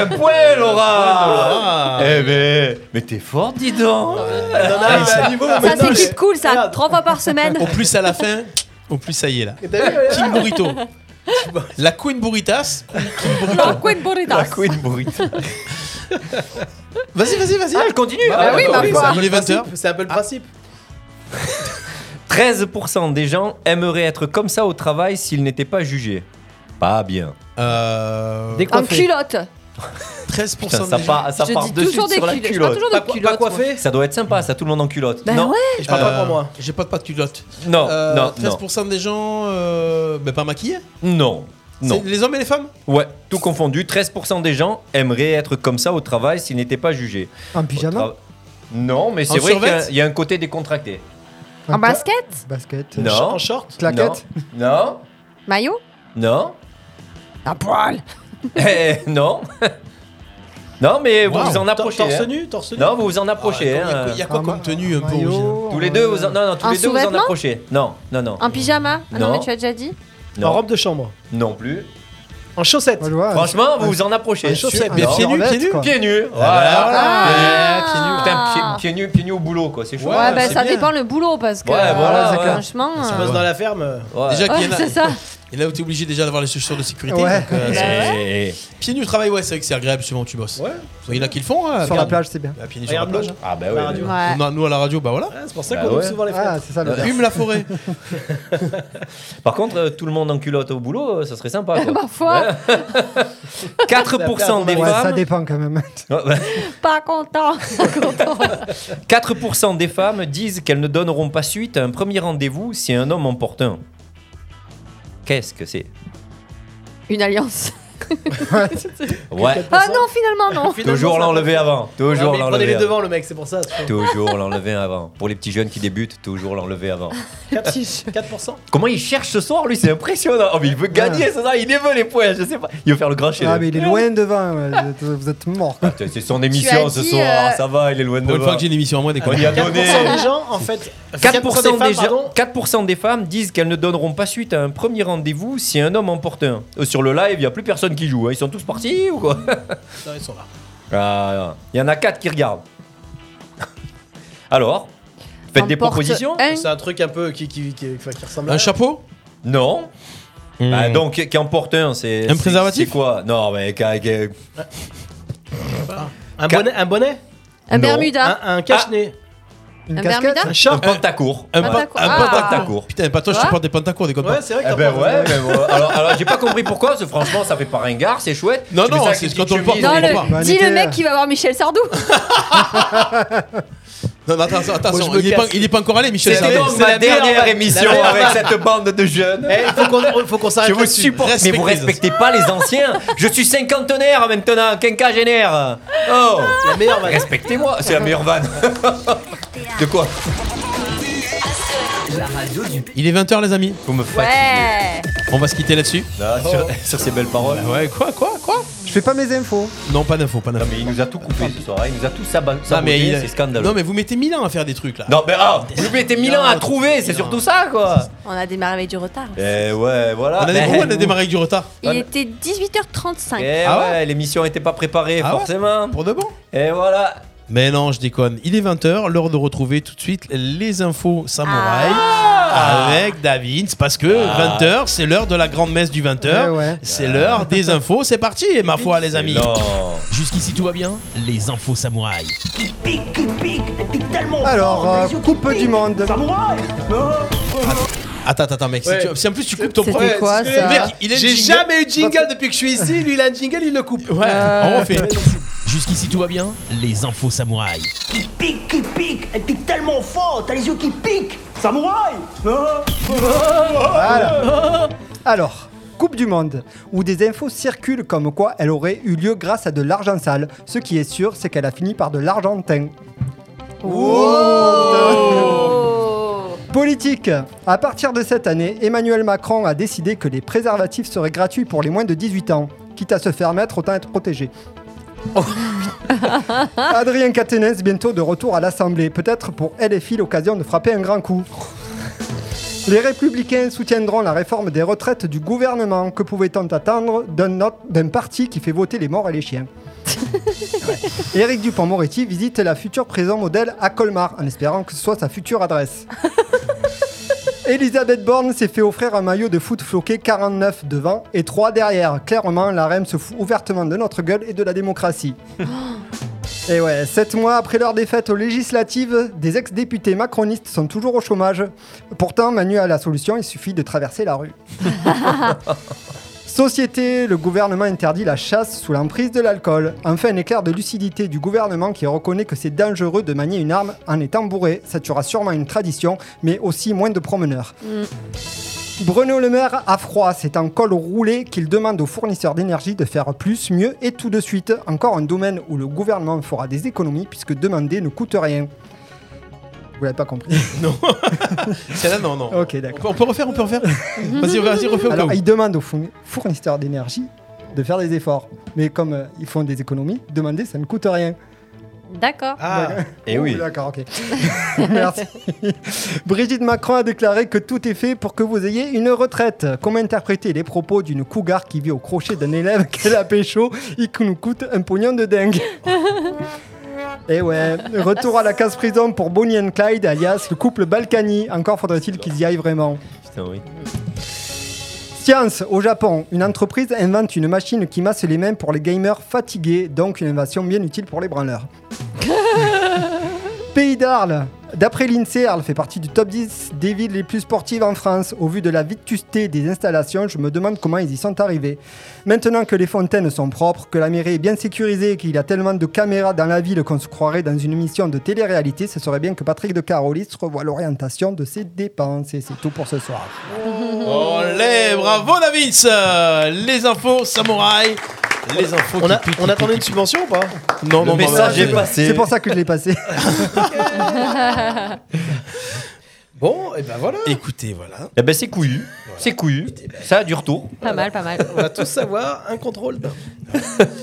[SPEAKER 6] Un point, Laura
[SPEAKER 2] ah.
[SPEAKER 6] Eh ben. Mais t'es fort, dis donc
[SPEAKER 4] Ah, c'est niveau
[SPEAKER 1] Ça, c'est Keep Cool, ça.
[SPEAKER 4] Regarde.
[SPEAKER 1] Trois fois par semaine.
[SPEAKER 6] (laughs)
[SPEAKER 2] Au plus à la fin, au plus ça y est là.
[SPEAKER 4] T'as vu ouais
[SPEAKER 2] Team Burrito. La Queen Burritas.
[SPEAKER 1] La Queen Burritas.
[SPEAKER 6] Queen burrito.
[SPEAKER 2] Vas-y, vas-y, vas-y.
[SPEAKER 6] Ah, elle continue
[SPEAKER 1] Bah oui, ma
[SPEAKER 4] c'est
[SPEAKER 1] foi.
[SPEAKER 4] un peu
[SPEAKER 2] Il est
[SPEAKER 4] le
[SPEAKER 2] 20.
[SPEAKER 4] principe, C'est un peu le principe.
[SPEAKER 6] 13% des gens aimeraient être comme ça au travail s'ils n'étaient pas jugés. Pas bien.
[SPEAKER 2] Euh,
[SPEAKER 1] En culotte.
[SPEAKER 2] 13%
[SPEAKER 6] Putain,
[SPEAKER 2] des
[SPEAKER 6] ça
[SPEAKER 2] gens.
[SPEAKER 6] part, ça
[SPEAKER 1] Je
[SPEAKER 6] part
[SPEAKER 1] dis
[SPEAKER 6] de
[SPEAKER 1] toujours
[SPEAKER 6] suite
[SPEAKER 1] des
[SPEAKER 6] sur la
[SPEAKER 1] culottes. Je parle
[SPEAKER 6] culotte.
[SPEAKER 1] toujours
[SPEAKER 4] Pas,
[SPEAKER 1] de
[SPEAKER 4] co-
[SPEAKER 1] culottes.
[SPEAKER 4] pas coiffé
[SPEAKER 6] Ça doit être sympa, ça, tout le monde en culotte.
[SPEAKER 1] Ben
[SPEAKER 6] non,
[SPEAKER 1] ouais.
[SPEAKER 4] Je parle pas
[SPEAKER 2] Euh,
[SPEAKER 4] pour moi.
[SPEAKER 2] J'ai pas de pas de culotte.
[SPEAKER 6] non,
[SPEAKER 2] Euh,
[SPEAKER 6] Oh, non, non,
[SPEAKER 2] 13% des gens, euh, ben, pas maquillés.
[SPEAKER 6] non, non.
[SPEAKER 2] C'est Les hommes et les femmes
[SPEAKER 6] Ouais, tout confondu, 13% des gens aimeraient être comme ça au travail s'ils n'étaient pas jugés.
[SPEAKER 7] En
[SPEAKER 6] Au
[SPEAKER 7] pyjama
[SPEAKER 6] tra- Non, mais
[SPEAKER 2] En
[SPEAKER 6] c'est vrai qu'il y
[SPEAKER 2] survêt
[SPEAKER 6] a- il y, a un côté décontracté.
[SPEAKER 1] En basket
[SPEAKER 7] Basket.
[SPEAKER 6] Ah, Non.
[SPEAKER 4] En short
[SPEAKER 7] Claquette
[SPEAKER 6] Non,
[SPEAKER 1] Maillot
[SPEAKER 6] non,
[SPEAKER 1] À poil.
[SPEAKER 6] eh, non. (laughs) non, mais vous
[SPEAKER 2] Wow.
[SPEAKER 6] vous en
[SPEAKER 4] Tor-
[SPEAKER 6] approchez.
[SPEAKER 4] Torse
[SPEAKER 6] hein.
[SPEAKER 4] nu Torse nu
[SPEAKER 6] Non, vous vous en
[SPEAKER 2] Ah, Il y
[SPEAKER 6] approchez.
[SPEAKER 2] a
[SPEAKER 6] hein.
[SPEAKER 2] quoi- il y a quoi
[SPEAKER 7] Un
[SPEAKER 2] comme
[SPEAKER 7] ma-
[SPEAKER 2] tenue un peu
[SPEAKER 7] maillot,
[SPEAKER 2] originale
[SPEAKER 6] Tous les deux, vous en... non, non, tous
[SPEAKER 1] Un
[SPEAKER 6] les deux vous en
[SPEAKER 1] sous-vêtement
[SPEAKER 6] approchez. Non, non, non,
[SPEAKER 1] En pyjama Ah non.
[SPEAKER 6] Non.
[SPEAKER 1] mais tu as déjà dit.
[SPEAKER 4] En
[SPEAKER 6] non,
[SPEAKER 4] robe de chambre.
[SPEAKER 6] non plus.
[SPEAKER 4] En chaussettes.
[SPEAKER 7] Moi, je vois,
[SPEAKER 6] Franchement, vous vous en approchez.
[SPEAKER 7] un sur-
[SPEAKER 6] Pieds
[SPEAKER 7] un
[SPEAKER 2] mais
[SPEAKER 6] nus,
[SPEAKER 2] pieds nus,
[SPEAKER 7] survêt,
[SPEAKER 2] pieds nus.
[SPEAKER 7] quoi.
[SPEAKER 6] pieds nus.
[SPEAKER 2] Ah,
[SPEAKER 6] Voilà.
[SPEAKER 1] voilà.
[SPEAKER 6] Pieds nus. Putain, pieds- pieds nus, pieds nus au boulot, quoi. C'est chaud.
[SPEAKER 2] Ouais,
[SPEAKER 1] Ouais,
[SPEAKER 2] Ah,
[SPEAKER 1] bah,
[SPEAKER 2] c'est
[SPEAKER 1] ça
[SPEAKER 2] bien.
[SPEAKER 1] dépend le boulot parce que.
[SPEAKER 6] Ouais,
[SPEAKER 1] euh,
[SPEAKER 6] voilà, c'est hein. clair.
[SPEAKER 1] Franchement.
[SPEAKER 4] Tu
[SPEAKER 1] euh,
[SPEAKER 4] bosses dans la ferme. euh,
[SPEAKER 6] Ouais.
[SPEAKER 2] Déjà qu'il y
[SPEAKER 1] (laughs)
[SPEAKER 2] en
[SPEAKER 1] ouais,
[SPEAKER 2] a-
[SPEAKER 1] c'est ça.
[SPEAKER 2] il y en a où t'es obligé déjà d'avoir les chaussures de sécurité.
[SPEAKER 7] Ouais.
[SPEAKER 2] donc, euh,
[SPEAKER 6] Eh,
[SPEAKER 2] c'est-
[SPEAKER 6] eh, eh.
[SPEAKER 2] Pieds nus au travail, ouais, c'est vrai que c'est agréable suivant où tu bosses.
[SPEAKER 4] Ouais.
[SPEAKER 2] Il y en a qui le font. hein,
[SPEAKER 7] Sur la
[SPEAKER 2] regarde.
[SPEAKER 7] plage, c'est bien.
[SPEAKER 2] Ah, pieds nus sur la
[SPEAKER 4] Regarde
[SPEAKER 2] plage.
[SPEAKER 4] l'eau.
[SPEAKER 6] Ah bah
[SPEAKER 4] La
[SPEAKER 6] ouais.
[SPEAKER 4] radio.
[SPEAKER 1] Ouais.
[SPEAKER 2] Nous, à- nous, à la radio, bah voilà.
[SPEAKER 4] Ouais, C'est pour ça
[SPEAKER 6] Bah
[SPEAKER 4] qu'on ouvre
[SPEAKER 6] ouais.
[SPEAKER 4] souvent les
[SPEAKER 7] Ah,
[SPEAKER 4] fenêtres.
[SPEAKER 7] c'est ça le
[SPEAKER 2] Hume la (laughs) forêt.
[SPEAKER 6] Par contre, euh, tout le monde en culotte au boulot, euh, ça serait sympa.
[SPEAKER 5] Bah,
[SPEAKER 6] quoi.
[SPEAKER 1] Parfois,
[SPEAKER 6] Ouais.
[SPEAKER 7] (laughs)
[SPEAKER 6] 4% des
[SPEAKER 7] Ouais, ça
[SPEAKER 6] femmes.
[SPEAKER 7] dépend quand même.
[SPEAKER 6] Ouais, ouais.
[SPEAKER 1] pas content.
[SPEAKER 6] 4% des femmes disent qu'elles ne donneront pas suite à un premier rendez-vous si un homme en porte un. Qu'est-ce que c'est
[SPEAKER 1] Une
[SPEAKER 6] (laughs)
[SPEAKER 1] alliance.
[SPEAKER 6] Ouais.
[SPEAKER 1] Ah non, finalement, non.
[SPEAKER 4] Finalement,
[SPEAKER 6] Toujours
[SPEAKER 4] ça-
[SPEAKER 6] l'enlever avant. Toujours
[SPEAKER 4] Ah, mais Prenez
[SPEAKER 6] l'enlever
[SPEAKER 4] les
[SPEAKER 6] avant.
[SPEAKER 4] devants, le mec, c'est pour ça. c'est pour-
[SPEAKER 6] Toujours l'enlever avant. Pour les petits jeunes qui débutent, toujours l'enlever avant.
[SPEAKER 4] 4%.
[SPEAKER 6] Comment il cherche ce soir, lui, c'est impressionnant. Oh, mais il veut gagner, ce soir, il est veut les points, je sais pas. Il veut faire le grand chez
[SPEAKER 7] Ah,
[SPEAKER 6] lui.
[SPEAKER 7] mais il est loin devant. ouais. Vous êtes- Vous êtes mort.
[SPEAKER 6] Ah, C'est c'est son émission
[SPEAKER 1] as
[SPEAKER 6] ce
[SPEAKER 1] dit,
[SPEAKER 6] soir,
[SPEAKER 1] euh,
[SPEAKER 6] ça va, il est loin de
[SPEAKER 2] Pour une fois
[SPEAKER 6] devant.
[SPEAKER 2] que j'ai une émission en moi, des
[SPEAKER 6] On y a donné.
[SPEAKER 4] 4% des gens, en fait.
[SPEAKER 6] 4% des,
[SPEAKER 4] femmes,
[SPEAKER 6] gens-
[SPEAKER 4] pardon,
[SPEAKER 6] 4% des femmes disent qu'elles ne donneront pas suite à un premier rendez-vous si un homme en porte un. Euh, Sur le live, il n'y a plus personne qui joue. hein. Ils sont tous partis ou quoi
[SPEAKER 4] Non, ils sont là.
[SPEAKER 6] Ah, Il y en a 4 qui regardent. (laughs) Alors, faites
[SPEAKER 1] On
[SPEAKER 6] des
[SPEAKER 1] porte
[SPEAKER 6] propositions
[SPEAKER 5] Hein
[SPEAKER 1] un-
[SPEAKER 4] C'est un truc un peu qui, qui, qui, enfin, qui ressemble à.
[SPEAKER 2] Un chapeau
[SPEAKER 6] Non. Ah,
[SPEAKER 2] Hmm.
[SPEAKER 6] donc, qui en porte un, c'est.
[SPEAKER 2] Un
[SPEAKER 6] c'est-
[SPEAKER 2] préservatif
[SPEAKER 6] C'est quoi Non, mais. qu'à- qu'à-
[SPEAKER 4] Un
[SPEAKER 6] Quatre-
[SPEAKER 4] bonnet Un, bonnet
[SPEAKER 1] Un
[SPEAKER 6] Non. Hein,
[SPEAKER 1] Bermuda.
[SPEAKER 4] un, un cache-nez
[SPEAKER 7] Une
[SPEAKER 1] Un
[SPEAKER 7] casquette
[SPEAKER 1] Bermuda
[SPEAKER 4] Un
[SPEAKER 6] Un
[SPEAKER 4] short
[SPEAKER 6] pantacourt.
[SPEAKER 2] Un,
[SPEAKER 1] Ah,
[SPEAKER 2] pan-
[SPEAKER 1] d'accord.
[SPEAKER 2] un
[SPEAKER 1] Ah.
[SPEAKER 2] pantacourt. Putain, pas toi, je te
[SPEAKER 1] Ouais.
[SPEAKER 2] porte des pantacours, des copains.
[SPEAKER 4] Ouais, c'est vrai que
[SPEAKER 6] Eh
[SPEAKER 4] t'en
[SPEAKER 6] ben
[SPEAKER 4] parles.
[SPEAKER 6] ouais, mais bon. alors, alors j'ai pas compris pourquoi, parce que franchement ça fait pas ringard, c'est chouette.
[SPEAKER 2] Non,
[SPEAKER 6] Tu mets
[SPEAKER 2] non,
[SPEAKER 6] ça avec
[SPEAKER 2] c'est
[SPEAKER 6] une
[SPEAKER 2] ce quand
[SPEAKER 6] petite
[SPEAKER 2] on porte,
[SPEAKER 6] chemise.
[SPEAKER 1] Non,
[SPEAKER 2] on
[SPEAKER 1] le-
[SPEAKER 2] comprend
[SPEAKER 7] pas.
[SPEAKER 1] Dis
[SPEAKER 7] Vanité.
[SPEAKER 1] le mec qui va voir Michel
[SPEAKER 6] (laughs)
[SPEAKER 1] Sardou.
[SPEAKER 2] Non, non, attention, attention,
[SPEAKER 4] Moi, je me
[SPEAKER 2] il, est pas,
[SPEAKER 4] casse.
[SPEAKER 2] il est pas encore allé, Michel.
[SPEAKER 6] C'était
[SPEAKER 2] Sardou.
[SPEAKER 6] donc ma
[SPEAKER 4] la meilleure
[SPEAKER 6] dernière
[SPEAKER 4] vanne.
[SPEAKER 6] émission
[SPEAKER 4] La meilleure
[SPEAKER 6] avec
[SPEAKER 4] vanne.
[SPEAKER 6] cette bande de jeunes.
[SPEAKER 4] Eh, il faut qu'on- faut qu'on
[SPEAKER 6] Je
[SPEAKER 4] s'arrête
[SPEAKER 6] vous
[SPEAKER 4] là-dessus.
[SPEAKER 6] supporte, mais vous
[SPEAKER 2] Respectez-les.
[SPEAKER 6] respectez pas les anciens. Je suis cinquantenaire maintenant, quinquagénaire. Oh,
[SPEAKER 4] La meilleure vanne.
[SPEAKER 6] respectez-moi. C'est la meilleure vanne. De quoi
[SPEAKER 2] Il est 20h, les amis.
[SPEAKER 6] Vous me fatiguez.
[SPEAKER 1] Ouais.
[SPEAKER 2] On va se quitter là-dessus.
[SPEAKER 6] Non, sur, sur ces belles paroles.
[SPEAKER 2] Ouais, quoi, quoi, quoi
[SPEAKER 7] Je fais pas mes infos.
[SPEAKER 2] Non, pas d'infos, pas
[SPEAKER 6] Non,
[SPEAKER 2] d'infos.
[SPEAKER 6] mais il nous a tout coupé ce soir. hein. Il nous a tout saba-
[SPEAKER 2] Non, mais
[SPEAKER 6] saboté.
[SPEAKER 2] il-
[SPEAKER 6] C'est scandaleux.
[SPEAKER 2] Non, mais vous mettez mille ans à faire des trucs là.
[SPEAKER 6] Non, mais ah, vous mettez mille ans à trouver. C'est surtout ça, quoi.
[SPEAKER 1] On a démarré avec du retard.
[SPEAKER 6] Eh ouais, voilà.
[SPEAKER 2] On a,
[SPEAKER 6] Ben,
[SPEAKER 2] où on a démarré avec du retard
[SPEAKER 1] Il était 18h35.
[SPEAKER 6] Eh
[SPEAKER 2] Ah ouais
[SPEAKER 6] ouais, l'émission était pas préparée,
[SPEAKER 2] Ah ouais
[SPEAKER 6] forcément.
[SPEAKER 2] Pour de bon
[SPEAKER 6] Et voilà.
[SPEAKER 2] Mais non, je déconne. Il est 20h, l'heure de retrouver tout de suite les infos samouraï
[SPEAKER 4] Ah.
[SPEAKER 2] avec David. Parce que 20h, c'est l'heure de la grande messe du 20h.
[SPEAKER 4] Eh
[SPEAKER 7] Ouais, ouais.
[SPEAKER 2] C'est l'heure des
[SPEAKER 4] (laughs)
[SPEAKER 2] infos. C'est parti, ma foi, les amis.
[SPEAKER 6] Non.
[SPEAKER 2] Jusqu'ici, tout va bien Les infos samouraï.
[SPEAKER 7] Alors, euh, Coupe du Monde.
[SPEAKER 2] Attends, attends, mec.
[SPEAKER 4] Ouais.
[SPEAKER 2] Si, tu- si en plus tu coupes ton
[SPEAKER 1] C'était
[SPEAKER 2] premier.
[SPEAKER 1] quoi,
[SPEAKER 2] Le
[SPEAKER 1] ça
[SPEAKER 2] mec, il a le
[SPEAKER 4] Ah, J'ai
[SPEAKER 2] jingle.
[SPEAKER 4] jamais eu de jingle depuis que je suis ici. Lui, il a un jingle, il le coupe.
[SPEAKER 2] Ouais, on
[SPEAKER 4] Euh,
[SPEAKER 2] refait. Jusqu'ici, tout va bien Les infos samouraï.
[SPEAKER 3] Qui pique, qui pique, elle pique tellement fort, t'as les yeux qui piquent Samouraï Ah,
[SPEAKER 7] Alors, Coupe du Monde, où des infos circulent comme quoi elle aurait eu lieu grâce à de l'argent sale. Ce qui est sûr, c'est qu'elle a fini par de l'argentin. Politique. À partir de cette année, Emmanuel Macron a décidé que les préservatifs seraient gratuits pour les moins de 18 ans. Quitte à se faire mettre, autant être protégé. Adrien Catenès, bientôt de retour à l'Assemblée. Peut-être pour LFI l'occasion de frapper un grand coup. Les Républicains soutiendront la réforme des retraites du gouvernement. Que pouvait-on attendre d'un autre- d'un parti qui fait voter les morts et les chiens Éric Dupont-Moretti visite la future prison modèle à Colmar, en espérant que ce soit sa future adresse. Elisabeth Borne s'est fait offrir un maillot de foot floqué 49 devant et 3 derrière. Clairement, la REM se fout ouvertement de notre gueule et de la démocratie. Et ouais, 7 mois après leur défaite aux législatives, des ex-députés macronistes sont toujours au chômage. Pourtant, Manu a la solution, il suffit de traverser la rue. Société, le gouvernement interdit la chasse sous l'emprise de l'alcool. Enfin, un éclair de lucidité du gouvernement qui reconnaît que c'est dangereux de manier une arme en étant bourré. Ça tuera sûrement une tradition, mais aussi moins de promeneurs. Bruno Le Maire a froid, c'est un col roulé qu'il demande aux fournisseurs d'énergie de faire plus, mieux et tout de suite. Encore un domaine où le gouvernement fera des économies puisque demander ne coûte rien. Vous l'avez pas compris.
[SPEAKER 2] Celle-là, non, non.
[SPEAKER 7] ok,
[SPEAKER 2] On
[SPEAKER 7] d'accord.
[SPEAKER 2] peut, on peut refaire, on peut
[SPEAKER 4] (laughs)
[SPEAKER 2] refaire. vas-y, vas-y, refais au cas
[SPEAKER 7] Alors,
[SPEAKER 2] où.
[SPEAKER 7] il demande aux fourni- fournisseurs d'énergie de faire des efforts. Mais comme euh, ils font des économies, demander, ça ne coûte rien.
[SPEAKER 5] D'accord.
[SPEAKER 4] Ah,
[SPEAKER 6] Et Eh oui.
[SPEAKER 7] D'accord, ok. (laughs) Merci. Brigitte Macron a déclaré que tout est fait pour que vous ayez une retraite. Comment interpréter les propos d'une cougar qui vit au crochet d'un élève (laughs) qu'elle a pécho et qui nous coûte un pognon de dingue (laughs) Et ouais, retour à la case prison pour Bonnie and Clyde, alias le couple Balkany. Encore faudrait-il qu'ils y aillent vraiment.
[SPEAKER 6] Putain, oui.
[SPEAKER 7] Science, au Japon, une entreprise invente une machine qui masse les mains pour les gamers fatigués, donc une invention bien utile pour les branleurs. Pays d'Arles. D'après l'INSEE, Arles fait partie du top 10 des villes les plus sportives en France. Au vu de la vétusté des installations, je me demande comment ils y sont arrivés. Maintenant que les fontaines sont propres, que la mairie est bien sécurisée et qu'il y a tellement de caméras dans la ville qu'on se croirait dans une émission de télé-réalité, ce serait bien que Patrick de Carolis revoie l'orientation de ses dépenses. Et c'est tout pour ce soir.
[SPEAKER 2] Olé, bravo Davis Euh, Les infos, samouraï. Les infos.
[SPEAKER 4] on,
[SPEAKER 2] qui
[SPEAKER 4] a,
[SPEAKER 2] piquent,
[SPEAKER 4] on
[SPEAKER 2] qui
[SPEAKER 4] attendait une
[SPEAKER 2] piquent.
[SPEAKER 4] subvention ou pas
[SPEAKER 2] Non, non, non,
[SPEAKER 6] Le message
[SPEAKER 2] non,
[SPEAKER 6] est passé.
[SPEAKER 7] C'est pour ça que je l'ai passé.
[SPEAKER 4] Bon, et ben voilà.
[SPEAKER 2] Écoutez, voilà.
[SPEAKER 6] Eh ben, c'est couillu. C'est couillu. Ça a du retour.
[SPEAKER 5] Pas mal, pas mal.
[SPEAKER 4] On va tous savoir un contrôle d'un-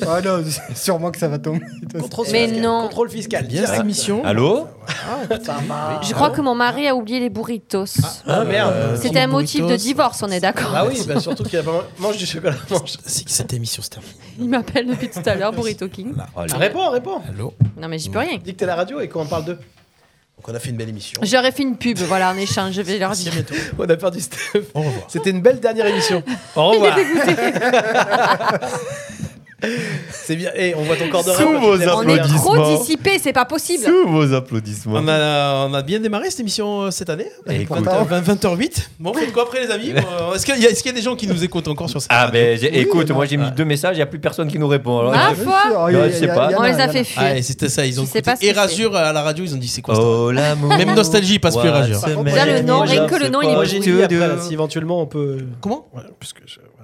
[SPEAKER 7] Ah non, (laughs) c'est sûrement que ça va tomber.
[SPEAKER 4] contrôle
[SPEAKER 5] Mais
[SPEAKER 4] fiscal.
[SPEAKER 5] non.
[SPEAKER 4] Contrôle fiscal.
[SPEAKER 2] Bien Ah. cette émission.
[SPEAKER 6] Allô
[SPEAKER 5] Je crois que mon mari a oublié les burritos.
[SPEAKER 4] Ah merde.
[SPEAKER 5] C'était un motif de
[SPEAKER 2] burritos.
[SPEAKER 5] divorce, on est d'accord.
[SPEAKER 4] Ah oui, bah surtout qu'il a pas mange du chocolat. Mange.
[SPEAKER 2] C'est que cette émission se termine.
[SPEAKER 5] Il m'appelle depuis tout à l'heure, Burrito King.
[SPEAKER 6] Allez.
[SPEAKER 4] Ah, Réponds, réponds.
[SPEAKER 2] Allô
[SPEAKER 5] Non mais j'y peux rien.
[SPEAKER 4] Dis que t'es à la radio et qu'on parle d'eux.
[SPEAKER 2] Donc on a fait une belle émission.
[SPEAKER 5] J'aurais fait une pub, voilà, en échange, je vais leur
[SPEAKER 2] Merci, à
[SPEAKER 5] dire.
[SPEAKER 2] bientôt.
[SPEAKER 4] On a perdu Steph.
[SPEAKER 2] Au revoir.
[SPEAKER 4] C'était une belle dernière émission. Au revoir. C'est bien.
[SPEAKER 2] Eh,
[SPEAKER 4] Et on voit ton corps de
[SPEAKER 6] Sous vos
[SPEAKER 5] On est trop
[SPEAKER 6] Applaudissements.
[SPEAKER 5] dissipés, c'est pas possible.
[SPEAKER 6] Sous vos applaudissements.
[SPEAKER 2] On a, on a bien démarré cette émission euh, cette année.
[SPEAKER 6] Eh, écoute.
[SPEAKER 2] 20h08. Bon, faites quoi après, les
[SPEAKER 6] (laughs)
[SPEAKER 2] amis Euh, Est-ce qu'il y, a- est-ce qu'il y a des gens qui nous écoutent encore sur cette
[SPEAKER 6] Ah
[SPEAKER 2] radio
[SPEAKER 6] ben j'ai- écoute, moi j'ai mis deux messages, il n'y a plus personne qui nous répond. Alors,
[SPEAKER 5] Ah,
[SPEAKER 6] j'ai-
[SPEAKER 5] foi.
[SPEAKER 6] Non, je sais pas.
[SPEAKER 5] On les a fait
[SPEAKER 2] Ah,
[SPEAKER 5] fuir.
[SPEAKER 2] et c'était ça, ils ont
[SPEAKER 5] Je sais
[SPEAKER 2] écouté
[SPEAKER 5] pas ce que
[SPEAKER 2] Erasure à la radio, ils ont dit c'est quoi ça
[SPEAKER 6] Oh l'amour.
[SPEAKER 2] Même Nostalgie passe plus Erasure.
[SPEAKER 5] Déjà, le nom, rien que le nom, il est
[SPEAKER 4] Moi
[SPEAKER 5] pourri.
[SPEAKER 4] j'ai dit après, là, si éventuellement on peut.
[SPEAKER 2] Comment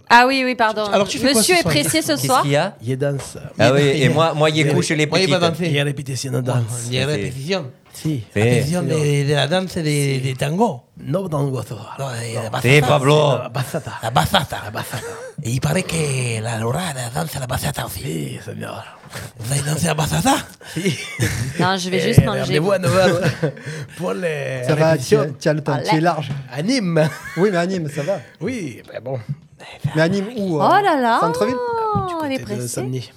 [SPEAKER 5] Ah oui, oui, pardon.
[SPEAKER 2] Alors, tu fais quoi
[SPEAKER 5] Monsieur
[SPEAKER 2] ce
[SPEAKER 5] est
[SPEAKER 2] soir
[SPEAKER 5] pressé ce
[SPEAKER 6] Qu'est-ce
[SPEAKER 5] soir.
[SPEAKER 6] qu'il y a
[SPEAKER 4] Il est danse.
[SPEAKER 6] Ah oui, et moi, moi, il est couché les
[SPEAKER 2] Oui,
[SPEAKER 6] petites.
[SPEAKER 2] bah, danse.
[SPEAKER 4] Il y a répétition de danse.
[SPEAKER 2] Il y a répétition.
[SPEAKER 4] Si.
[SPEAKER 6] Fais,
[SPEAKER 2] de, de la danse des des tangos.
[SPEAKER 4] No dangoso.
[SPEAKER 6] fais, Pablo.
[SPEAKER 4] Basata.
[SPEAKER 2] La basata. La basata. Et il paraît que la Laura danse la basata aussi. Oui, seigneur. Vous avez dansé la basata
[SPEAKER 5] Non, je vais juste manger.
[SPEAKER 4] Rendez-vous Eh, à (laughs) 9h pour les.
[SPEAKER 7] Ça va, tiens, tiens le
[SPEAKER 5] Ah
[SPEAKER 7] temps, tu es large.
[SPEAKER 4] Anime.
[SPEAKER 7] Oui, mais à Nîmes, ça va.
[SPEAKER 4] Oui, bah bon.
[SPEAKER 7] Mais à Nîmes, où
[SPEAKER 5] Oh
[SPEAKER 7] euh,
[SPEAKER 5] là là. Oh,
[SPEAKER 7] Centre-ville
[SPEAKER 5] On est
[SPEAKER 4] de
[SPEAKER 5] pressé.
[SPEAKER 4] Samedi.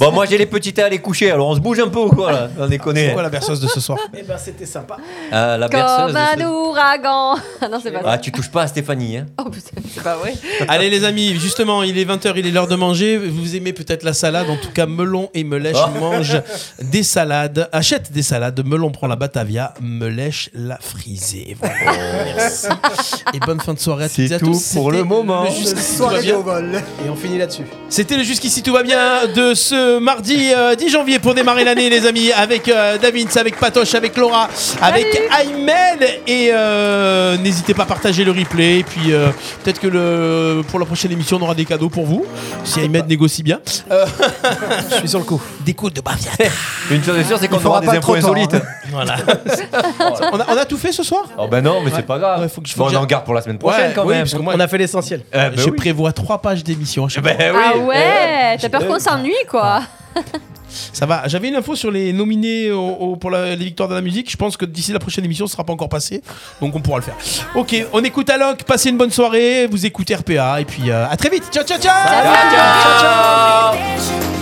[SPEAKER 6] Bon, moi j'ai les petites à aller coucher, alors on se bouge un peu ou quoi là On
[SPEAKER 2] C'est
[SPEAKER 6] déconne.
[SPEAKER 2] quoi la berceuse de ce soir
[SPEAKER 4] Eh ben c'était sympa.
[SPEAKER 6] Ah, la berceuse.
[SPEAKER 5] Comme un
[SPEAKER 6] c'est-
[SPEAKER 5] ouragan. (laughs) Ah non, c'est pas ça.
[SPEAKER 6] Ah, tu touches pas à Stéphanie. Hein.
[SPEAKER 5] Oh putain, c'est pas vrai.
[SPEAKER 2] Allez les amis, justement, il est 20h, il est l'heure de manger. Vous aimez peut-être la salade, en tout cas Melon et Melèche
[SPEAKER 6] Oh.
[SPEAKER 2] mangent des salades, achètent des salades. Melon prend la Batavia, Melèche la frisée. Voilà. Merci. Et bonne fin de soirée à toutes
[SPEAKER 6] Oh. C'est
[SPEAKER 2] et à
[SPEAKER 6] tout
[SPEAKER 2] tous.
[SPEAKER 6] pour le
[SPEAKER 2] C'était
[SPEAKER 6] moment.
[SPEAKER 2] Jusqu'ici, tout va
[SPEAKER 7] Soirée
[SPEAKER 2] bien.
[SPEAKER 7] de vol.
[SPEAKER 4] Et on finit là-dessus.
[SPEAKER 2] C'était le Jusqu'ici tout va bien de ce mardi euh, 10 janvier pour démarrer l'année les amis avec euh, Davins, avec Patoche, avec Laura, avec Aymen et euh, n'hésitez pas à partager le replay et puis euh, peut-être que le, pour la prochaine émission, on aura des cadeaux pour vous. Si Ahmed négocie bien. Euh,
[SPEAKER 4] Je suis sur le coup.
[SPEAKER 2] (laughs) des coups de Bavia.
[SPEAKER 4] (laughs)
[SPEAKER 6] Une chose est sûre, c'est qu'on
[SPEAKER 7] Il fera
[SPEAKER 6] aura des
[SPEAKER 7] pas
[SPEAKER 6] infos
[SPEAKER 7] trop tard,
[SPEAKER 6] insolites.
[SPEAKER 2] Voilà. on, a, on a tout fait ce soir
[SPEAKER 6] Oh ben non, mais c'est pas grave.
[SPEAKER 2] Ouais, faut que je-
[SPEAKER 6] Bon,
[SPEAKER 2] faut que
[SPEAKER 6] on en
[SPEAKER 2] j'a-
[SPEAKER 6] garde pour la semaine prochaine
[SPEAKER 2] Ouais,
[SPEAKER 6] quand
[SPEAKER 2] oui,
[SPEAKER 6] même.
[SPEAKER 2] parce que moi- Bah,
[SPEAKER 4] On a fait l'essentiel.
[SPEAKER 6] Eh ben
[SPEAKER 2] Je
[SPEAKER 6] oui.
[SPEAKER 2] prévois trois pages d'émission. à chaque fois.
[SPEAKER 6] Ben oui.
[SPEAKER 5] Ah ouais, t'as peur
[SPEAKER 4] j'ai-
[SPEAKER 5] qu'on s'ennuie quoi.
[SPEAKER 2] Ça va. J'avais une info sur les nominés au- au- pour la- les victoires de la musique. Je pense que d'ici la prochaine émission, ce sera pas encore passé. Donc on pourra le faire. Ok, on écoute Alok. Passez une bonne Ah soirée. Vous écoutez RPA. Et puis euh, à très vite. Ciao, ciao, ciao.
[SPEAKER 6] Ciao, ciao.
[SPEAKER 16] Vision